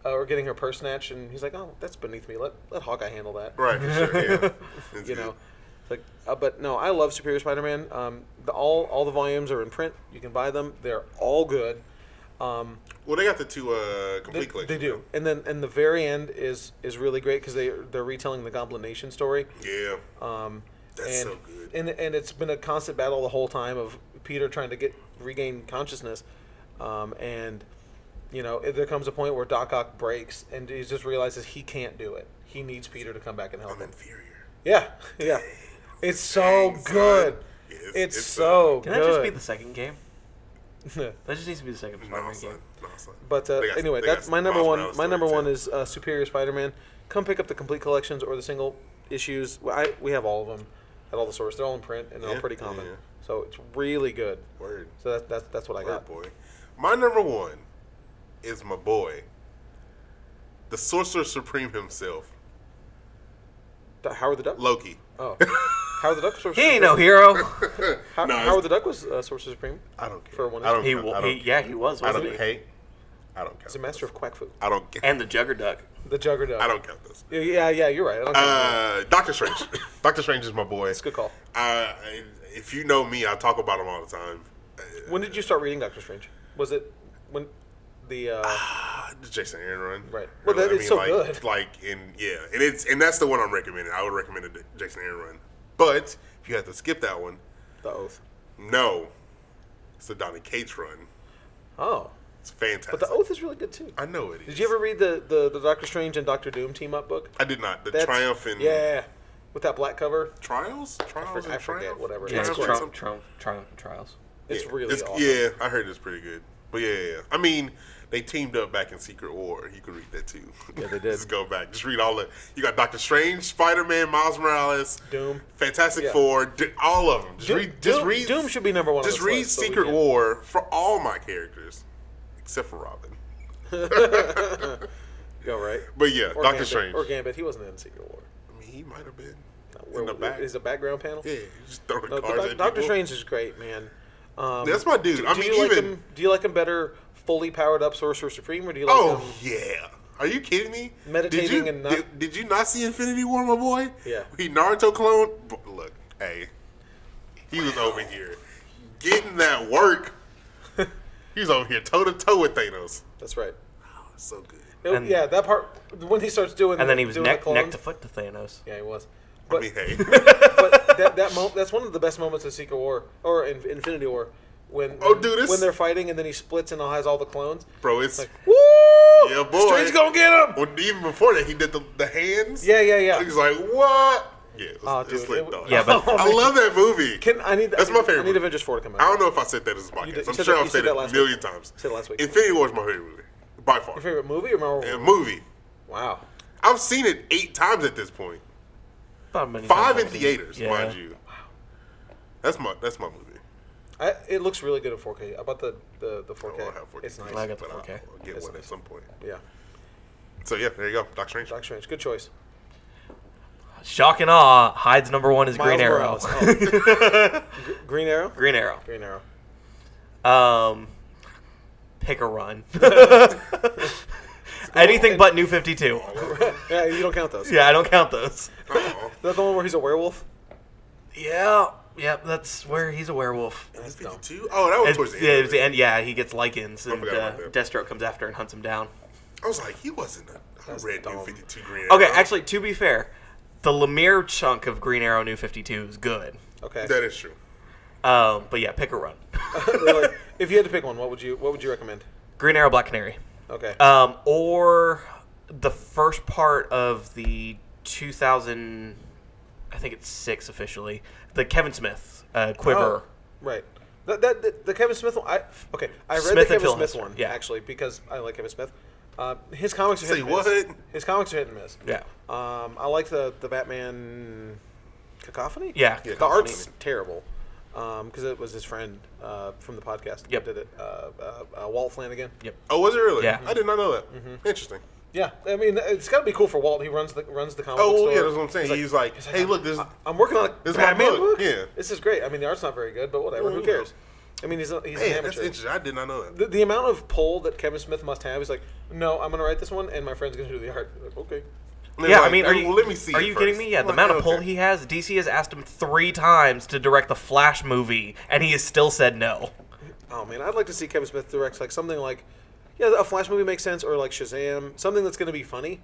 S1: uh, or getting her purse snatched, and he's like, "Oh, that's beneath me. Let let Hawkeye handle that."
S2: Right, for sure. Yeah. It's
S1: You
S2: good.
S1: know, It's like, uh, but no, I love Superior Spider-Man. Um, the, all all the volumes are in print. You can buy them. They're all good. Um,
S2: Well, they got the two uh, complete
S1: they,
S2: collections.
S1: they do, and then and the very end is is really great because they they're retelling the Goblin Nation story.
S2: Yeah.
S1: Um,
S2: That's
S1: and,
S2: so good.
S1: And and it's been a constant battle the whole time of Peter trying to get regain consciousness, um, and you know there comes a point where Doc Ock breaks and he just realizes he can't do it. He needs Peter to come back and help
S2: I'm
S1: him.
S2: inferior.
S1: Yeah, yeah. It's so
S2: Dang, son.
S1: good.
S2: Yeah,
S1: It's,
S2: it's- it's, uh,
S1: so
S3: Can
S1: good.
S3: that just be the second game?
S1: Yeah.
S3: That just needs to be the second
S2: No,
S3: Spider-Man
S2: son.
S3: game.
S2: No, son.
S1: But uh,
S2: They got-
S1: anyway,
S2: they
S1: that's
S2: got
S1: my number
S2: Miles
S1: one.
S2: Morales
S1: My
S2: story,
S1: number
S2: too.
S1: one is uh, Superior Spider-Man. Come pick up the complete collections or the single issues. Well, I, we have all of them at all the stores. They're all in print and they're
S2: Yeah,
S1: all pretty
S2: yeah,
S1: common.
S2: yeah.
S1: So it's really good.
S2: Word.
S1: So that, that's that's what I
S2: Word,
S1: got.
S2: boy. My number one is my boy, the Sorcerer Supreme himself,
S1: Th- Howard the Duck.
S2: Loki.
S1: oh, Howard the Duck. Sorcerer
S3: He ain't
S1: Supreme.
S3: no hero.
S1: How-
S2: No, it's-
S1: Howard the Duck was uh, Sorcerer Supreme.
S2: I don't care.
S1: For one
S2: I don't
S3: he,
S2: count. I
S3: wa-
S2: don't
S3: he, yeah, he was,
S2: I
S3: wasn't
S2: don't
S3: he?
S2: hate. I don't count.
S1: He's a master of quack food.
S2: I don't count.
S3: And the Juggerduck.
S1: The Juggernaut.
S2: I don't count this.
S1: Yeah, yeah, yeah, you're right. I don't uh,
S2: Uh, Doctor Strange. Doctor Strange is my boy.
S1: good call.
S2: I, I- if you know me, I talk about him all the time.
S1: When did you start reading Doctor Strange? Was it when the uh,
S2: Uh, the Jason Aaron run,
S1: Right. Well, that
S2: I
S1: is so
S2: like,
S1: good.
S2: Like, and yeah, and it's and that's the one I'm recommending. I would recommend a Jason Aaron run, but if you have to skip that one,
S1: the Oath?
S2: no, it's the Donny Cates run.
S1: Oh,
S2: It's fantastic.
S1: but the Oath is really good too.
S2: I know it is.
S1: Did you ever read the, the, the Doctor Strange and Doctor Doom team up book?
S2: I did not. The
S1: That's-
S2: Triumph and
S1: yeah, with that black cover,
S2: Trials, trials,
S1: for- I
S2: and
S1: forget,
S2: Triumph?
S1: whatever.
S3: Yeah,
S1: It's
S2: Triumph
S1: great.
S2: and
S3: Trump,
S2: some-
S3: Trump, Triumph and Trials.
S1: it's
S2: Yeah,
S1: really awesome.
S2: Yeah, I heard it's pretty good. But yeah, yeah, yeah. I mean, they teamed up back in Secret War. You could read that too. Yeah,
S1: they did.
S2: just go back. Just read all the. You got Doctor Strange, Spider Man, Miles Morales,
S1: Doom.
S2: Fantastic
S1: Yeah.
S2: Four, d- all of them. Just
S1: Doom-
S2: read. Just
S1: Doom-
S2: read.
S1: Doom should be number one on
S2: Just
S1: this
S2: read
S1: list, but we
S2: Secret
S1: can't.
S2: War for all my characters, except for Robin.
S1: Go right.
S2: But yeah,
S1: Or
S2: Doctor
S1: Gambit-
S2: Strange.
S1: Or Gambit. He wasn't in Secret War.
S2: I mean, he might have been
S1: Where-
S2: in the back.
S1: Is the background panel?
S2: yeah, just throwing
S1: No, but
S2: cards
S1: Doc-
S2: at
S1: Doctor
S2: people.
S1: Strange is great, man. Um,
S2: That's my dude. I
S1: do
S2: mean,
S1: you like
S2: even
S1: him? Do you like him better fully powered up Sorcerer Supreme, or do you like
S2: Oh
S1: him?
S2: yeah. Are you kidding me?
S1: Meditating
S2: did you,
S1: and not-
S2: Did, did you not see Infinity War, my boy?
S1: Yeah.
S2: He Naruto clone. B- Look, hey, he was over here getting that work. he was over here toe to toe with Thanos.
S1: That's right.
S2: Oh, so good.
S1: It-
S3: And-
S1: yeah, that part when he starts doing
S3: And then he was
S1: doing
S3: neck,
S1: the
S3: neck
S1: clones.
S3: to foot to Thanos.
S1: Yeah, he was.
S2: I
S1: But,
S2: mean, hey,
S1: but that, that mo- that's one of the best moments of Secret War or in, Infinity War when
S2: Oh,
S1: when,
S2: dude, this-
S1: when they're fighting and then he splits and has all the clones.
S2: bro, it's
S1: Like, woo!
S2: Yeah, boy.
S1: Street's gonna get him.
S2: well, even before that he did the, the hands.
S1: Yeah, yeah, yeah.
S2: He's like, what? Yeah, it's,
S1: Oh,
S2: it's
S1: dude,
S2: lit,
S1: it-
S2: dog.
S3: Yeah, but-
S2: I love that movie.
S1: Can I need
S2: That's my favorite
S1: I need
S2: movie.
S1: Avengers four to come out.
S2: I don't know if I said that as a podcast.
S1: did- you
S2: I'm
S1: said
S2: sure
S1: that-
S2: I've
S1: you
S2: said
S1: said
S2: it
S1: that
S2: a
S1: last
S2: million
S1: week.
S2: times.
S1: Said it last week.
S2: Infinity War is my favorite movie by far.
S1: Your favorite movie or Marvel?
S2: A movie.
S1: Wow.
S2: I've seen it eight times at this point.
S3: About many
S2: Five
S3: times
S2: in
S3: I've seen-
S2: theaters,
S3: yeah.
S2: mind you. That's my that's my movie.
S1: I, it looks really good in 4K. I bought the the, the 4K.
S2: Oh, I won't have 4K.
S1: It's nice.
S3: I got the
S2: But I'll,
S3: 4K.
S2: I'll get
S1: It's
S2: one at
S1: nice.
S2: some point.
S1: Yeah.
S2: So yeah, there you go. Doctor Strange.
S1: Doctor Strange. Good choice.
S3: Shock and awe. Hyde's number one is Green
S1: Miles
S3: Arrow.
S1: Morales. Oh. Gr- Green Arrow.
S3: Green Arrow.
S1: Green Arrow.
S3: Um, pick a run. Anything but New Fifty Two.
S1: Yeah, you don't count those.
S3: Yeah, I don't count those.
S2: Oh, Uh-oh.
S1: Is that the one where he's a werewolf?
S3: Yeah, yeah, that's where he's a werewolf.
S1: That's dumb.
S2: 52? Oh, that was
S3: It's,
S2: towards the
S3: yeah,
S2: end.
S3: it's the end. Yeah, he gets lichens, and
S2: forgot
S3: uh,
S2: about that.
S3: Deathstroke comes after and hunts him down.
S2: I was like, he wasn't a I
S1: That's
S2: read
S1: dumb.
S2: New 52 Green Arrow.
S3: Okay, actually, to be fair, the Lemire chunk of Green Arrow New Fifty Two is good.
S1: Okay.
S2: That is true.
S3: Um, but yeah, pick a run.
S1: Really? If you had to pick one, what would you what would you recommend?
S3: Green Arrow, Black Canary.
S1: Okay.
S3: Um, or the first part of the 2000, I think it's six officially, the Kevin Smith uh, Quiver.
S1: Oh,
S2: Oh.
S1: Right. That, that, that- the Kevin Smith one. I okay. I read
S3: Smith
S1: the
S3: and
S1: Kevin
S3: Phil
S1: Smith
S3: Hester,
S1: one
S3: yeah.
S1: actually because I like Kevin Smith. Uh, his comics are hit
S2: Say
S1: and miss.
S2: what?
S1: His comics are hit and miss.
S3: Yeah.
S1: Um, I like the the Batman cacophony.
S3: Yeah,
S1: The
S3: Cacophony.
S1: art's terrible because it was his friend uh, from the podcast. That
S3: Yep.
S1: did it. Uh, uh, uh, Walt Flanagan.
S3: Yep.
S2: Oh, was it really?
S3: Yeah.
S2: I did not know that.
S1: Mm-hmm.
S2: Interesting.
S1: Yeah. I mean, it's got to be cool for Walt. He runs the runs the comic. book
S2: Oh, well,
S1: store.
S2: yeah, that's what I'm saying. He's like, hey, look, this is
S1: I'm working on a
S2: This is my
S1: Batman
S2: book, yeah.
S1: This is great. I mean, the art's not very good, but whatever. Who
S2: Mm.
S1: cares? I mean, he's, a, he's an
S2: Man, that's
S1: amateur.
S2: interesting. I did not know that.
S1: the, the amount of pull that Kevin Smith must have is like, no, I'm gonna write this one, and my friend's gonna do the art. Like, okay,
S2: They're
S3: Yeah, I
S2: like,
S3: mean, are
S2: "Well,
S3: you,
S2: let me see
S3: are
S2: it
S3: you
S2: first."
S3: kidding me? Yeah,
S2: I'm
S3: the
S2: like,
S3: amount of
S1: "Oh,
S2: okay.
S3: pull he has, DC has asked him three times to direct the Flash movie, and he has still said no.
S1: oh man, I'd like to see Kevin Smith direct like something like, yeah, a Flash movie makes sense, or like Shazam, something that's gonna be funny,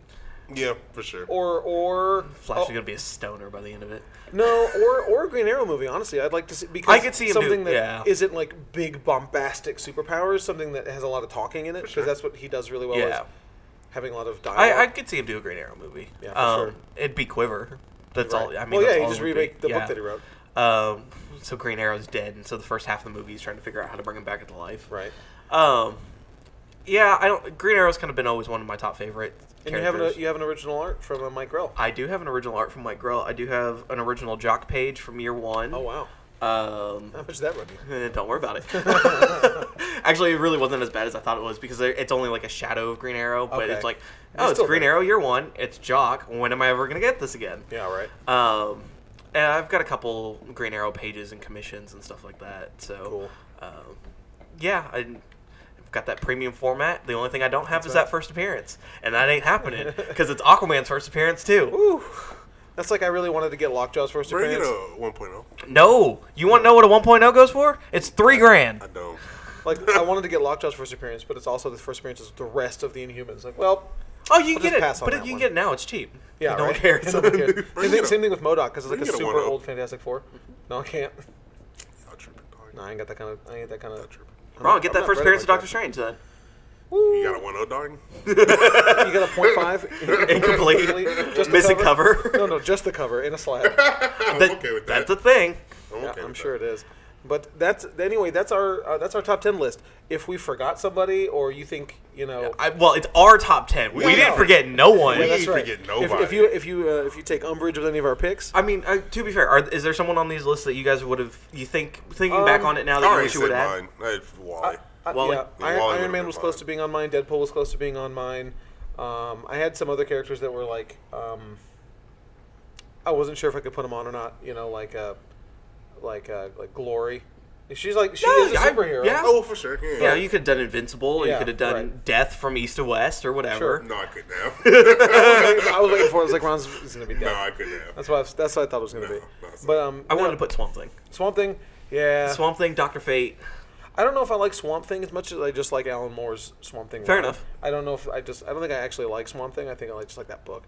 S2: Yeah, for sure.
S1: or or
S3: Flash
S1: oh,
S3: is going to be a stoner by the end of it.
S1: no, or or a Green Arrow movie. Honestly, I'd like to see because
S3: I could see him do-
S1: something
S3: yeah.
S1: that not like big bombastic superpowers, something that has a lot of talking in it, because that's what he does really well.
S3: Yeah.
S1: is having a lot of dialogue.
S3: I, I could see him do a Green Arrow movie.
S1: Oh. Yeah, for
S3: um,
S1: sure.
S3: It'd be Quiver. That's
S1: Right.
S3: all. I mean,
S1: Well, yeah,
S3: that's
S1: he
S3: all it
S1: just
S3: would be.
S1: remade the book
S3: Yeah.
S1: that he wrote.
S3: Um, so Green Arrow's dead, and so the first half of the movie is trying to figure out how to bring him back into life.
S1: right.
S3: Um, yeah, I don't. Green Arrow's kind of been always one of my top favorite.
S1: And you have,
S3: characters.
S1: an, you have an original art from uh, Mike Grell.
S3: I do have an original art from Mike Grell. I do have an original jock page from year one.
S1: Oh wow,
S3: Um,
S1: how much did that run you?
S3: Eh, Don't worry about it. Actually, it really wasn't as bad as I thought it was because it's only like a shadow of Green Arrow, but
S1: Okay.
S3: it's like,
S1: It's
S3: oh, it's
S1: still
S3: Green
S1: there.
S3: Arrow year one. It's Jock. When am I ever gonna get this again?
S1: Yeah, right.
S3: Um, and I've got a couple Green Arrow pages and commissions and stuff like that. So,
S1: Cool.
S3: um, yeah, I, I've got that premium format. The only thing I don't have is
S1: right.
S3: that first appearance, and that ain't happening because it's Aquaman's first appearance too.
S1: Ooh. That's like I really wanted to get Lockjaw's first
S2: Bring it
S1: appearance.
S2: up oh. 1.0.
S3: No, you want to know what a 1.0 goes for? It's three grand.
S2: I don't.
S1: Like I wanted to get Lockjaw's first appearance, but it's also the first appearance of the rest of the Inhumans. Like, well,
S3: Oh,
S1: I'll
S3: you can
S1: just
S3: get it,
S1: pass on
S3: but it,
S1: that
S3: you can
S1: one.
S3: get it now. It's cheap.
S1: yeah,
S3: no
S1: right?
S3: one cares.
S1: No one cares.
S2: Bring
S1: same, thing,
S2: it
S1: same thing with Modoc because it's like
S2: Bring
S1: a
S2: it a
S1: super
S2: one-up.
S1: old Fantastic Four. No, I can't.
S2: Y'all tripping, dog.
S1: No, I ain't got that kind of. I ain't that kind of.
S2: tripping.
S3: Wrong. Get that first appearance of Doctor Strange then.
S2: You got a oh, 1.0, dog?
S1: You got a point five.
S3: Incomplete.
S1: Just the
S3: Missing cover.
S1: No, no, just the cover in a slab.
S2: I'm
S3: That-
S2: okay with that.
S3: That's a thing.
S2: I'm
S1: Yeah,
S2: okay
S1: I'm
S2: with
S1: sure
S2: that.
S1: it is. But that's anyway. That's our uh, that's our top ten list. If we forgot somebody, or you think you know,
S3: I, well, it's our top ten. We,
S2: We
S3: didn't
S2: are.
S3: forget no one.
S1: Yeah,
S2: We
S1: that's
S2: ain't
S1: right.
S2: forget
S1: If- If,
S2: nobody.
S1: you if you uh, if you take umbrage with any of our picks,
S3: I mean, uh, to be fair, are, is there someone on these lists that you guys would have you think thinking
S1: Um,
S3: back on it now
S2: I
S3: that you
S2: already
S3: wish you would
S2: said
S3: add?
S2: mine. That's Wally.
S1: I-
S3: Wally-
S1: yeah,
S2: Yeah,
S1: Iron, Iron
S2: Wally
S1: Man
S2: would've been
S1: was
S2: mine.
S1: close to being on mine. Deadpool was close to being on mine. Um, I had some other characters that were like, um, I wasn't sure if I could put them on or not. You know, like uh, like uh, like Glory. She's like she
S3: No,
S1: is a
S3: I-
S1: superhero.
S3: yeah.
S2: Oh, for sure. Yeah.
S3: Yeah, you could have done Invincible. or
S1: Yeah,
S3: you could have done
S1: right.
S3: Death from East to West or
S1: Sure.
S3: whatever.
S2: No, I couldn't have.
S1: I was waiting for it. I was like, Ron's is gonna be dead.
S2: no, I couldn't have.
S1: That's what I, that's what I thought it was gonna
S2: No,
S1: be.
S2: no, it's
S1: But um,
S3: I wanted
S1: no,
S3: to put Swamp Thing.
S1: Swamp Thing. Yeah,
S3: Swamp Thing, Doctor Fate.
S1: I don't know if I like Swamp Thing as much as I just like Alan Moore's Swamp Thing.
S3: Fair
S1: run.
S3: enough.
S1: I don't know if I just I don't think I actually like Swamp Thing. I think I like, just like that book.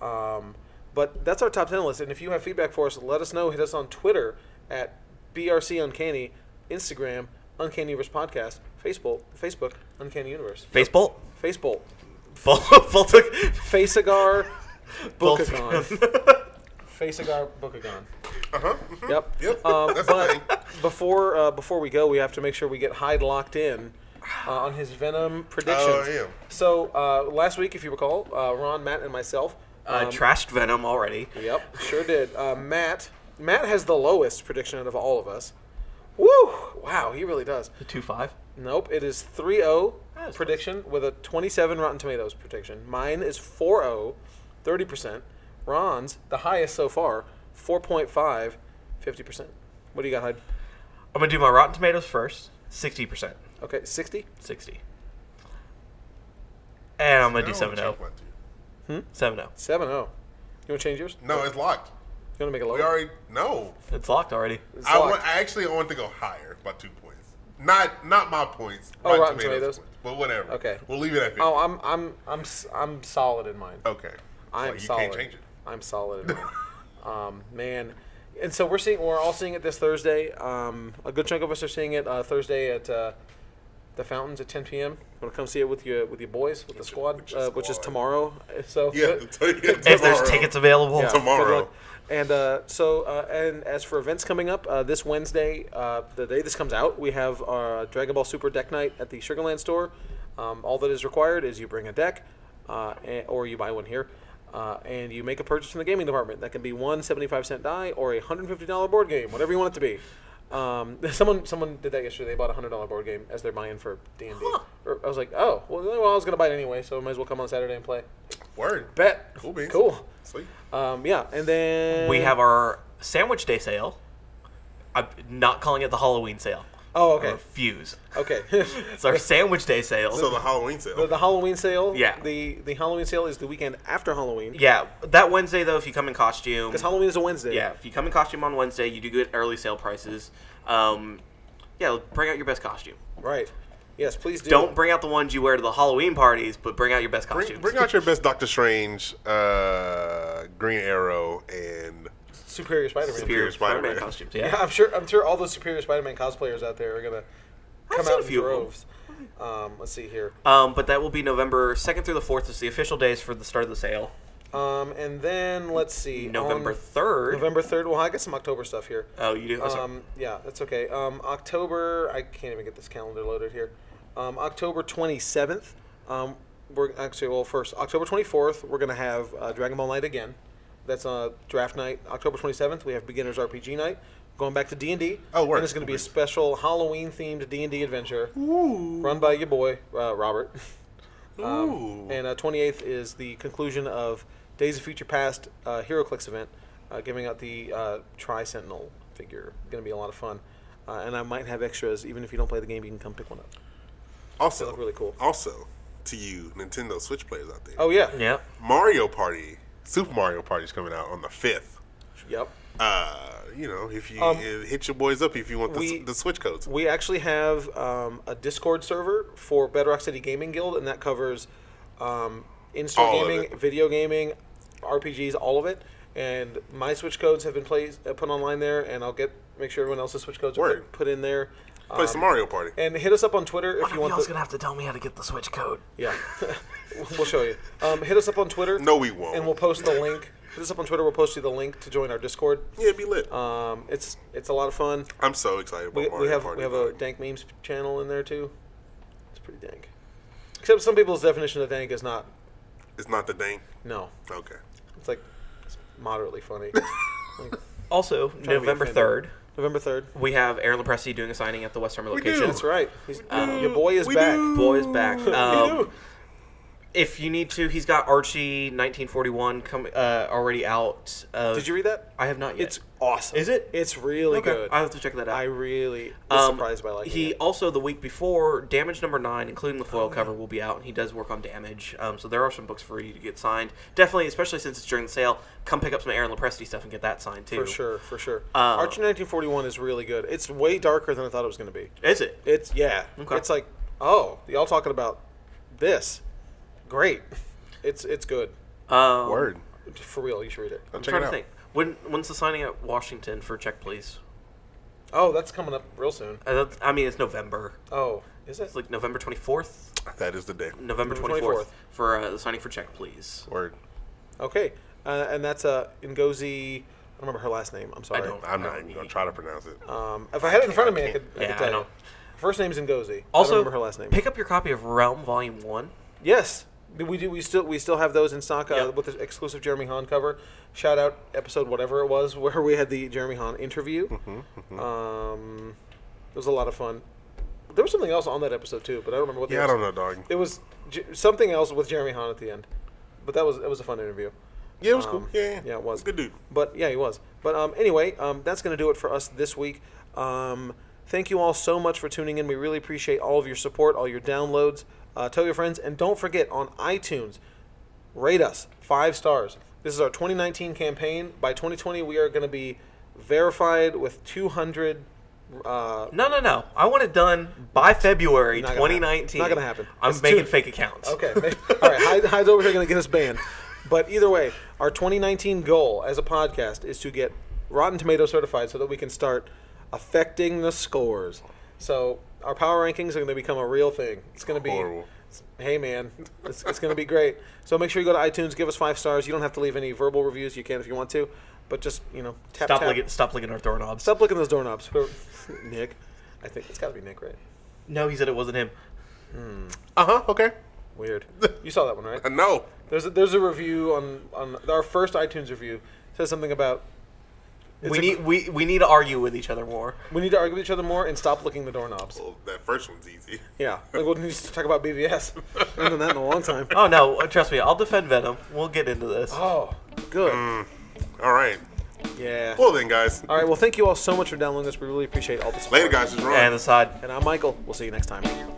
S1: Um, but that's our top ten list, and if you have feedback for us, let us know. Hit us on Twitter at BRC Uncanny, Instagram Uncanny Universe Podcast, Facebook Facebook Uncanny Universe,
S3: Facebolt.
S1: Facebook
S3: Voltic.
S1: Faceagar Bookagon,
S3: Voltic.
S1: Faceagar Bookagon.
S2: Uh
S3: Uh-huh.
S2: huh.
S3: Mm-hmm.
S1: Yep.
S2: Yep.
S1: Um,
S2: That's the thing.
S1: but before uh, before we go, we have to make sure we get Hyde locked in uh, on his Venom predictions.
S2: Oh, yeah.
S1: So uh, last week, if you recall, uh, Ron, Matt, and myself.
S3: Uh,
S1: um,
S3: trashed Venom already.
S1: Yep, sure did. Uh, Matt Matt has the lowest prediction out of all of us. Woo! Wow, he really does.
S3: The two five.
S1: Nope, it is 3 0
S3: That is
S1: prediction with a 27 Rotten Tomatoes prediction. Mine is 4 0, 30%. Ron's, the highest so far, 4.5, 50%. What do you got, Hyde?
S3: I'm gonna do my Rotten Tomatoes first. Sixty percent.
S1: Okay, 60?
S3: Sixty. And I'm gonna
S2: I
S3: do
S2: don't
S3: seven oh.
S2: wanna
S3: zero.
S2: check one, two.
S3: Seven oh. zero.
S1: 7 0. oh. You want to change yours?
S2: No, it's locked.
S1: You want to make it lower?
S2: We already no.
S3: It's locked already.
S1: Oh. It's
S2: I,
S1: locked.
S2: want, I actually want to go higher by two points. Not not my points.
S1: Oh,
S2: my
S1: Rotten Tomatoes.
S2: points, but whatever.
S1: Okay.
S2: We'll leave it at 50.
S1: oh, I'm, I'm, I'm, s- I'm solid in mine.
S2: okay. It's
S1: I'm
S2: like, Oh, you
S1: solid.
S2: can't change it.
S1: I'm solid in mine. um, man. And so we're seeing, we're all seeing it this Thursday. Um, a good chunk of us are seeing it uh, Thursday at uh, the Fountains at 10 p.m. Want to come see it with your with your boys, with the squad,
S2: which is
S1: uh, which is
S2: squad.
S1: tomorrow. So
S2: Yeah.
S1: good-
S3: If there's tickets available,
S1: yeah,
S2: Tomorrow.
S1: good luck. And uh, so, uh, and as for events coming up, uh, this Wednesday, uh, the day this comes out, we have our Dragon Ball Super Deck Night at the Sugarland store. Um, all that is required is you bring a deck, uh, and, or you buy one here, uh, and you make a purchase from the gaming department. That can be one seventy-five cent die or a hundred fifty dollar board game, whatever you want it to be. Um, someone someone did that yesterday. They bought a hundred dollar board game as they're buying for D and D. I was like, oh, well, well, I was gonna buy it anyway, so I might as well come on Saturday and play.
S2: Word.
S1: Bet.
S2: Cool beans.
S1: Cool.
S2: Sweet.
S1: Um, yeah, and then
S3: we have our sandwich day sale. I'm not calling it the Halloween sale.
S1: Oh,
S3: I
S1: okay,
S3: refuse.
S1: okay.
S3: It's our sandwich day sale.
S2: So the Halloween sale.
S1: the, the Halloween sale.
S3: Yeah.
S1: The the Halloween sale is the weekend after Halloween.
S3: yeah, that Wednesday though, if you come in costume,
S1: Because Halloween is a Wednesday.
S3: yeah, if you come in costume on Wednesday, you do get early sale prices. Um, yeah, bring out your best costume.
S1: Right. Yes, please do.
S3: Don't bring out the ones you wear to the Halloween parties, but bring out your best
S2: bring,
S3: costumes.
S2: bring out your best Doctor Strange, uh, Green Arrow, and
S1: Superior Spider-Man.
S3: Superior
S2: Spider-Man.
S3: Spider-Man costumes. Yeah,
S1: Yeah, I'm sure. I'm sure all those Superior Spider-Man cosplayers out there are gonna come
S3: seen
S1: out
S3: a
S1: in
S3: few of them.
S1: droves. Um, let's see here.
S3: Um, but that will be November second through the fourth. Is the official days for the start of the sale.
S1: Um, and then let's see.
S3: November
S1: on
S3: third.
S1: Um, November third. Well, I got some October stuff here.
S3: Oh, you do. oh, sorry.
S1: Um, yeah, that's okay. Um, October, I can't even get this calendar loaded here. Um, October 27th, um, we're actually, well, first, October 24th, we're going to have uh, Dragon Ball Night again. That's uh, draft night. October 27th, we have Beginners RPG Night. Going back to D&D.
S2: Oh, word.
S1: And it's going to be a special Halloween-themed D&D adventure run by your boy, uh, Robert.
S2: Ooh.
S1: And uh, 28th is the conclusion of Days of Future Past uh, HeroClix event, uh, giving out the uh, Tri Sentinel figure. Going to be a lot of fun. Uh, and I might have extras. Even if you don't play the game, you can come pick one up.
S2: also
S1: look really cool.
S2: Also, to you Nintendo Switch players out there,
S1: Oh, yeah.
S3: yeah.
S2: Mario Party, Super Mario Party is coming out on the fifth.
S1: Yep.
S2: Uh, you know, if you
S1: Um,
S2: uh, hit your boys up if you want the,
S1: we-
S2: the Switch codes.
S1: We actually have um, a Discord server for Bedrock City Gaming Guild, and that covers um, in-store
S2: All of
S1: gaming,
S2: it.
S1: video gaming, RPGs, all of it. And my Switch codes have been placed, uh, put online there, and I'll get make sure everyone else's Switch codes are
S2: Word.
S1: put, put in there.
S2: Play
S1: Um,
S2: some Mario Party.
S1: And hit us up on Twitter if you want.
S3: Y'all's
S1: the-
S3: gonna have to tell me how to get the Switch code.
S1: Yeah, we'll show you. Um, hit us up on Twitter.
S2: No, we won't.
S1: And we'll post the link. Hit us up on Twitter. We'll post you the link to join our Discord.
S2: yeah, be lit.
S1: Um, it's it's a lot of fun.
S2: I'm so excited about
S1: We,
S2: Mario
S1: we have
S2: Party.
S1: we have a dank memes channel in there too. It's pretty dank. Except some people's definition of dank is not.
S2: it's not the dang.
S1: No,
S2: Okay.
S1: it's like it's moderately funny.
S3: Also,
S1: be
S3: November
S1: offended.
S3: third,
S1: November third.
S3: we have Aaron Lepresti doing a signing at the West Army location.
S2: do.
S1: That's right. He's, your boy is
S2: we
S1: back.
S2: do.
S3: Boy is back.
S1: We
S3: Um,
S1: do.
S3: if you need to, he's got Archie 1941 come uh, already out. Uh,
S1: Did you read that?
S3: I have not yet.
S1: It's awesome.
S3: Is it?
S1: It's really
S3: Okay,
S1: good.
S3: I'll have to check that out.
S1: I really was
S3: Um,
S1: surprised by liking
S3: he
S1: it. Oh,
S3: also the week before damage number nine including the foil cover will be out and he does work on damage um, so there are some books for you to get signed definitely especially since it's during the sale come pick up some aaron lepresti stuff and get that signed too
S1: For sure, for sure.
S3: Um,
S1: Archie 1941 is really good. It's way darker than I thought it was going to be.
S3: is it
S1: It's yeah.
S3: Okay.
S1: It's like, oh, y'all talking about this? Great. It's it's good.
S3: um,
S2: Word.
S1: For real, you should read it.
S2: I'll
S3: i'm
S2: check
S3: trying
S2: it
S3: to
S2: out.
S3: think when, when's the signing at washington for check please
S1: Oh, that's coming up real soon.
S3: I, don't- I mean it's november
S1: Oh, is it?
S3: it's like november 24th
S2: That is the day.
S3: november 24th,
S1: November 24th.
S3: for uh, the signing for check please
S2: Word.
S1: Okay, uh, and that's uh, Ngozi. I don't remember her last name. I'm sorry.
S3: don't.
S2: I'm not
S3: Oh,
S2: even
S3: yeah.
S2: gonna try to pronounce it.
S1: Um, if I had it in front of me, I,
S2: can't-
S1: could. I
S3: yeah,
S1: could
S3: I
S1: tell you.
S3: know.
S1: Her first name's Ngozi. I
S3: also
S1: don't remember her last name.
S3: pick up your copy of realm volume one
S1: Yes, we do. We still we still have those in stock uh,
S3: Yeah.
S1: with the exclusive Jeremy Hahn cover. Shout out episode whatever it was where we had the Jeremy Hahn interview.
S2: Mm-hmm,
S1: Um, it was a lot of fun. There was something else on that episode too, but I don't remember what. the
S2: Yeah, I
S1: episode-
S2: don't know, dog.
S1: It was j- something else with Jeremy Hahn at the end, but that was it was a fun interview.
S2: Yeah, it was
S1: Um,
S2: cool. Yeah, yeah,
S1: yeah, it was
S2: Good dude.
S1: But yeah, he was. But um, anyway, um, that's gonna do it for us this week. Um, thank you all so much for tuning in. We really appreciate all of your support, all your downloads. Uh, tell your friends, and don't forget on iTunes, rate us five stars. This is our 2019 campaign. By 2020, we are gonna be verified with 200. Uh,
S3: No, no, no. I want it done by February
S1: Not gonna happen.
S3: 2019.
S1: Not gonna happen.
S3: I'm
S1: It's
S3: making
S1: too-
S3: fake accounts.
S1: Okay. ma- All right. Hyde, Hyde's over here going to get us banned. But either way, our 2019 goal as a podcast is to get Rotten Tomato certified so that we can start affecting the scores. So our power rankings are going to become a real thing. It's going to be.
S2: Horrible.
S1: Hey man, it's, it's going to be great. So make sure you go to iTunes, give us five stars. You don't have to leave any verbal reviews. You can if you want to, but just you know, tap
S3: Stop
S1: tap.
S3: licking. Stop licking our doorknobs.
S1: Stop licking those doorknobs, Nick. I think it's got to be Nick, right?
S3: No, he said it wasn't him.
S2: Uh huh. Okay.
S1: Weird. You saw that one, right?
S2: Uh, no.
S1: There's a, there's a review on, on our first iTunes review says something about
S3: we
S1: a-
S3: need we, we need to argue with each other more.
S1: we need to argue with each other more and stop licking the doorknobs.
S2: Well, that first one's easy.
S1: Yeah, like we'll need to talk about BVS. I haven't done that in a long time.
S3: Oh no, trust me. I'll defend Venom. We'll get into this.
S1: Oh, good.
S2: All right.
S1: Yeah.
S2: Well then, guys.
S1: All right. Well, thank you all so much for downloading this. We really appreciate all the support.
S2: Later, guys. It's Ron.
S3: and the side.
S1: And I'm Michael. We'll see you next time.